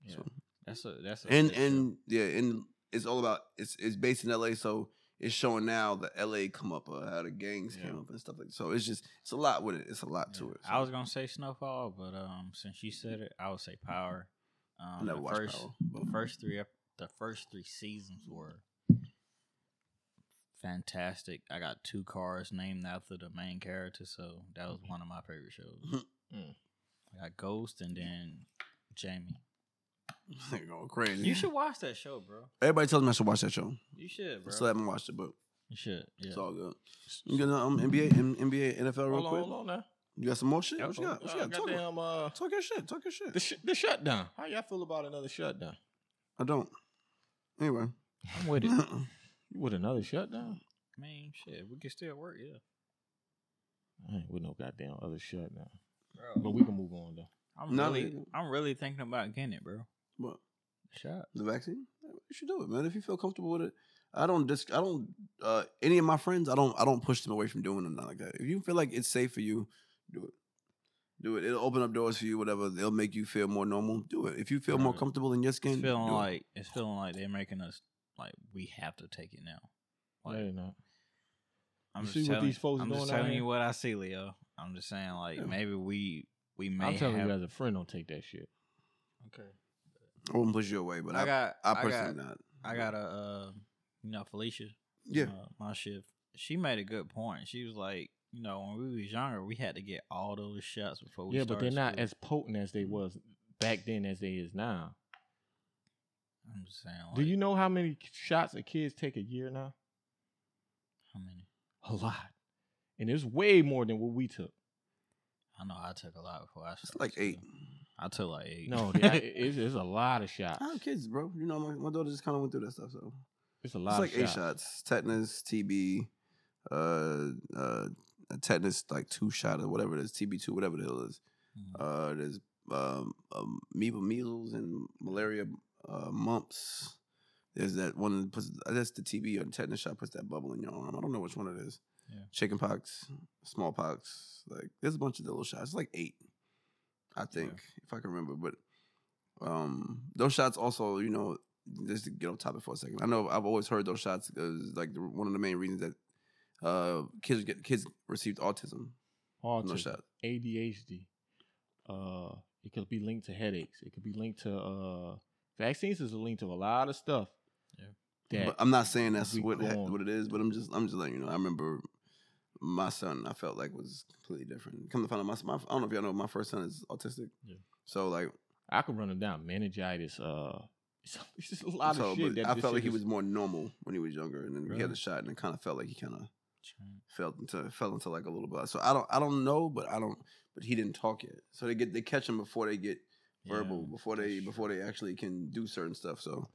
Speaker 3: Yeah,
Speaker 2: So-
Speaker 3: that's a that's a
Speaker 2: and
Speaker 3: good show.
Speaker 2: and yeah, and it's all about it's it's based in L.A. So it's showing now the L.A. come up, uh, how the gangs came
Speaker 1: Yeah.
Speaker 2: up and stuff like. So it's just it's a lot with it. It's a lot to
Speaker 3: Yeah.
Speaker 2: it.
Speaker 3: I
Speaker 2: so.
Speaker 3: was gonna say Snowfall, but um, since you said it, I would say Power. Um,
Speaker 2: I never
Speaker 3: the
Speaker 2: watched
Speaker 3: first,
Speaker 2: Power,
Speaker 3: The first three, ep- the first three seasons were fantastic. I got two cars named after the main character, so that was one of my favorite shows.
Speaker 1: Mm.
Speaker 3: I got Ghost and then Jamie.
Speaker 2: They going crazy.
Speaker 3: You should watch that show, bro.
Speaker 2: Everybody tells me I should watch that show.
Speaker 3: You should,
Speaker 2: I
Speaker 3: bro.
Speaker 2: still haven't watched it, but
Speaker 3: You should. Yeah.
Speaker 2: it's all good. You got um, NBA, M- NBA, NFL real
Speaker 1: Hold on,
Speaker 2: quick.
Speaker 1: hold on now.
Speaker 2: You got some more shit?
Speaker 1: Yeah,
Speaker 2: What you got? What you
Speaker 1: uh,
Speaker 2: got? Talk, about-
Speaker 1: goddamn, uh,
Speaker 2: talk your shit. Talk your shit.
Speaker 1: the, sh- the shutdown. How y'all feel about another shutdown?
Speaker 2: I don't. Anyway.
Speaker 1: I'm with it. You with another shutdown?
Speaker 3: Man, shit, we can still work. Yeah.
Speaker 1: I ain't with no goddamn other shutdown.
Speaker 3: Bro,
Speaker 1: But we can move on though.
Speaker 3: I'm
Speaker 2: No,
Speaker 3: really,
Speaker 2: nigga.
Speaker 3: I'm really thinking about getting it, bro.
Speaker 2: But
Speaker 3: Shot.
Speaker 2: the vaccine, you should do it, man. If you feel comfortable with it, I don't dis. I don't. Uh, any of my friends, I don't. I don't push them away from doing it like that. If you feel like it's safe for you, do it. Do it. It'll open up doors for you. Whatever. It'll make you feel more normal. Do it. If you feel more
Speaker 3: Right.
Speaker 2: comfortable in your skin,
Speaker 3: It's feeling
Speaker 2: do it.
Speaker 3: like it's feeling like they're making us like we have to take it now. Like
Speaker 1: Hey, nah. You
Speaker 3: I'm just
Speaker 1: see what
Speaker 3: telling,
Speaker 1: these folks
Speaker 3: I'm
Speaker 1: doing
Speaker 3: just
Speaker 1: out
Speaker 3: telling
Speaker 1: here?
Speaker 3: you what I see, Leo. I'm just saying like
Speaker 2: Yeah.
Speaker 3: maybe we we may
Speaker 1: I'm telling
Speaker 3: have
Speaker 1: you as a friend, don't take that shit.
Speaker 3: okay.
Speaker 2: I wouldn't push you away, but I,
Speaker 3: I got
Speaker 2: I
Speaker 3: I,
Speaker 2: personally
Speaker 3: got
Speaker 2: not.
Speaker 3: I got a uh, you know Felicia.
Speaker 2: Yeah.
Speaker 3: uh, my shift. She made a good point. She was like, you know, when we was younger, we had to get all those shots before we
Speaker 1: yeah, but they're
Speaker 3: started
Speaker 1: not
Speaker 3: school.
Speaker 1: as potent as they was back then as they is now.
Speaker 3: I'm just saying. Like,
Speaker 1: Do you know how many shots a kids take a year now?
Speaker 3: How many?
Speaker 1: A lot. And it's way more than what we took.
Speaker 3: I know I took a lot before I.
Speaker 2: It's
Speaker 3: started
Speaker 2: like
Speaker 3: school.
Speaker 2: eight.
Speaker 3: I took like eight.
Speaker 1: No, that, it's, it's a lot of shots.
Speaker 2: I have kids, bro. You know, my, my daughter just kind of went through that stuff. So
Speaker 1: It's a lot
Speaker 2: it's
Speaker 1: of
Speaker 2: like eight
Speaker 1: shots.
Speaker 2: shots: tetanus, TB, uh, uh, tetanus like two shot or whatever it is, TB two, whatever the hell it is.
Speaker 3: Mhm.
Speaker 2: Uh, there's um, um measles, measles and malaria uh, mumps. There's that one that puts uh, that's the TB or tetanus shot puts that bubble in your arm. I don't know which one it is.
Speaker 3: Yeah.
Speaker 2: Chickenpox, smallpox. Like there's a bunch of little shots. It's like eight, I think, if I can remember. But um, those shots also, you know, just to get on topic for a second. I know I've always heard those shots is like the, one of the main reasons that uh kids get kids received autism.
Speaker 1: Autism,
Speaker 2: No shot.
Speaker 1: ADHD. Uh, it could be linked to headaches. It could be linked to uh, vaccines is linked to a lot of stuff.
Speaker 3: Yeah.
Speaker 1: That
Speaker 2: But um, I'm not saying that's
Speaker 1: we
Speaker 2: what
Speaker 1: go
Speaker 2: ha-
Speaker 1: on.
Speaker 2: what it is, but I'm just I'm just letting you know. I remember my son. I felt like was completely different. Come to find out, my, my I don't know if y'all know, my first son is autistic.
Speaker 1: Yeah.
Speaker 2: So like,
Speaker 1: I could run them down. Meningitis. Uh, it's, it's just a lot
Speaker 2: so,
Speaker 1: of shit.
Speaker 2: but
Speaker 1: That
Speaker 2: I
Speaker 1: this
Speaker 2: felt like
Speaker 1: shit
Speaker 2: he
Speaker 1: is-
Speaker 2: was more normal when he was younger, and then he had
Speaker 1: Really?
Speaker 2: a shot, and it kind of felt like he kind of
Speaker 3: Trying-
Speaker 2: fell into fell into like a little bit. So I don't I don't know, but I don't. But he didn't talk yet. So they get they catch him before they get verbal
Speaker 3: Yeah.
Speaker 2: before
Speaker 3: that's
Speaker 2: they
Speaker 3: true.
Speaker 2: before they actually can do certain stuff. So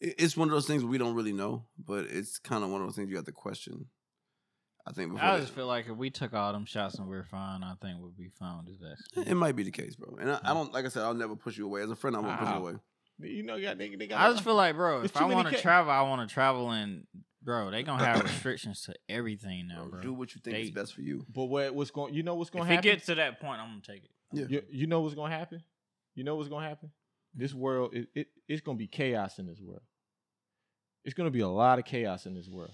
Speaker 2: it, it's one of those things we don't really know, but it's kind of one of those things you have to question. I think before
Speaker 3: I
Speaker 2: they-
Speaker 3: just feel like if we took all them shots and we are fine, I think we'll be fine with this
Speaker 2: it
Speaker 3: vaccine.
Speaker 2: might be the case, bro. And I,
Speaker 3: Hmm.
Speaker 2: I don't like I said, I'll never push you away as a friend. I won't push you
Speaker 1: Wow.
Speaker 2: away.
Speaker 1: You know, yeah, they, they got.
Speaker 3: I just feel like, bro,
Speaker 1: It's
Speaker 3: if
Speaker 1: too
Speaker 3: I
Speaker 1: many
Speaker 3: want to
Speaker 1: ca-
Speaker 3: travel, I want to travel, and bro, they gonna have restrictions to everything now,
Speaker 2: Bro,
Speaker 3: bro.
Speaker 2: do what you think is
Speaker 3: They-
Speaker 2: best for you.
Speaker 1: but what, what's going? You know what's going
Speaker 3: if
Speaker 1: to
Speaker 3: it
Speaker 1: happen?
Speaker 3: gets to that point, I'm gonna take it.
Speaker 2: Yeah.
Speaker 1: you, you know what's going to happen? You know what's going to happen? This world, it, it, it's going to be chaos in this world. It's going to be a lot of chaos in this world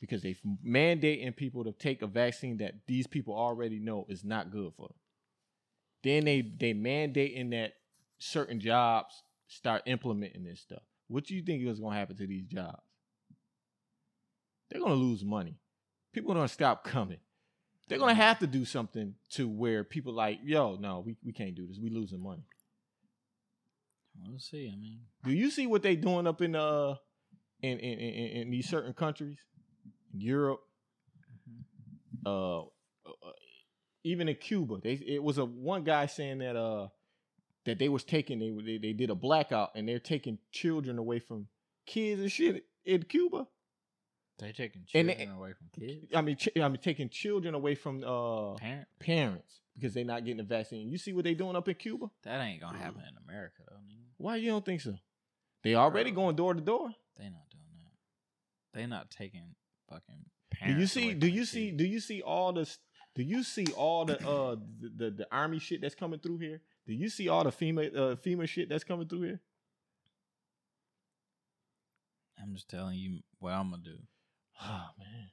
Speaker 1: because they mandating people to take a vaccine that these people already know is not good for them. Then they they mandating that certain jobs start implementing this stuff. What do you think is going to happen to these jobs? They're going to lose money. People don't stop coming they're gonna have to do something to where people like, yo, no, we, we can't do this. We losing money.
Speaker 3: We'll see. I mean,
Speaker 1: Do you see what they doing up in uh in in, in, in- in these certain countries? Europe, uh, uh, uh, even in Cuba, they it was a one guy saying that uh that they was taking they they, they did a blackout and they're taking children away from kids and shit in Cuba.
Speaker 4: They taking
Speaker 1: And
Speaker 4: children
Speaker 1: it-
Speaker 4: away from kids.
Speaker 1: I mean, ch- I mean, taking children away from uh
Speaker 4: Parent.
Speaker 1: parents because they're not getting the vaccine. You see what they doing up in Cuba?
Speaker 4: That ain't
Speaker 3: gonna
Speaker 4: gonna
Speaker 3: happen
Speaker 4: happen.
Speaker 3: in America though. nigga.
Speaker 1: Why you don't think so? They already going door to door.
Speaker 3: They not doing that.
Speaker 4: They not taking fucking
Speaker 1: Do
Speaker 4: parents.
Speaker 1: you see?
Speaker 4: away
Speaker 1: Do
Speaker 4: from
Speaker 1: you
Speaker 4: the
Speaker 1: see?
Speaker 4: kids.
Speaker 1: Do you see all this? Do you see all the uh the, the, the army shit that's coming through here? Do you see all the FEMA uh, FEMA shit that's coming through here?
Speaker 3: I'm just telling you what I'm gonna do.
Speaker 1: Oh man,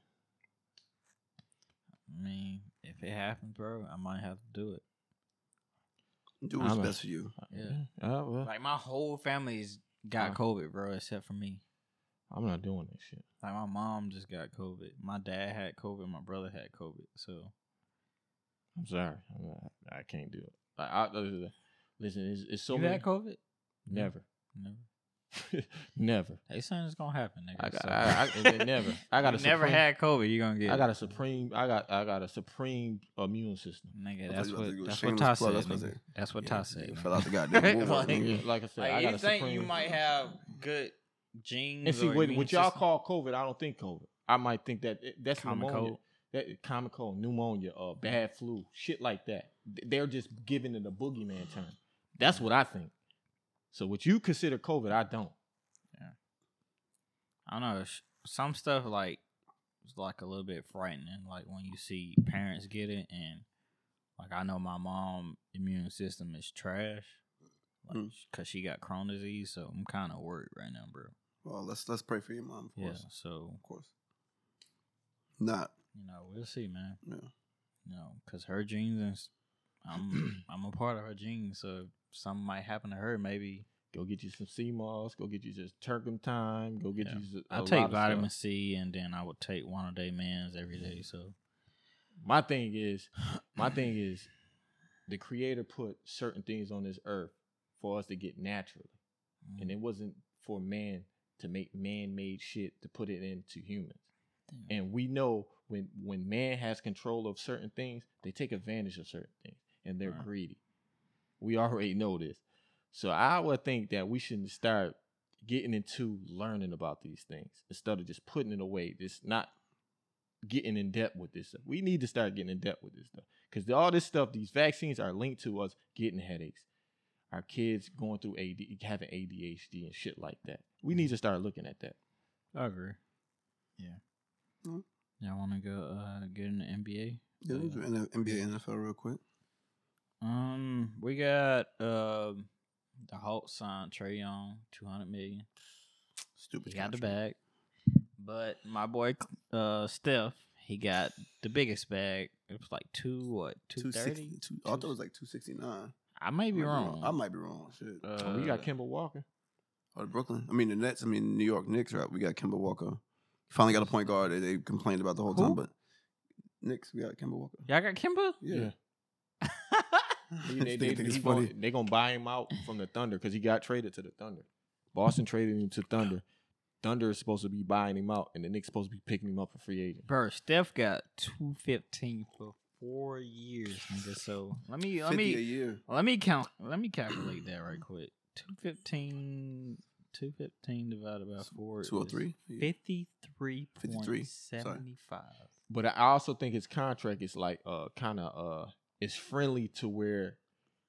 Speaker 3: I mean, if it happens, bro, I might have to do it.
Speaker 2: Do what's
Speaker 1: I'm a-
Speaker 2: best for you.
Speaker 1: yeah. Oh, well,
Speaker 3: Like my whole family's got COVID, bro, except for me.
Speaker 1: I'm not doing that shit.
Speaker 3: Like my mom just got COVID. My dad had COVID. My brother had COVID. So
Speaker 1: I'm sorry, I'm not, I can't do it. Like, I, uh, listen, it's, it's so
Speaker 3: you
Speaker 1: many.
Speaker 3: had COVID?
Speaker 1: Never,
Speaker 3: Never.
Speaker 1: never.
Speaker 3: They saying it's gonna happen, nigga.
Speaker 1: I got,
Speaker 3: so-
Speaker 1: I, I, it- it never. I got
Speaker 3: You
Speaker 1: a
Speaker 3: never
Speaker 1: supreme-
Speaker 3: had COVID. You gonna get?
Speaker 1: I got a supreme. I got. I got a supreme immune system.
Speaker 3: Nigga,
Speaker 2: I thought
Speaker 3: that's
Speaker 2: you about
Speaker 3: what
Speaker 2: to go
Speaker 3: that's what
Speaker 2: shameless
Speaker 3: Ty
Speaker 2: plug, that's
Speaker 3: said.
Speaker 2: what I
Speaker 3: nigga.
Speaker 2: said.
Speaker 3: That's what
Speaker 2: Yeah,
Speaker 3: Ty
Speaker 2: you
Speaker 3: said.
Speaker 2: fell
Speaker 3: nigga.
Speaker 2: out the goddamn womb,
Speaker 3: Like-
Speaker 2: nigga.
Speaker 1: Like I said, I got
Speaker 3: Like you
Speaker 1: a
Speaker 3: think
Speaker 1: supreme.
Speaker 3: you might have good genes
Speaker 1: And see,
Speaker 3: or
Speaker 1: what,
Speaker 3: immune
Speaker 1: what y'all
Speaker 3: system-
Speaker 1: call COVID, I don't think COVID. I might think that it- that's
Speaker 3: Common
Speaker 1: pneumonia.
Speaker 3: cold.
Speaker 1: That common cold, pneumonia, uh, bad flu, shit like that. Th- They're just giving it a boogeyman term. That's what I think. So what you consider COVID, I don't.
Speaker 3: I don't know. sh- Some stuff like it's like a little bit frightening, like when you see parents get it, and like I know my mom immune system is trash, like
Speaker 2: Mm.
Speaker 3: cause she got Crohn's disease, so I'm kind of worried right now, bro.
Speaker 2: Well, let's let's pray for your mom, of
Speaker 3: Yeah,
Speaker 2: course.
Speaker 3: so
Speaker 2: Of course. Not
Speaker 3: you know we'll see, man.
Speaker 2: Yeah.
Speaker 3: You know, cause her genes, and s- I'm I'm a part of her genes, so if something might happen to her. Maybe
Speaker 1: Go get you some sea moss. Go get you just turpentine. Go get
Speaker 3: Yeah.
Speaker 1: you.
Speaker 3: I take vitamin C, and then I would take one of their mans every day. So
Speaker 1: My thing is, my thing is, the Creator put certain things on this earth for us to get naturally.
Speaker 3: Mm.
Speaker 1: and it wasn't for man to make man-made shit to put it into humans.
Speaker 3: Damn.
Speaker 1: And we know when when man has control of certain things, they take advantage of certain things, and they're
Speaker 3: Right.
Speaker 1: greedy. We already know this, so I would think that we shouldn't start getting into learning about these things instead of just putting it away. Just not getting in depth with this stuff. We need to start getting in depth with this stuff because all this stuff, these vaccines are linked to us getting headaches, our kids going through AD, having ADHD and shit like that. We need to start looking at that.
Speaker 3: I agree. Yeah.
Speaker 2: Mm.
Speaker 3: Y'all want to go uh, get in the NBA?
Speaker 2: yeah, let's do N- NBA NFL real quick.
Speaker 3: Um, we got um the Hawks signed Trey Young, two hundred million.
Speaker 2: Stupid.
Speaker 3: He got the
Speaker 2: contract.
Speaker 3: bag, but my boy uh Steph, he got the biggest bag. It was like two what two
Speaker 2: 260
Speaker 3: thirty.
Speaker 2: two- I thought it was like two sixty nine.
Speaker 3: I may be wrong.
Speaker 2: I might be wrong. Shit.
Speaker 1: we
Speaker 3: Uh,
Speaker 1: got Kimball Walker.
Speaker 2: Oh, the Brooklyn. I mean the Nets. I mean New York Knicks. Right. We got Kemba Walker. Finally got a point guard that they complained about the whole time,
Speaker 3: Who?
Speaker 2: but Knicks. We got Kemba Walker.
Speaker 3: Y'all got Kimba.
Speaker 2: Yeah.
Speaker 1: He-
Speaker 2: I
Speaker 1: they, they,
Speaker 2: think it's
Speaker 1: he
Speaker 2: funny.
Speaker 1: gonna, they gonna buy him out from the Thunder because he got traded to the Thunder. Boston traded him to Thunder. Thunder is supposed to be buying him out, and the Knicks supposed to be picking him up for free agent.
Speaker 3: Bro, Steph got two fifteen for four years, nigga. So let me let
Speaker 2: 50
Speaker 3: me
Speaker 2: a year.
Speaker 3: Let me count. Let me calculate that right quick. 215, 215 divided by 4.
Speaker 2: Two or three.
Speaker 3: 53.
Speaker 2: 53,
Speaker 3: 75.
Speaker 1: But I also think his contract is like uh kind of uh it's friendly to where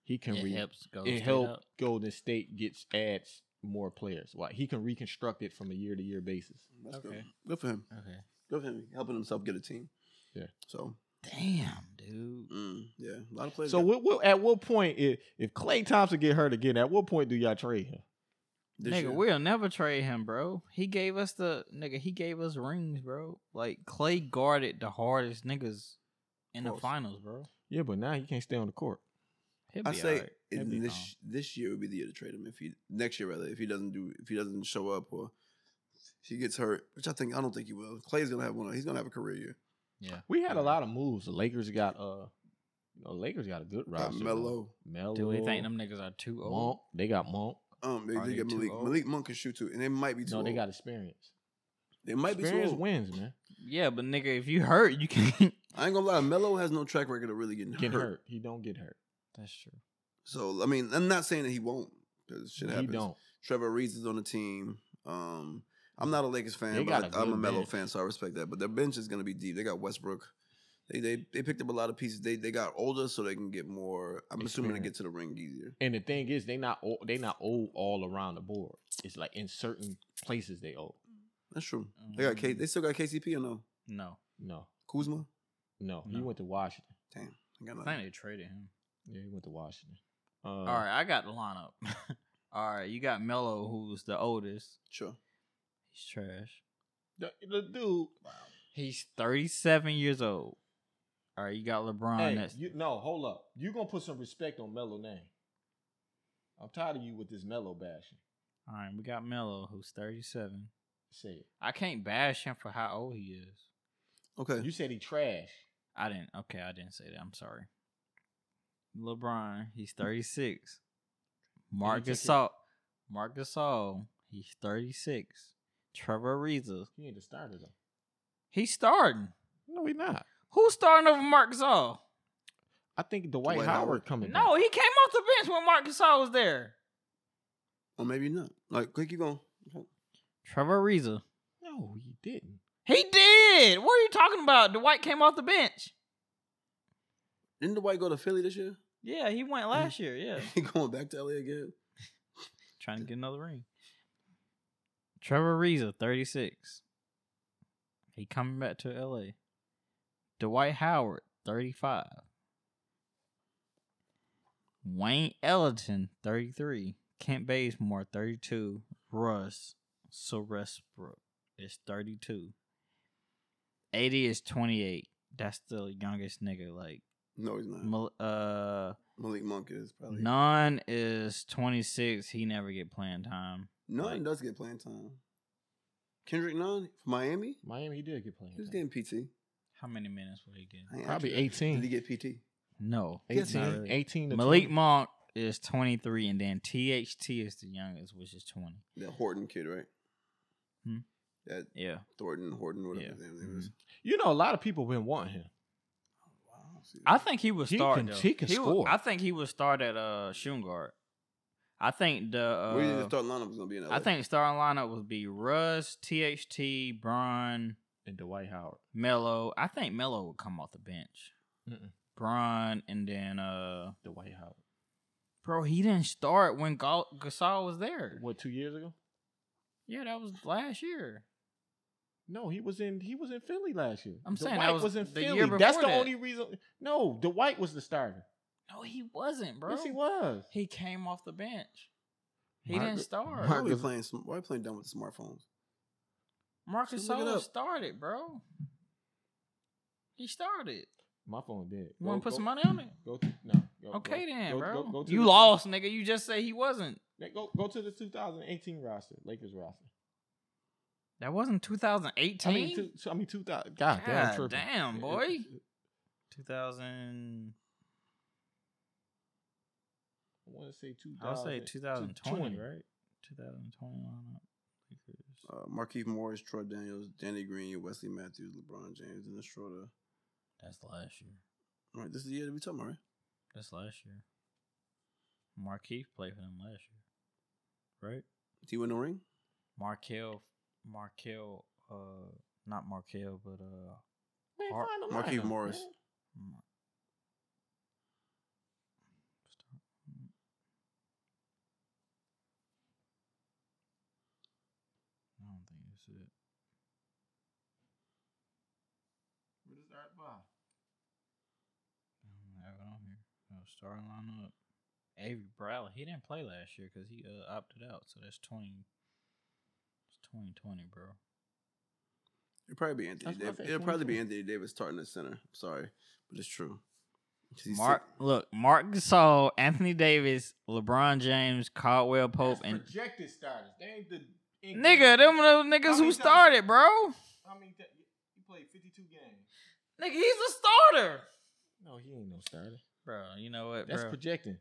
Speaker 1: he can re-
Speaker 3: helps go
Speaker 1: it help Golden State gets adds more players. Like he can reconstruct it from a year to year basis.
Speaker 2: That's good.
Speaker 3: Okay.
Speaker 2: Good for him.
Speaker 3: Okay.
Speaker 2: Good for him. Helping himself get a team.
Speaker 1: Yeah.
Speaker 2: So
Speaker 3: Damn, dude.
Speaker 2: mm, yeah, a lot of players.
Speaker 1: So
Speaker 2: got-
Speaker 1: what, what, at what point if if Clay Thompson get hurt again? At what point do y'all trade him?
Speaker 2: this
Speaker 3: nigga,
Speaker 2: year-
Speaker 3: we'll never trade him, bro. He gave us the nigga, he gave us rings, bro. Like Clay guarded the hardest niggas in the
Speaker 2: Course.
Speaker 3: finals, bro.
Speaker 1: Yeah, but now he can't stay on the court.
Speaker 3: He'll
Speaker 2: I
Speaker 3: be
Speaker 2: say
Speaker 3: alright.
Speaker 2: in
Speaker 3: He'll be
Speaker 2: this
Speaker 3: fine.
Speaker 2: this year would be the year to trade him if he next year rather if he doesn't do if he doesn't show up or he gets hurt, which I think I don't think he will. Clay's gonna have one. of- He's gonna have a career year.
Speaker 3: Yeah.
Speaker 1: We had a lot of moves. The Lakers got uh, you know, Lakers got a good
Speaker 2: Got
Speaker 1: roster.
Speaker 2: Melo.
Speaker 1: Melo.
Speaker 3: Do we think them niggas are too old?
Speaker 1: Monk? They got Monk.
Speaker 2: Um, they,
Speaker 3: Are
Speaker 2: they
Speaker 3: they
Speaker 2: got
Speaker 3: too
Speaker 2: Malik.
Speaker 3: old?
Speaker 2: Malik Monk can shoot too, and they might be too.
Speaker 1: No, they
Speaker 2: old.
Speaker 1: got experience.
Speaker 2: They might be
Speaker 1: Experience
Speaker 2: too old.
Speaker 1: wins, man.
Speaker 3: Yeah, but nigga, if you hurt, you can.
Speaker 2: I ain't gonna lie, Melo has no track record of really getting
Speaker 1: Get
Speaker 2: hurt.
Speaker 1: hurt. He don't get hurt.
Speaker 4: That's true.
Speaker 2: So I mean, I'm not saying that he won't. 'cause shit
Speaker 1: he
Speaker 2: happens.
Speaker 1: don't.
Speaker 2: Trevor Reese is on the team. Um, I'm not a Lakers
Speaker 1: They
Speaker 2: fan,
Speaker 1: got
Speaker 2: but
Speaker 1: a
Speaker 2: I, I'm a
Speaker 1: good
Speaker 2: Melo
Speaker 1: bench.
Speaker 2: fan, so I respect that. But their bench is going to be deep. They got Westbrook. They they they picked up a lot of pieces. They they got older, so they can get more. I'm assuming they get
Speaker 1: Experience.
Speaker 2: to the ring easier.
Speaker 1: And the thing is, they not old, they not old all around the board. It's like in certain places they old.
Speaker 2: That's true.
Speaker 3: Mm-hmm.
Speaker 2: They got
Speaker 1: Mm-hmm.
Speaker 2: K, They still got KCP or no?
Speaker 4: No.
Speaker 1: No,
Speaker 2: Kuzma.
Speaker 1: no. He
Speaker 4: No.
Speaker 1: went to Washington.
Speaker 2: Damn. I got
Speaker 4: I
Speaker 2: nothing.
Speaker 4: think they traded him.
Speaker 1: Yeah, he went to Washington. Uh,
Speaker 3: All right, I got the lineup. All right, you got Melo, who's the oldest.
Speaker 2: Sure.
Speaker 3: He's trash.
Speaker 1: The, the dude.
Speaker 3: He's 37 years old. All right, you got LeBron.
Speaker 1: Hey,
Speaker 3: that's,
Speaker 1: you, no, hold up. You gonna put some respect on Melo name? I'm tired of you with this Melo bashing.
Speaker 3: all right, we got Melo, who's 37.
Speaker 1: Say it.
Speaker 3: I can't bash him for how old he is.
Speaker 2: Okay.
Speaker 1: You said he trash.
Speaker 3: I didn't. Okay, I didn't say that. I'm sorry. LeBron, he's 36. Marcus
Speaker 1: took
Speaker 3: Gasol, Marcus Gasol, he's 36. Trevor Ariza,
Speaker 1: He ain't the starter though.
Speaker 3: he's starting.
Speaker 1: No, he not.
Speaker 3: Who's starting over Marc Gasol?
Speaker 1: I think Dwight,
Speaker 2: Dwight
Speaker 1: Howard,
Speaker 2: Howard.
Speaker 1: coming.
Speaker 3: No, he came off the bench when Marc Gasol was there.
Speaker 2: or maybe not. Like, quick, you going?
Speaker 3: Trevor Ariza,
Speaker 1: no, he didn't.
Speaker 3: he did. What are you talking about? Dwight came off the bench.
Speaker 2: Didn't the white go to Philly this year?
Speaker 3: Yeah, he went last year. Yeah,
Speaker 2: He going back to LA again?
Speaker 3: trying to get another ring. Trevor Ariza, 36. He coming back to LA. Dwight Howard, 35. Wayne Ellington, 33. Kent Bazemore, 32. Russ Sorespro is 32. 80 is 28. That's the youngest nigga. Like,
Speaker 2: No, he's not.
Speaker 3: Mal- uh,
Speaker 2: Malik Monk is probably.
Speaker 3: None is 26. He never get playing time.
Speaker 2: None
Speaker 3: Like-
Speaker 2: does get playing time. Kendrick Nunn from Miami.
Speaker 1: Miami did get playing.
Speaker 2: He was
Speaker 1: time.
Speaker 2: getting PT.
Speaker 3: How many minutes will he get?
Speaker 2: I ain't
Speaker 1: Probably
Speaker 2: actually-
Speaker 1: 18.
Speaker 2: Did he get PT?
Speaker 3: No.
Speaker 2: Yes, he
Speaker 1: 18,
Speaker 2: did.
Speaker 1: 18 to
Speaker 3: Malik
Speaker 1: 20.
Speaker 3: Monk is 23, and then THT is the youngest, which is 20.
Speaker 2: That Horton kid, right?
Speaker 3: Hmm?
Speaker 2: That
Speaker 3: Yeah.
Speaker 2: Thornton, Horton, whatever
Speaker 3: Yeah. Hmm.
Speaker 2: his name is. Oh,
Speaker 1: You know, a lot of people been wanting him.
Speaker 2: Wow. see
Speaker 3: I
Speaker 2: that.
Speaker 3: think he would
Speaker 1: He
Speaker 3: start.
Speaker 1: can-
Speaker 3: though.
Speaker 1: he can
Speaker 3: would-
Speaker 1: score.
Speaker 3: I think he would start at uh, shooting guard. I think the. Uh,
Speaker 2: Where do you think the starting lineup was gonna be in LA?
Speaker 3: I think starting lineup would be Russ, THT, Bron,
Speaker 1: And Dwight Howard.
Speaker 3: Mello. I think Mello would come off the bench.
Speaker 1: Mm-mm.
Speaker 3: Bron, and then. uh
Speaker 1: Dwight Howard.
Speaker 3: Bro, he didn't start when Gal- Gasol was there.
Speaker 1: What, two years ago?
Speaker 3: Yeah, that was last year.
Speaker 1: No, he was in he was in Philly last year.
Speaker 3: I'm saying that
Speaker 1: Dwight
Speaker 3: was
Speaker 1: in
Speaker 3: the
Speaker 1: Philly.
Speaker 3: year
Speaker 1: That's
Speaker 3: before
Speaker 1: the
Speaker 3: that.
Speaker 1: only reason. No, Dwight was the starter.
Speaker 3: No, he wasn't, bro.
Speaker 1: Yes, he was.
Speaker 3: He came off the bench. He
Speaker 1: Marcus-
Speaker 3: didn't start.
Speaker 2: Why are we
Speaker 1: Marcus-
Speaker 2: playing? sm- Why are we playing dumb with the smartphones?
Speaker 3: Marcus
Speaker 2: Just look it
Speaker 3: Gasol
Speaker 2: up.
Speaker 3: started, bro. He started.
Speaker 1: My phone did.
Speaker 3: You
Speaker 1: Go-
Speaker 3: want to put
Speaker 1: go-
Speaker 3: some money on it?
Speaker 1: Go to, no. Go,
Speaker 3: Okay
Speaker 1: go-
Speaker 3: then,
Speaker 1: go-
Speaker 3: bro.
Speaker 1: go- go to
Speaker 3: you
Speaker 1: the-
Speaker 3: lost, nigga. You just say he wasn't.
Speaker 1: Yeah, Go go to the 2018 roster, Lakers roster.
Speaker 3: That wasn't 2018.
Speaker 1: I mean, two, I mean 2000. God, damn,
Speaker 3: God
Speaker 1: I'm tripping.
Speaker 3: damn,
Speaker 1: It-
Speaker 3: boy.
Speaker 1: it-
Speaker 3: 2000.
Speaker 1: I want to say 2000.
Speaker 3: I'll say 2020,
Speaker 1: 20.
Speaker 3: right? 2020 lineup. Lakers.
Speaker 2: Uh, Markeith Morris, Troy Daniels, Danny Green, Wesley Matthews, LeBron James, and this Schroeder.
Speaker 3: That's last year.
Speaker 2: All right, this is the year that we talking about, right?
Speaker 3: That's last year. Marquise played for them last year, right?
Speaker 2: Did he win the ring?
Speaker 3: Markel, Markel, uh, not Markel, but uh,
Speaker 1: Man,
Speaker 3: Mar-
Speaker 1: find the
Speaker 2: Marquise
Speaker 1: lineup,
Speaker 2: Morris.
Speaker 1: man.
Speaker 3: Mar- I don't think that's it.
Speaker 1: Where does that lie?
Speaker 3: I don't have it on here. No starting lineup. Avery Bradley, he didn't play last year because he uh, opted out, so that's twenty. It's twenty twenty, bro.
Speaker 2: It'd probably be Anthony.
Speaker 1: That's what I
Speaker 2: Davis.
Speaker 1: said,
Speaker 2: It'll probably be
Speaker 1: 2020.
Speaker 2: Anthony Davis starting at center. I'm sorry, but it's true. 'Cause he's
Speaker 3: Mark,
Speaker 2: sick.
Speaker 3: look, Mark Gasol, Anthony Davis, LeBron James, Caldwell Pope,
Speaker 1: That's
Speaker 3: and
Speaker 1: projected starters. They ain't the ain't
Speaker 3: nigga, them the
Speaker 1: How
Speaker 3: niggas
Speaker 1: many
Speaker 3: who
Speaker 1: times-
Speaker 3: started, bro.
Speaker 1: How many? Th- he played fifty-two games.
Speaker 3: Nigga, he's a starter,
Speaker 1: No, he ain't no starter.
Speaker 3: bro. You know what,
Speaker 1: That's
Speaker 3: bro?
Speaker 1: projecting.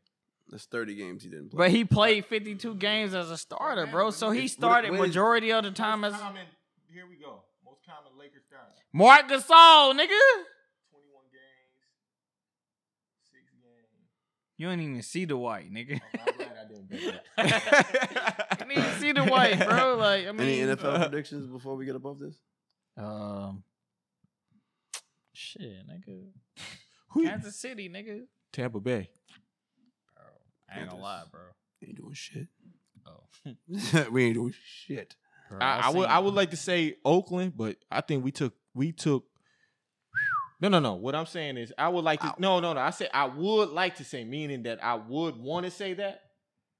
Speaker 2: That's 30 games he didn't play.
Speaker 3: but he played 52 games as a starter, bro. So he
Speaker 2: It's-
Speaker 3: started
Speaker 2: what- what is-
Speaker 3: majority of the time as
Speaker 1: Common here we go. Most common Lakers starter.
Speaker 3: Mark Gasol, nigga.
Speaker 1: 21 games, six games.
Speaker 3: You ain't even see the white, nigga.
Speaker 1: Oh, I'm glad I didn't bet that.
Speaker 3: I need to see the white, bro. Like, I
Speaker 2: Any
Speaker 3: mean,
Speaker 2: NFL
Speaker 4: Uh-huh.
Speaker 2: predictions before we get above this?
Speaker 4: Um, shit, nigga.
Speaker 1: Who?
Speaker 4: Kansas City, nigga.
Speaker 1: Tampa Bay.
Speaker 4: Bro, I ain't gonna lie, bro.
Speaker 2: Ain't doing shit.
Speaker 4: Oh,
Speaker 2: we ain't doing shit.
Speaker 4: Bro,
Speaker 1: I, I would I would like to say Oakland, but I think we took we took. No, no, no. What I'm saying is, I would like to. No, no, no. I said I would like to say, meaning that I would want to say that,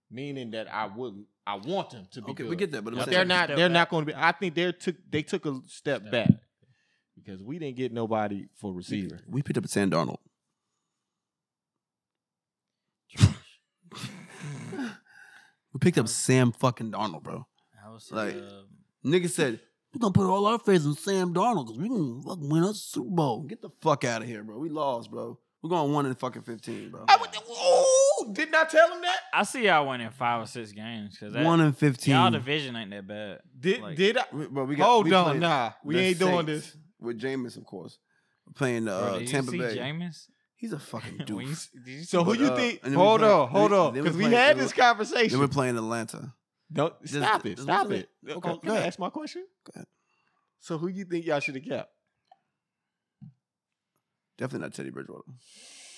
Speaker 1: meaning that I would I want them to be.
Speaker 2: Okay,
Speaker 1: good.
Speaker 2: we get that, but I'm
Speaker 1: But
Speaker 2: saying
Speaker 1: they're
Speaker 4: Take a
Speaker 1: not.
Speaker 4: step
Speaker 1: They're not
Speaker 4: back.
Speaker 1: going to be. I think they took. They took a step,
Speaker 4: Step
Speaker 1: back
Speaker 4: back.
Speaker 1: because we didn't get nobody for receiver.
Speaker 2: We picked up Sam Darnold. we picked up Sam fucking Darnold, bro.
Speaker 3: I was
Speaker 2: Like-
Speaker 3: like, uh,
Speaker 2: Nigga said, we're gonna put all our faith in Sam Darnold because we can fucking win us Super Bowl. Get the fuck out of here, bro. We lost, bro. We're going one in fucking 15, bro.
Speaker 3: I would-
Speaker 1: oh, did not tell him that.
Speaker 3: I see y'all winning five or six games because
Speaker 2: One in 15.
Speaker 3: y'all division ain't that bad.
Speaker 1: Did
Speaker 3: Like,
Speaker 1: did I?
Speaker 2: We- bro, we got,
Speaker 1: Hold
Speaker 2: we
Speaker 1: on,
Speaker 2: played
Speaker 1: nah, we
Speaker 2: the
Speaker 1: ain't doing
Speaker 2: Saints
Speaker 1: this.
Speaker 2: With Jameis, of course. We're playing
Speaker 4: Bro,
Speaker 2: uh,
Speaker 4: did you
Speaker 2: Tampa
Speaker 4: see
Speaker 2: Bay.
Speaker 4: Jameis?
Speaker 2: He's a fucking
Speaker 4: When you
Speaker 2: doof.
Speaker 4: s- did you see
Speaker 1: So who
Speaker 2: But,
Speaker 1: you
Speaker 2: uh,
Speaker 1: think?
Speaker 2: and then we
Speaker 1: Hold
Speaker 2: play-
Speaker 1: on, hold
Speaker 2: then-
Speaker 1: on,
Speaker 2: then we
Speaker 1: because we
Speaker 2: play-
Speaker 1: had
Speaker 2: then
Speaker 1: this
Speaker 2: we-
Speaker 1: conversation.
Speaker 2: Then we're playing Atlanta.
Speaker 1: Don't
Speaker 2: Just-
Speaker 1: stop it.
Speaker 2: just
Speaker 1: Stop
Speaker 2: listen
Speaker 1: it.
Speaker 2: to it.
Speaker 1: Okay,
Speaker 2: Okay,
Speaker 1: can
Speaker 2: go
Speaker 1: I
Speaker 2: ahead.
Speaker 1: ask my question?
Speaker 2: Go ahead.
Speaker 1: So who you think y'all should have kept?
Speaker 2: Definitely not Teddy Bridgewater.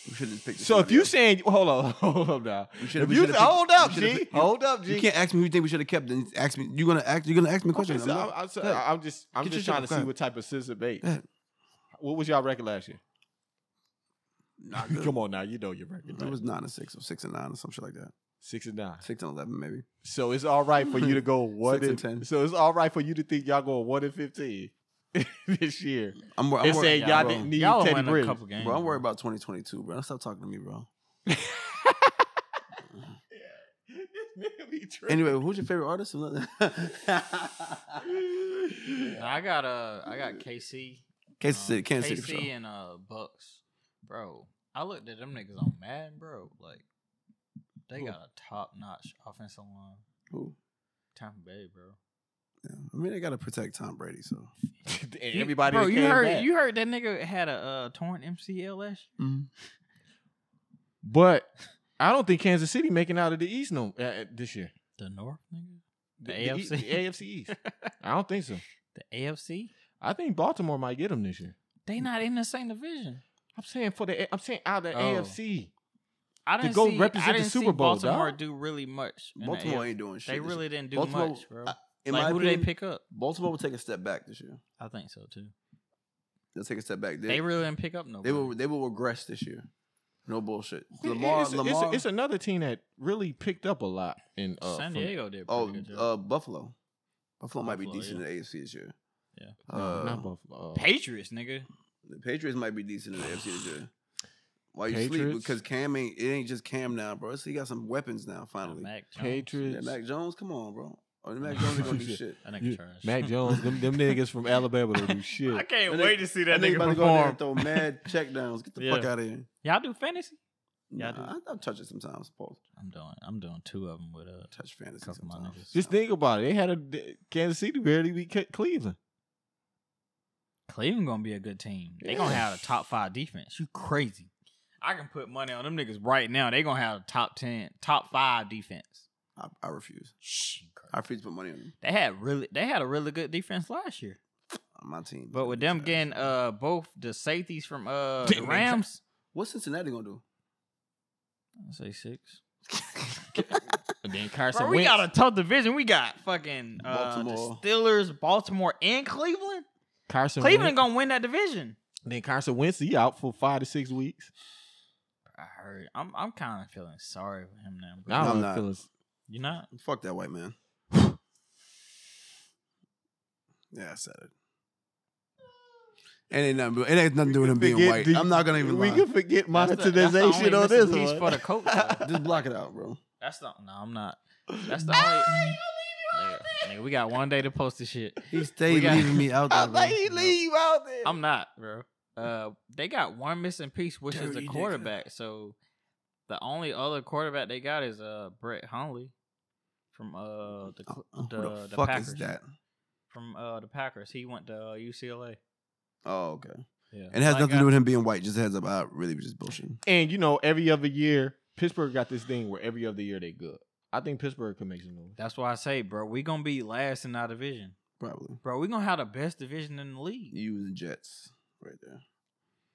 Speaker 2: We should have picked.
Speaker 1: So if
Speaker 2: somebody
Speaker 1: you
Speaker 2: else.
Speaker 1: saying hold on, hold on now.
Speaker 2: We should've-
Speaker 1: If
Speaker 2: we
Speaker 1: you
Speaker 2: should've picked-
Speaker 1: hold up,
Speaker 2: we should've
Speaker 1: G,
Speaker 2: picked-
Speaker 1: hold up, G.
Speaker 2: you can't ask me who you think we should have kept, then ask me. You gonna ask? You gonna ask me a question?
Speaker 1: Okay, so
Speaker 2: I'm
Speaker 1: I'm,
Speaker 2: not-
Speaker 1: I'm, so-
Speaker 2: Go ahead.
Speaker 1: I'm just I'm
Speaker 2: Get your
Speaker 1: just
Speaker 2: shit
Speaker 1: trying
Speaker 2: up,
Speaker 1: to
Speaker 2: go
Speaker 1: see
Speaker 2: ahead.
Speaker 1: what type of scissor bait.
Speaker 2: Go ahead.
Speaker 1: What was y'all record last year?
Speaker 2: Not good.
Speaker 1: Come on now, you know your record.
Speaker 2: It
Speaker 1: Right?
Speaker 2: was nine and six or six and nine or some shit like that.
Speaker 1: six and nine.
Speaker 2: Six and eleven maybe.
Speaker 1: So it's all right for you to go one
Speaker 2: Six and
Speaker 1: and
Speaker 2: ten.
Speaker 1: So it's all right for you to think y'all going one and fifteen this year.
Speaker 2: I'm, wor- I'm
Speaker 1: They
Speaker 2: wor-
Speaker 1: said
Speaker 3: yeah,
Speaker 1: y'all
Speaker 2: bro.
Speaker 1: didn't need
Speaker 3: Y'all
Speaker 1: Teddy
Speaker 3: won a
Speaker 1: Bridge.
Speaker 3: couple games.
Speaker 2: Bro, I'm worried about 2022, bro. Don't stop talking to me, bro. Anyway, who's your favorite artist? Kansas
Speaker 4: Nah, I got uh, I got KC,
Speaker 2: City, Kansas City.
Speaker 4: KC
Speaker 2: for sure.
Speaker 4: and uh Bucks, bro. I looked at them niggas on Madden, bro. Like they
Speaker 1: Who?
Speaker 4: got a top notch offensive line.
Speaker 2: Who?
Speaker 4: Tampa Bay, bro.
Speaker 2: Yeah. I mean, they gotta protect Tom Brady, so
Speaker 1: And everybody
Speaker 3: bro,
Speaker 1: that
Speaker 3: you
Speaker 1: came
Speaker 3: heard,
Speaker 1: back.
Speaker 3: you heard that nigga had a uh, torn MCL last year.
Speaker 1: But I don't think Kansas City making out of the East no uh, uh, this year.
Speaker 4: The North, nigga.
Speaker 1: The,
Speaker 3: AFC?
Speaker 1: E- the AFC East. I don't think so.
Speaker 4: The AFC.
Speaker 1: I think Baltimore might get them this year.
Speaker 4: They not in the same division.
Speaker 1: I'm saying for the A- I'm saying out of the
Speaker 4: Oh.
Speaker 1: AFC.
Speaker 3: I
Speaker 1: To
Speaker 3: didn't
Speaker 1: go
Speaker 3: see,
Speaker 1: represent
Speaker 3: I
Speaker 1: the
Speaker 3: didn't
Speaker 1: Super
Speaker 3: see
Speaker 1: Bowl,
Speaker 3: Baltimore
Speaker 1: dog.
Speaker 3: do really much. in the
Speaker 2: Baltimore
Speaker 3: AFC.
Speaker 2: ain't doing shit.
Speaker 3: They
Speaker 2: this
Speaker 3: really
Speaker 2: year.
Speaker 3: didn't do
Speaker 2: Baltimore-
Speaker 3: much, bro.
Speaker 2: I- in
Speaker 3: like,
Speaker 2: my
Speaker 3: who do
Speaker 2: opinion,
Speaker 3: they pick up?
Speaker 2: Baltimore will take a step back this year.
Speaker 4: I think so too.
Speaker 2: They'll take a step back.
Speaker 4: They,
Speaker 2: They,
Speaker 4: really didn't pick up no.
Speaker 2: they will they will regress this year. No bullshit.
Speaker 1: It-
Speaker 2: Lamar
Speaker 1: it's, it's-
Speaker 2: Lamar
Speaker 1: it's, another team that really picked up a lot in uh,
Speaker 4: San
Speaker 1: from-
Speaker 4: Diego did. a
Speaker 2: Oh,
Speaker 4: pretty good job.
Speaker 2: uh, Buffalo. Buffalo might be
Speaker 4: Buffalo,
Speaker 2: decent in the AFC this year.
Speaker 4: Yeah.
Speaker 1: no,
Speaker 2: Uh,
Speaker 1: not Buffalo. Uh,
Speaker 4: Patriots, nigga.
Speaker 2: the Patriots might be decent in the AFC this year. While you sleep,
Speaker 1: Patriots?
Speaker 2: because Cam ain't it ain't just Cam now, bro. It's, he got some weapons now. Finally,
Speaker 4: Mac Jones.
Speaker 2: yeah,
Speaker 1: Patriots.
Speaker 2: Mac Jones. Come on, bro. Oh, the Mac Jones ain't gonna do shit.
Speaker 4: That nigga
Speaker 1: You-
Speaker 4: trash.
Speaker 1: Mac Jones, them, them niggas from Alabama don't do shit.
Speaker 3: can't
Speaker 2: And they- wait
Speaker 3: to see
Speaker 2: That nigga about to go in there and throw mad checkdowns. Get the
Speaker 3: Yeah.
Speaker 2: fuck out of here.
Speaker 3: Y'all do fantasy? Yeah, I
Speaker 2: Nah, I, I'll touch it sometimes. Paul.
Speaker 4: I'm doing. I'm doing two of them with uh.
Speaker 2: Touch fantasy
Speaker 4: Couple of my
Speaker 2: sometimes.
Speaker 4: niggas.
Speaker 1: Just think about it. They had a Kansas City barely beat Ca- Cleveland.
Speaker 4: Cleveland gonna be a good team. They
Speaker 1: Yeah.
Speaker 4: gonna have a top five defense. You crazy? I can put money on them niggas right now. They gonna have a top ten, top five defense.
Speaker 2: I, I refuse.
Speaker 4: Shh, you crazy.
Speaker 2: I refuse to put money on him.
Speaker 4: They had really, they had a really good defense last year.
Speaker 2: on my team.
Speaker 4: But with them getting uh both the safeties from uh
Speaker 1: Didn't
Speaker 4: the
Speaker 1: they
Speaker 4: Rams,
Speaker 2: what's Cincinnati gonna do?
Speaker 4: I'll say six.
Speaker 1: And then Carson
Speaker 4: Bro, we
Speaker 1: Wentz.
Speaker 4: got a tough division. We got fucking uh, the
Speaker 2: Baltimore.
Speaker 4: Steelers, Baltimore, and Cleveland.
Speaker 1: Carson Wentz.
Speaker 4: Cleveland gonna win that division.
Speaker 1: Then Carson Wentz, he out for five to six weeks.
Speaker 4: I heard. I'm I'm kind of feeling sorry for him now. Bro.
Speaker 1: Now
Speaker 2: I'm
Speaker 1: I'm
Speaker 2: not.
Speaker 1: feeling s-
Speaker 4: You not?
Speaker 2: Fuck that white man. yeah, I said it. It ain't nothing. but- It ain't nothing to do with him being
Speaker 1: Forget
Speaker 2: white.
Speaker 1: the-
Speaker 2: I'm not gonna even
Speaker 1: We
Speaker 2: lie.
Speaker 1: can forget
Speaker 4: That's the- that's the
Speaker 1: monetization
Speaker 4: only
Speaker 1: on this
Speaker 4: missing piece
Speaker 1: one.
Speaker 4: for the coach, though.
Speaker 2: Just block it out, bro.
Speaker 4: That's not. No, I'm not. That's the only. Nigga, nigga, we got one day to post this shit.
Speaker 2: He stayed
Speaker 4: We got-
Speaker 2: leaving me out
Speaker 1: I
Speaker 2: there. bro.
Speaker 1: like he leave out there.
Speaker 4: I'm not, bro. Uh, they got one missing piece, which is
Speaker 2: Dirty
Speaker 4: the
Speaker 2: nigga.
Speaker 4: quarterback. So the only other quarterback they got is uh Brett Hundley from uh the
Speaker 2: Uh,
Speaker 4: Cl-
Speaker 2: uh, who
Speaker 4: the-
Speaker 2: the,
Speaker 4: the
Speaker 2: fuck
Speaker 4: Packers.
Speaker 2: is that?
Speaker 4: from uh, the Packers. He went to uh, UCLA.
Speaker 2: Oh, okay.
Speaker 4: Yeah,
Speaker 2: And it has
Speaker 4: Like,
Speaker 2: nothing
Speaker 4: I-
Speaker 2: to do with him being white. Just a heads up, I really was just bullshitting.
Speaker 1: And you know, every other year, Pittsburgh got this thing where every other year they good. I think Pittsburgh could make some moves.
Speaker 4: That's why I say, bro, we gonna be last in our division,
Speaker 2: Probably.
Speaker 4: bro. We gonna have the best division in the league.
Speaker 2: You and the Jets right there.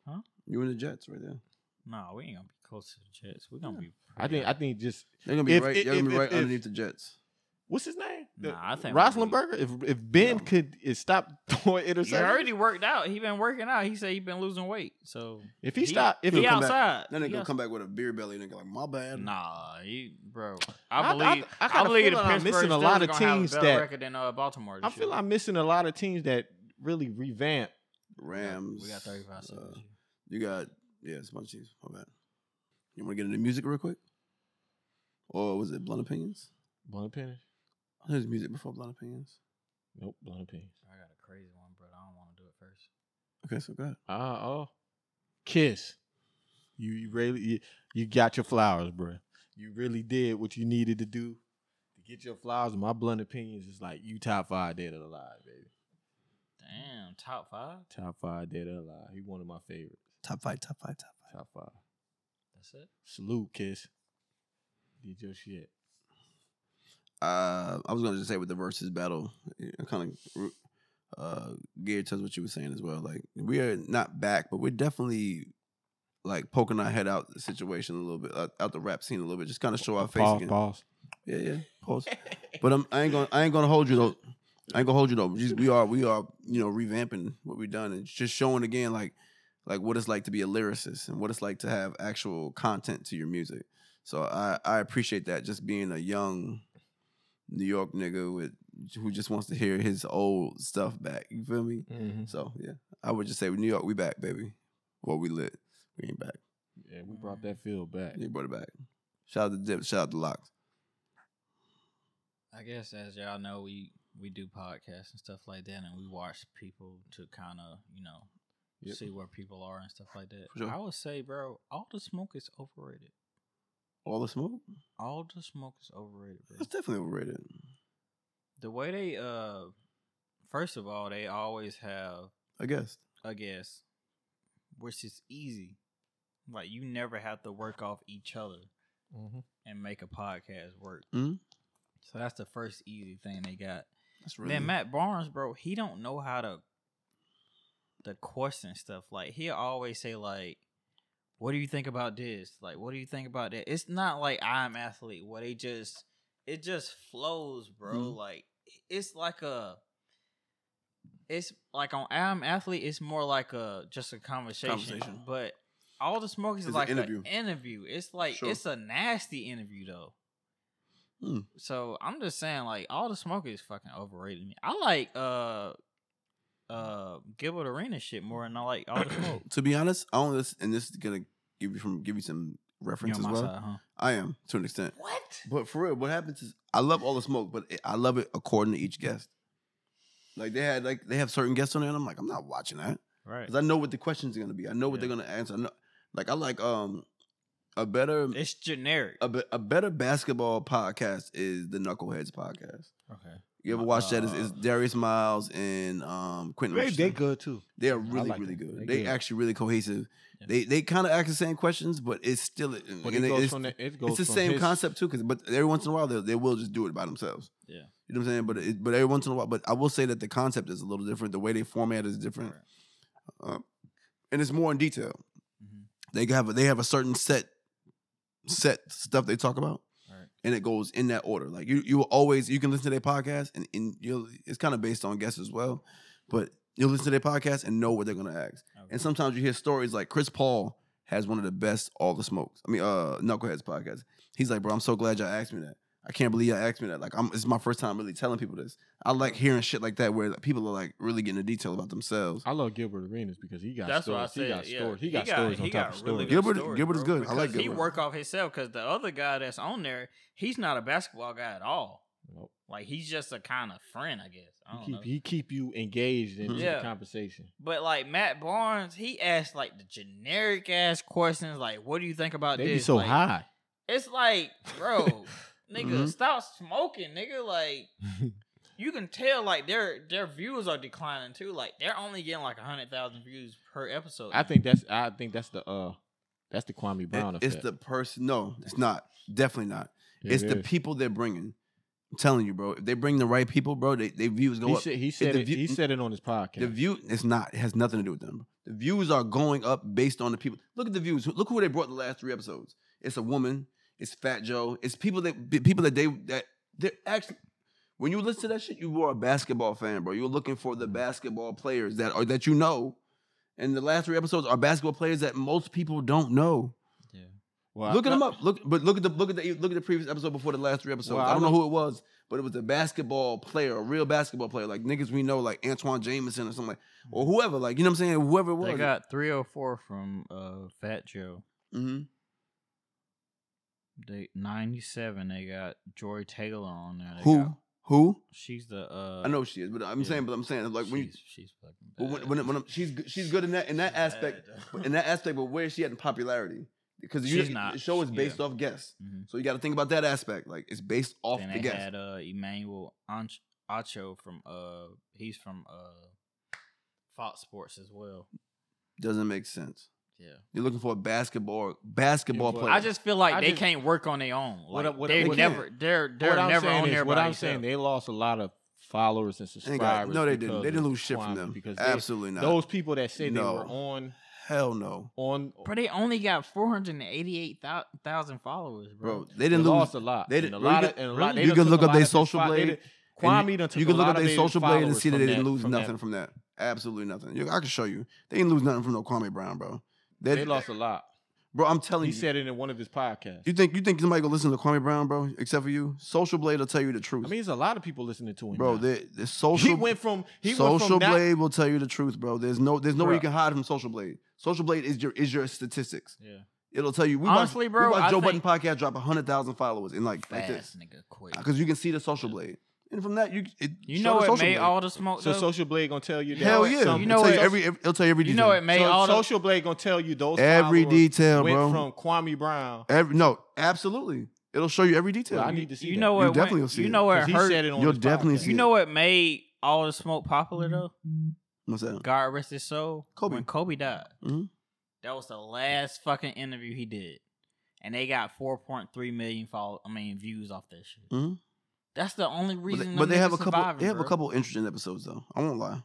Speaker 4: Huh?
Speaker 2: You and the Jets right there.
Speaker 4: Nah, we ain't gonna be close to the Jets. We gonna be.
Speaker 1: I think.
Speaker 4: pretty-
Speaker 1: I think just
Speaker 2: They're gonna be
Speaker 1: If-
Speaker 2: right.
Speaker 1: if-
Speaker 2: they're gonna be
Speaker 1: if-
Speaker 2: right
Speaker 1: if-
Speaker 2: underneath the Jets.
Speaker 1: what's his name? The-
Speaker 4: Nah, I think we'll be-
Speaker 1: Roethlisberger. If if Ben
Speaker 2: No.
Speaker 1: could is stop throwing
Speaker 4: He already
Speaker 1: interceptions,
Speaker 4: worked out. He been working out. He said he been losing weight. So
Speaker 1: if he stop, if
Speaker 4: he,
Speaker 1: he,
Speaker 2: come back.
Speaker 4: outside.
Speaker 2: Then they
Speaker 4: He
Speaker 2: gonna
Speaker 4: outside.
Speaker 2: come back with a beer belly and they go like, "My bad."
Speaker 4: Nah, he, bro.
Speaker 1: I-
Speaker 4: I
Speaker 1: I-
Speaker 4: believe.
Speaker 1: I
Speaker 4: I,
Speaker 1: kinda
Speaker 4: believe
Speaker 1: feel
Speaker 4: the
Speaker 1: I'm
Speaker 4: Pittsburgh
Speaker 1: missing a
Speaker 4: Steelers
Speaker 1: lot of
Speaker 4: gonna have a
Speaker 1: teams
Speaker 4: better
Speaker 1: that-
Speaker 4: record than uh, Baltimore.
Speaker 1: I
Speaker 4: this
Speaker 1: feel
Speaker 4: year.
Speaker 1: I'm missing a lot of teams that really revamp.
Speaker 2: Rams.
Speaker 4: We got 35 seconds.
Speaker 2: uh, you got yeah, it's a bunch of teams. My bad. You want to get into music real quick, or was it Blunt Opinions?
Speaker 1: Blunt opinion?
Speaker 2: I think it was music before Blunt Opinions.
Speaker 1: Nope, blunt opinion.
Speaker 4: I got a crazy one, but I don't want to do it first.
Speaker 2: Okay, so good.
Speaker 1: Ah, oh, kiss. You, you really you, you got your flowers, bro. You really did what you needed to do to get your flowers. My blunt opinions is like you top five dead or alive, baby.
Speaker 4: Damn, top five.
Speaker 1: Top five dead or alive. He one of my favorites.
Speaker 2: Top five, top five, top five.
Speaker 1: Top five.
Speaker 4: That's it.
Speaker 1: Salute, kiss. Did your shit.
Speaker 2: Uh, I was gonna just say with the versus battle, I kind of uh geared towards what you were saying as well. Like we are not back, but we're definitely like poking our head out the situation a little bit, out, out the rap scene a little bit, just kind of show our face
Speaker 1: Pause,
Speaker 2: again.
Speaker 1: pause.
Speaker 2: Yeah, yeah. Pause. but I'm, I ain't gonna I ain't gonna hold you though. I ain't gonna hold you though. Just, we are we are you know revamping what we've done and just showing again like like what it's like to be a lyricist and what it's like to have actual content to your music. So I I appreciate that just being a young New York nigga with who just wants to hear his old stuff back. You feel me?
Speaker 1: Mm-hmm.
Speaker 2: So yeah, I would just say New York, we back, baby. Well, we lit. We ain't back.
Speaker 1: Yeah, we brought that field back.
Speaker 2: You brought it back. Shout out to Dip. Shout out to Locks.
Speaker 3: I guess as y'all know, we we do podcasts and stuff like that, and we watch people to kind of you know
Speaker 1: Yep.
Speaker 3: see where people are and stuff like that.
Speaker 2: For sure.
Speaker 3: I would say, bro, all the smoke is overrated.
Speaker 2: All the smoke.
Speaker 3: All the smoke is overrated, bro.
Speaker 2: That's definitely overrated.
Speaker 3: the way they uh, first of all, they always have
Speaker 2: I guess.
Speaker 3: a guest, which is easy. Like you never have to work off each other
Speaker 1: Mm-hmm.
Speaker 3: and make a podcast work.
Speaker 2: Mhm.
Speaker 3: So that's the first easy thing they got.
Speaker 2: That's
Speaker 3: Then Matt Barnes, bro, he don't know how to the question stuff. Like he'll always say like, "What do you think about this? Like, what do you think about that?" It's not like I'm athlete. What they just it just flows, bro.
Speaker 2: Mhm.
Speaker 3: Like it's like a it's like on I'm athlete. It's more like a just a conversation,
Speaker 2: Conversation.
Speaker 3: but. All the smoke is
Speaker 2: It's an
Speaker 3: like
Speaker 2: interview.
Speaker 3: an interview. It's like
Speaker 2: Sure.
Speaker 3: it's a nasty interview though.
Speaker 2: Hmm.
Speaker 3: So I'm just saying, like, all the smoke is fucking overrated. to me. I like uh uh Gilbert Arena shit more than I like all the smoke.
Speaker 2: to be honest, I only listen, and this is gonna give you from give you some
Speaker 3: You
Speaker 2: reference
Speaker 3: on
Speaker 2: as
Speaker 3: my
Speaker 2: well.
Speaker 3: side, huh?
Speaker 2: I am to an extent,
Speaker 3: What?
Speaker 2: but for real, what happens is I love all the smoke, but it, I love it according to each guest. Like they had like they have certain guests on there, and I'm like, I'm not watching that
Speaker 4: Right.
Speaker 2: because I know what the questions are gonna be. I know what they're gonna answer. I know, like I like um a better
Speaker 4: It's generic.
Speaker 2: a, be- a better basketball podcast is the Knuckleheads podcast.
Speaker 4: Okay.
Speaker 2: You
Speaker 3: Uh,
Speaker 2: ever watch that? It's, it's Darius Miles and um Quentin.
Speaker 1: They,
Speaker 2: Richardson.
Speaker 1: they good too.
Speaker 2: They are
Speaker 1: I
Speaker 2: really,
Speaker 1: like
Speaker 2: really
Speaker 1: them.
Speaker 2: good.
Speaker 1: They
Speaker 2: They
Speaker 1: good.
Speaker 2: actually really cohesive.
Speaker 3: Yeah.
Speaker 2: They they kind of ask the same questions, but it's still
Speaker 1: But
Speaker 2: and
Speaker 1: it
Speaker 2: it-
Speaker 1: goes
Speaker 2: it's,
Speaker 1: from the, it goes
Speaker 2: it's the
Speaker 1: from
Speaker 2: same
Speaker 1: his-
Speaker 2: concept too. Because but every once in a while they, they will just do it by themselves.
Speaker 3: Yeah.
Speaker 2: you know what I'm saying. But it, but every once in a while, but I will say that the concept is a little different. The way they format is different, uh, and it's more in detail.
Speaker 3: Mhm.
Speaker 2: They have a, they have a certain set set stuff they talk about.
Speaker 3: Right.
Speaker 2: And it goes in that order. Like you, you will always you can listen to their podcast, and, and you'll it's kind of based on guests as well. But you'll listen to their podcast and know what they're gonna ask. And sometimes you hear stories like Chris Paul has one of the best all the smokes. I mean, uh, Knuckleheads podcast. He's like, bro, I'm so glad y'all asked me that. I can't believe y'all asked me that. Like, I'm it's my first time really telling people this. I like hearing shit like that where like, people are like really getting into detail about themselves.
Speaker 1: I love Gilbert Arenas because he got
Speaker 4: That's what I
Speaker 1: stories. He got
Speaker 4: said, yeah.
Speaker 1: stories. He
Speaker 4: He
Speaker 1: got
Speaker 4: got-
Speaker 1: stories on
Speaker 4: he
Speaker 1: top
Speaker 4: got
Speaker 1: of
Speaker 4: really
Speaker 1: stories.
Speaker 4: good
Speaker 2: Gilbert
Speaker 4: story,
Speaker 2: Gilbert is
Speaker 4: bro,
Speaker 2: good. I like
Speaker 4: because
Speaker 2: Gilbert.
Speaker 4: he work off himself because the other guy that's on there, he's not a basketball guy at all.
Speaker 1: Nope.
Speaker 4: Like he's just a kind of friend, I guess. I don't
Speaker 1: He
Speaker 4: know. Mm-hmm.
Speaker 1: keep, he keep you engaged in
Speaker 4: Yeah.
Speaker 1: the conversation.
Speaker 4: But like Matt Barnes, he asked like the generic ass questions, like "What do you think about
Speaker 1: They
Speaker 4: this?"
Speaker 1: be so
Speaker 4: Like,
Speaker 1: high.
Speaker 4: It's like, bro, nigga,
Speaker 1: Mm-hmm.
Speaker 2: Mhm.
Speaker 4: stop smoking, nigga. Like
Speaker 3: you can tell like their their views are declining too. Like they're only getting like hundred thousand views per episode.
Speaker 1: I think that's I think that's the uh that's the Kwame Brown
Speaker 2: It- it's
Speaker 1: effect.
Speaker 2: the person. No, it's not. Definitely not.
Speaker 1: It
Speaker 2: it's the
Speaker 1: is.
Speaker 2: people they're bringing. I'm telling you, bro. If they bring the right people, bro, they, they views go
Speaker 1: he
Speaker 2: up.
Speaker 1: said he said
Speaker 2: the
Speaker 1: it,
Speaker 2: view-
Speaker 1: he said it on his podcast.
Speaker 2: The view it's not. It has nothing to do with them. The views are going up based on the people. Look at the views. Look who they brought the last three episodes. It's a woman. It's Fat Joe. It's people that b- people that they that they're actually. When you listen to that shit, you were a basketball fan, bro. You're looking for
Speaker 1: Mm.
Speaker 2: the basketball players that are that you know. And the last three episodes are basketball players that most people don't know.
Speaker 1: well,
Speaker 2: look at
Speaker 1: I-
Speaker 2: them up. Look, but look at the look at the look at the previous episode before the last three episodes.
Speaker 1: Well,
Speaker 2: I
Speaker 1: I
Speaker 2: don't know who it was, but it was a basketball player, a real basketball player, like niggas we know, like Antoine Jameson or something, like, or whoever, like you know what I'm saying, whoever it was.
Speaker 4: Mm-hmm. They got 304 from uh, Fat Joe.
Speaker 2: Mhm.
Speaker 4: They 97. They got Joy Taylor on there. They
Speaker 2: Who?
Speaker 4: got-
Speaker 2: Who?
Speaker 4: she's the. Uh,
Speaker 2: I know she is, but I'm
Speaker 4: yeah.
Speaker 2: saying, but I'm saying, like
Speaker 4: she's,
Speaker 2: when you,
Speaker 4: she's fucking.
Speaker 2: but when, when, when I'm, she's good- she's good in that in that aspect, but in that aspect, but where is she at in popularity? Because you,
Speaker 4: She's not.
Speaker 2: the show is
Speaker 4: Yeah.
Speaker 2: based off guests,
Speaker 4: Mhm.
Speaker 2: so you got to think about that aspect. Like it's based off
Speaker 4: Then
Speaker 2: the
Speaker 4: they
Speaker 2: guests.
Speaker 4: had uh, Emmanuel Anch- Acho from. uh, He's from uh, Fox Sports as well.
Speaker 2: Doesn't make sense.
Speaker 4: Yeah.
Speaker 2: You're looking for a basketball basketball
Speaker 1: Yeah,
Speaker 2: player.
Speaker 1: but-
Speaker 4: I just feel like
Speaker 1: I
Speaker 4: they
Speaker 1: just-
Speaker 4: can't work on their own.
Speaker 1: What
Speaker 4: Like,
Speaker 1: I- what I-
Speaker 4: they
Speaker 2: what-
Speaker 4: never. They're
Speaker 1: what
Speaker 4: they're
Speaker 1: I'm
Speaker 4: never
Speaker 1: saying
Speaker 4: on
Speaker 1: is-
Speaker 4: there.
Speaker 1: What
Speaker 4: by
Speaker 1: I'm
Speaker 4: themselves.
Speaker 1: saying, they lost a lot of followers and
Speaker 2: They ain't got-
Speaker 1: subscribers.
Speaker 2: no, they didn't.
Speaker 1: because
Speaker 2: They didn't
Speaker 1: of
Speaker 2: lose shit from
Speaker 1: Kwame,
Speaker 2: them.
Speaker 1: because they-
Speaker 2: Absolutely not.
Speaker 1: those people that say they were
Speaker 2: No.
Speaker 1: on
Speaker 2: hell no,
Speaker 1: on
Speaker 3: But they only got four hundred and eighty-eight thousand followers, bro.
Speaker 2: bro. They didn't
Speaker 1: they
Speaker 2: lose.
Speaker 1: lost a lot.
Speaker 2: they
Speaker 1: They didn't.
Speaker 2: didn't-
Speaker 1: A
Speaker 2: well, you
Speaker 1: lot of,
Speaker 2: could-
Speaker 1: and a lot,
Speaker 2: really?
Speaker 1: they
Speaker 2: You
Speaker 1: done
Speaker 2: could
Speaker 1: took
Speaker 2: look
Speaker 1: a
Speaker 2: up
Speaker 1: lot
Speaker 2: their
Speaker 1: of
Speaker 2: social
Speaker 1: fo- they
Speaker 2: blade,
Speaker 1: done- Kwame done took
Speaker 2: you
Speaker 1: a
Speaker 2: can look
Speaker 1: lot
Speaker 2: up
Speaker 1: of
Speaker 2: their social blade and see that they didn't lose
Speaker 1: from
Speaker 2: nothing
Speaker 1: that-
Speaker 2: from that. Absolutely nothing. You- I can show you. They didn't lose nothing from no Kwame Brown, bro. They,
Speaker 1: They, lost a lot.
Speaker 2: bro. I'm telling
Speaker 1: He
Speaker 2: you.
Speaker 1: said it in one of his podcasts.
Speaker 2: you think you think somebody gonna listen to Kwame Brown, bro? Except for you, Social Blade will tell you the truth,
Speaker 1: I mean, there's a lot of people listening to him,
Speaker 2: bro.
Speaker 1: now.
Speaker 2: The, the social
Speaker 1: he went from he went
Speaker 2: Social
Speaker 1: from not-
Speaker 2: Blade will tell you the truth, bro. There's no there's no way you
Speaker 1: Bruh.
Speaker 2: can hide from Social Blade. Social Blade is your is your statistics.
Speaker 4: Yeah.
Speaker 2: It'll tell you. We
Speaker 4: Honestly,
Speaker 2: watched,
Speaker 4: bro,
Speaker 2: we watched
Speaker 4: I
Speaker 2: Joe
Speaker 4: think-
Speaker 2: Button podcast drop hundred thousand followers in like like this
Speaker 4: Fast nigga, quick.
Speaker 2: because you can see the Social Blade, and from that you it
Speaker 4: You
Speaker 2: show
Speaker 4: know
Speaker 2: the
Speaker 4: what
Speaker 2: social
Speaker 4: made
Speaker 2: blade.
Speaker 4: all the smoke
Speaker 1: So
Speaker 4: though?
Speaker 1: social blade gonna tell you that
Speaker 2: hell
Speaker 1: some-
Speaker 2: yeah.
Speaker 1: some-
Speaker 2: you
Speaker 4: You
Speaker 2: know
Speaker 4: know
Speaker 2: it'll tell
Speaker 4: what-
Speaker 2: you every, every it'll tell you every
Speaker 4: you
Speaker 2: detail.
Speaker 4: know it made
Speaker 1: so
Speaker 4: all the
Speaker 1: social blade gonna tell you those
Speaker 2: every
Speaker 1: followers
Speaker 2: detail,
Speaker 1: went
Speaker 2: bro.
Speaker 1: from Kwame Brown.
Speaker 2: every no, absolutely. It'll show you every detail.
Speaker 1: Well, I need to see.
Speaker 4: you
Speaker 1: that.
Speaker 4: know what
Speaker 2: You
Speaker 4: went-
Speaker 2: definitely will see it.
Speaker 4: you
Speaker 2: Mm-hmm.
Speaker 4: know where
Speaker 1: 'Cause
Speaker 4: it
Speaker 1: he
Speaker 4: hurt
Speaker 1: said it on
Speaker 2: You'll
Speaker 1: his
Speaker 2: definitely
Speaker 1: podcast.
Speaker 2: see
Speaker 4: you know what made all the smoke popular though
Speaker 2: What's that?
Speaker 4: god rest his soul
Speaker 2: Mm-hmm. Kobe.
Speaker 4: when kobe died
Speaker 2: Mhm.
Speaker 4: that was the last fucking interview he did and they got 4.3 million follow i mean views off that shit
Speaker 2: Mhm.
Speaker 4: that's the only
Speaker 2: But
Speaker 4: reason
Speaker 2: they, but they have a couple.
Speaker 4: surviving,
Speaker 2: they have
Speaker 4: bro.
Speaker 2: a couple interesting episodes though. I won't lie.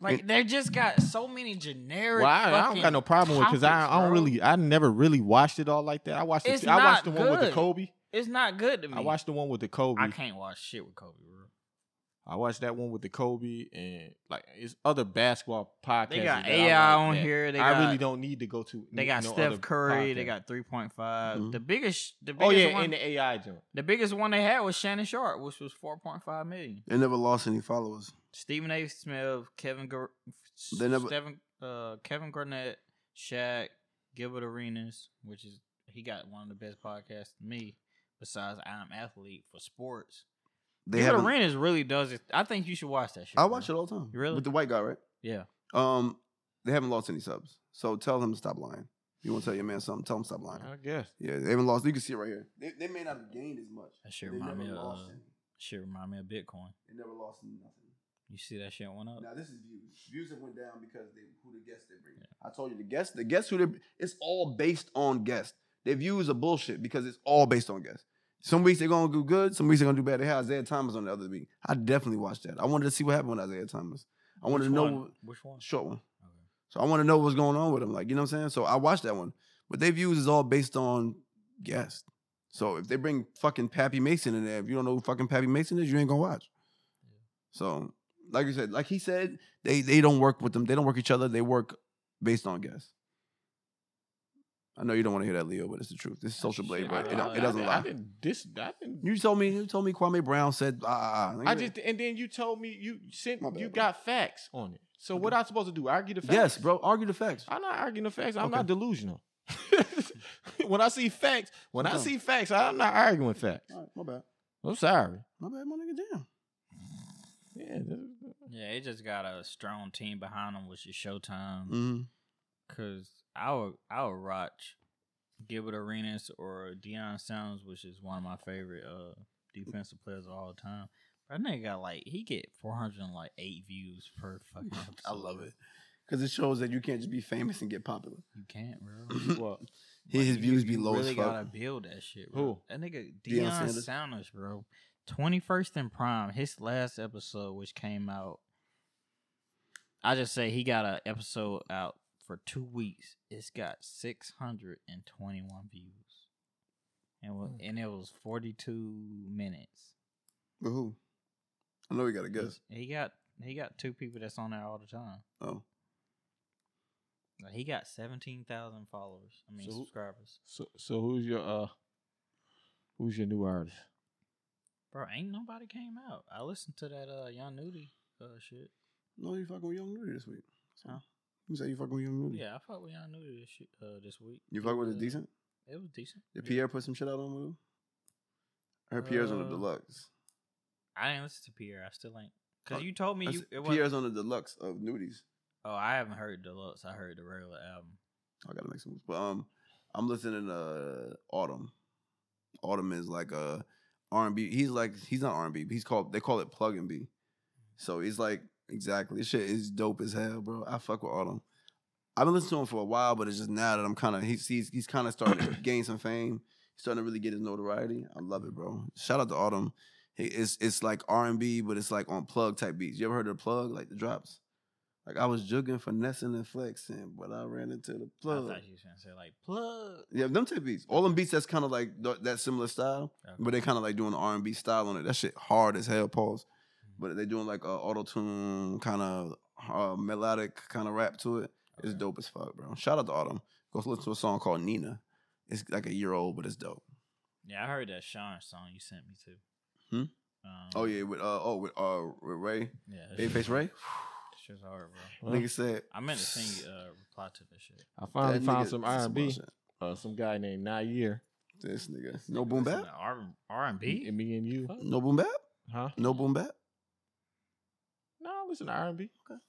Speaker 4: like they just got so many generic
Speaker 1: Well, I, I don't
Speaker 4: fucking
Speaker 1: got no problem with because I,
Speaker 4: topics,
Speaker 1: I don't
Speaker 4: bro.
Speaker 1: really, I never really watched it all like that. I watched, the,
Speaker 4: It's
Speaker 1: two- I watched the
Speaker 4: not
Speaker 1: one with the
Speaker 4: good.
Speaker 1: Kobe.
Speaker 4: it's not good to me
Speaker 1: I watched the one with the Kobe.
Speaker 4: i can't watch shit with kobe bro
Speaker 1: I watched that one with the Kobe and like it's other basketball podcasts.
Speaker 4: they got
Speaker 1: that I
Speaker 4: ai
Speaker 1: like
Speaker 4: on
Speaker 1: that
Speaker 4: here they got
Speaker 1: I really don't need to go to.
Speaker 4: They
Speaker 1: n-
Speaker 4: got
Speaker 1: no other
Speaker 4: Steph Curry. They
Speaker 1: podcast.
Speaker 4: got three
Speaker 2: Mhm.
Speaker 4: The biggest, the
Speaker 1: Oh
Speaker 4: biggest
Speaker 1: yeah,
Speaker 4: one,
Speaker 1: and the AI joint.
Speaker 4: the biggest one they had was Shannon Sharp, which was four point five million.
Speaker 2: They never lost any followers.
Speaker 4: Stephen A. Smith, Kevin, Gar-
Speaker 2: They never-
Speaker 4: Stephen, uh, Kevin Garnett, Shaq, Gilbert Arenas, which is he got one of the best podcasts to me. Besides, I'm athlete for sports.
Speaker 2: They
Speaker 4: Gilbert
Speaker 2: haven't.
Speaker 4: Arenas really does it. I think you should watch that shit.
Speaker 2: I
Speaker 4: bro.
Speaker 2: watch it all the time.
Speaker 4: You really?
Speaker 2: With the white guy, right?
Speaker 4: Yeah.
Speaker 2: Um, they haven't lost any subs. So tell them to stop lying. You want to tell your man something? Tell him to stop lying.
Speaker 4: Uh,
Speaker 1: I guess.
Speaker 2: Yeah, they haven't lost. You can see it right here. They, they may not have gained as much.
Speaker 4: That shit
Speaker 2: They
Speaker 4: remind me
Speaker 2: never
Speaker 4: of uh,
Speaker 2: lost. any.
Speaker 4: shit remind me of Bitcoin.
Speaker 2: They never lost nothing.
Speaker 4: You see that shit went up.
Speaker 2: Now this is views. Views have went down because they who the guests they bring. I told you the guests, the guests who they it's all based on guests. Their views are bullshit because it's all based on guests. Some weeks they're gonna do good, some weeks they're gonna do bad. They had Isaiah Thomas on the other week. I definitely watched that. I wanted to see what happened with Isaiah Thomas. I wanted
Speaker 4: Which
Speaker 2: to know
Speaker 4: one? which one.
Speaker 2: short one.
Speaker 4: Okay.
Speaker 2: So I want to know what's going on with him. Like, you know what I'm saying? So I watched that one. But their views is all based on guests. So if they bring fucking Pappy Mason in there, if you don't know who fucking Pappy Mason is, you ain't gonna watch. So, like you said, like he said, they they don't work with them. They don't work each other. They work based on guests. I know you don't want to hear that, Leo, but it's the truth. This is social blade,
Speaker 1: Shit,
Speaker 2: right?
Speaker 1: I-
Speaker 2: It,
Speaker 1: I-
Speaker 2: it doesn't
Speaker 1: I, I
Speaker 2: lie.
Speaker 1: didn't. This. I didn't.
Speaker 2: You told me. You told me Kwame Brown said. Ah, ah, ah.
Speaker 1: I just and then you told me you sent
Speaker 2: My bad,
Speaker 1: you
Speaker 2: bro.
Speaker 1: got facts on it. So what I supposed to do? Argue the facts?
Speaker 2: yes, bro. Argue the facts.
Speaker 1: I'm not arguing the facts. I'm
Speaker 2: Okay.
Speaker 1: not delusional. when I see facts, when I
Speaker 2: Okay.
Speaker 1: see facts, I'm not arguing facts.
Speaker 2: All right, my bad.
Speaker 1: I'm sorry.
Speaker 2: My bad, my nigga. Damn.
Speaker 1: Yeah, th-
Speaker 4: Yeah, it just got a strong team behind them, which is Showtime.
Speaker 2: Mm-hmm.
Speaker 4: Cause I would I would watch Gilbert Arenas or Deion Sounds, which is one of my favorite uh
Speaker 3: defensive players of all time. That nigga got like he get four hundred and like eight views per fucking. Episode.
Speaker 2: I love it because it shows that you can't just be famous and get popular.
Speaker 3: You can't, bro.
Speaker 1: Well,
Speaker 2: His,
Speaker 3: you-
Speaker 2: views
Speaker 3: you
Speaker 2: be low
Speaker 3: really
Speaker 2: as fuck.
Speaker 3: gotta build that shit. Bro.
Speaker 1: Who?
Speaker 3: That nigga
Speaker 2: Deion
Speaker 3: Deion,
Speaker 2: Sanders?
Speaker 3: Sanders. bro. Twenty first in prime. His last episode, which came out, I just say he got an episode out for two weeks. It's got six hundred and twenty one views, and wa- and it was forty two minutes.
Speaker 2: But who? I know you got a guess.
Speaker 3: He got he got two people that's on there all the time.
Speaker 2: Oh,
Speaker 3: Like, he got seventeen thousand followers. I mean
Speaker 1: So who-
Speaker 3: subscribers.
Speaker 1: so so who's your uh who's your new artist?
Speaker 3: Bro, ain't nobody came out. I listened to that uh Young Nudie uh shit.
Speaker 2: no, you fucking with Young Nudie this week.
Speaker 3: Huh?
Speaker 2: You say you fucking with Young Nudie.
Speaker 3: Yeah, I fuck with Young Nudie this shit, uh this week.
Speaker 2: You fuck with
Speaker 3: Uh,
Speaker 2: it decent.
Speaker 3: It was decent.
Speaker 2: Did
Speaker 3: Yeah.
Speaker 2: Pierre put some shit out on with him? I heard Pierre's on the
Speaker 3: Uh,
Speaker 2: deluxe.
Speaker 3: I didn't listen to Pierre. I still ain't
Speaker 2: Oh,
Speaker 3: because you told me
Speaker 2: I
Speaker 3: you
Speaker 2: s-
Speaker 3: it was.
Speaker 2: Pierre's on the deluxe of Nudies.
Speaker 3: Oh, I haven't heard deluxe. I heard the regular album.
Speaker 2: I gotta make some moves. But um, I'm listening to Autumn. Autumn is like a R&B. He's like he's not R&B. He's called they call it plug and B. So he's like exactly. This shit is dope as hell, bro. I fuck with Autumn. I've been listening to him for a while, but it's just now that I'm kind of he's he's, he's kind of starting to gain some fame. He's starting to really get his notoriety. I love it, bro. Shout out to Autumn. He- It's it's like R and B, but it's like on plug type beats. You ever heard of the plug, like the drops? Like I was jugging, finessing, and flexing, but I ran into the plug.
Speaker 3: I thought you was gonna say like plug.
Speaker 2: Yeah, them type beats. All them beats that's kind of like th- that similar style,
Speaker 3: Okay.
Speaker 2: but they kind of like doing the R and B style on it. That shit hard as hell. Pause.
Speaker 3: Mm-hmm.
Speaker 2: But they doing like a auto tune kind of uh, melodic kind of rap to it. It's
Speaker 3: Okay.
Speaker 2: dope as fuck, bro. Shout out to Autumn. Go listen to a song called Nina. It's like a year old, but it's dope.
Speaker 3: Yeah, I heard that Sean song you sent me too.
Speaker 2: Hmm?
Speaker 3: Um,
Speaker 2: Oh yeah, with uh oh with uh with Ray,
Speaker 3: yeah. that shit-
Speaker 2: Babyface Ray.
Speaker 3: that Shit's hard, bro.
Speaker 1: Huh?
Speaker 2: Nigga said.
Speaker 3: I meant to send you uh reply to this shit.
Speaker 1: I finally
Speaker 2: that
Speaker 1: found
Speaker 2: nigga-
Speaker 1: some
Speaker 2: this is
Speaker 1: R and B.
Speaker 2: bullshit.
Speaker 1: Uh, some guy named Nair.
Speaker 2: This nigga. No boom bap. Mm,
Speaker 3: R and B.
Speaker 1: And me and you,
Speaker 2: No boom bap.
Speaker 1: huh?
Speaker 2: No boom bap.
Speaker 1: No, I listen to R and B.
Speaker 3: That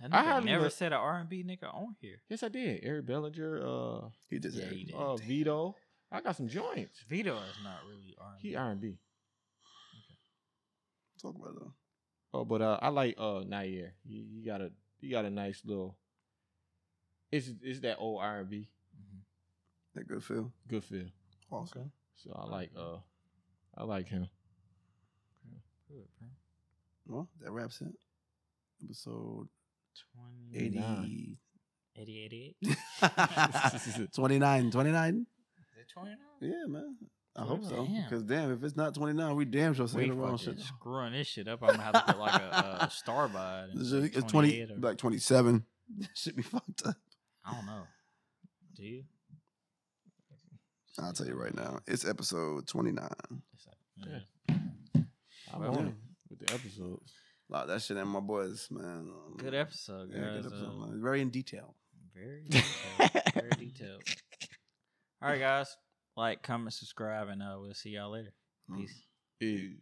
Speaker 1: I
Speaker 3: nigga
Speaker 1: haven't
Speaker 3: never
Speaker 1: looked-
Speaker 3: said an R and B nigga on here.
Speaker 1: Yes, I did. Eric Bellinger, uh,
Speaker 2: He just
Speaker 3: Yeah,
Speaker 2: had-
Speaker 3: he did.
Speaker 1: uh, Vito. I got some joints.
Speaker 3: Vito is not really R and
Speaker 1: He
Speaker 3: B.
Speaker 1: R and B.
Speaker 2: talk about it, though.
Speaker 1: Oh, but uh, I like uh Nair. He, he got a he got a nice little. It's it's that old R and B
Speaker 2: That good feel.
Speaker 1: good feel.
Speaker 2: Awesome.
Speaker 1: So I like uh, I like him.
Speaker 2: Well, that wraps it. Episode
Speaker 3: 20,
Speaker 2: 80.
Speaker 1: 89.
Speaker 3: 88?
Speaker 2: 29. 29?
Speaker 3: Is it 29?
Speaker 2: Yeah, man. I hope so.
Speaker 3: Damn.
Speaker 2: Because, damn, if it's not 29, we damn sure
Speaker 3: We
Speaker 2: saying the wrong
Speaker 3: fucking
Speaker 2: shit.
Speaker 3: screwing this shit up. I'm gonna have to put like a, uh star by it. and
Speaker 2: It's,
Speaker 3: say
Speaker 2: it's 20,
Speaker 3: 28 or-
Speaker 2: like 27. Should be fucked up.
Speaker 3: I don't know. Do you?
Speaker 2: I'll tell you right now. It's episode 29.
Speaker 3: It's like, mm. yeah.
Speaker 1: I'm
Speaker 2: Well,
Speaker 1: on
Speaker 2: yeah.
Speaker 1: it with the episodes.
Speaker 2: Lot of that shit in my boys, man. Um,
Speaker 3: Good episode, guys.
Speaker 2: Yeah, good episode,
Speaker 3: Uh,
Speaker 2: man. Very in detail.
Speaker 3: Very detailed. very detailed. All right, guys. Like, comment, subscribe, and uh, we'll see y'all later.
Speaker 2: Mm.
Speaker 3: Peace.
Speaker 1: Hey.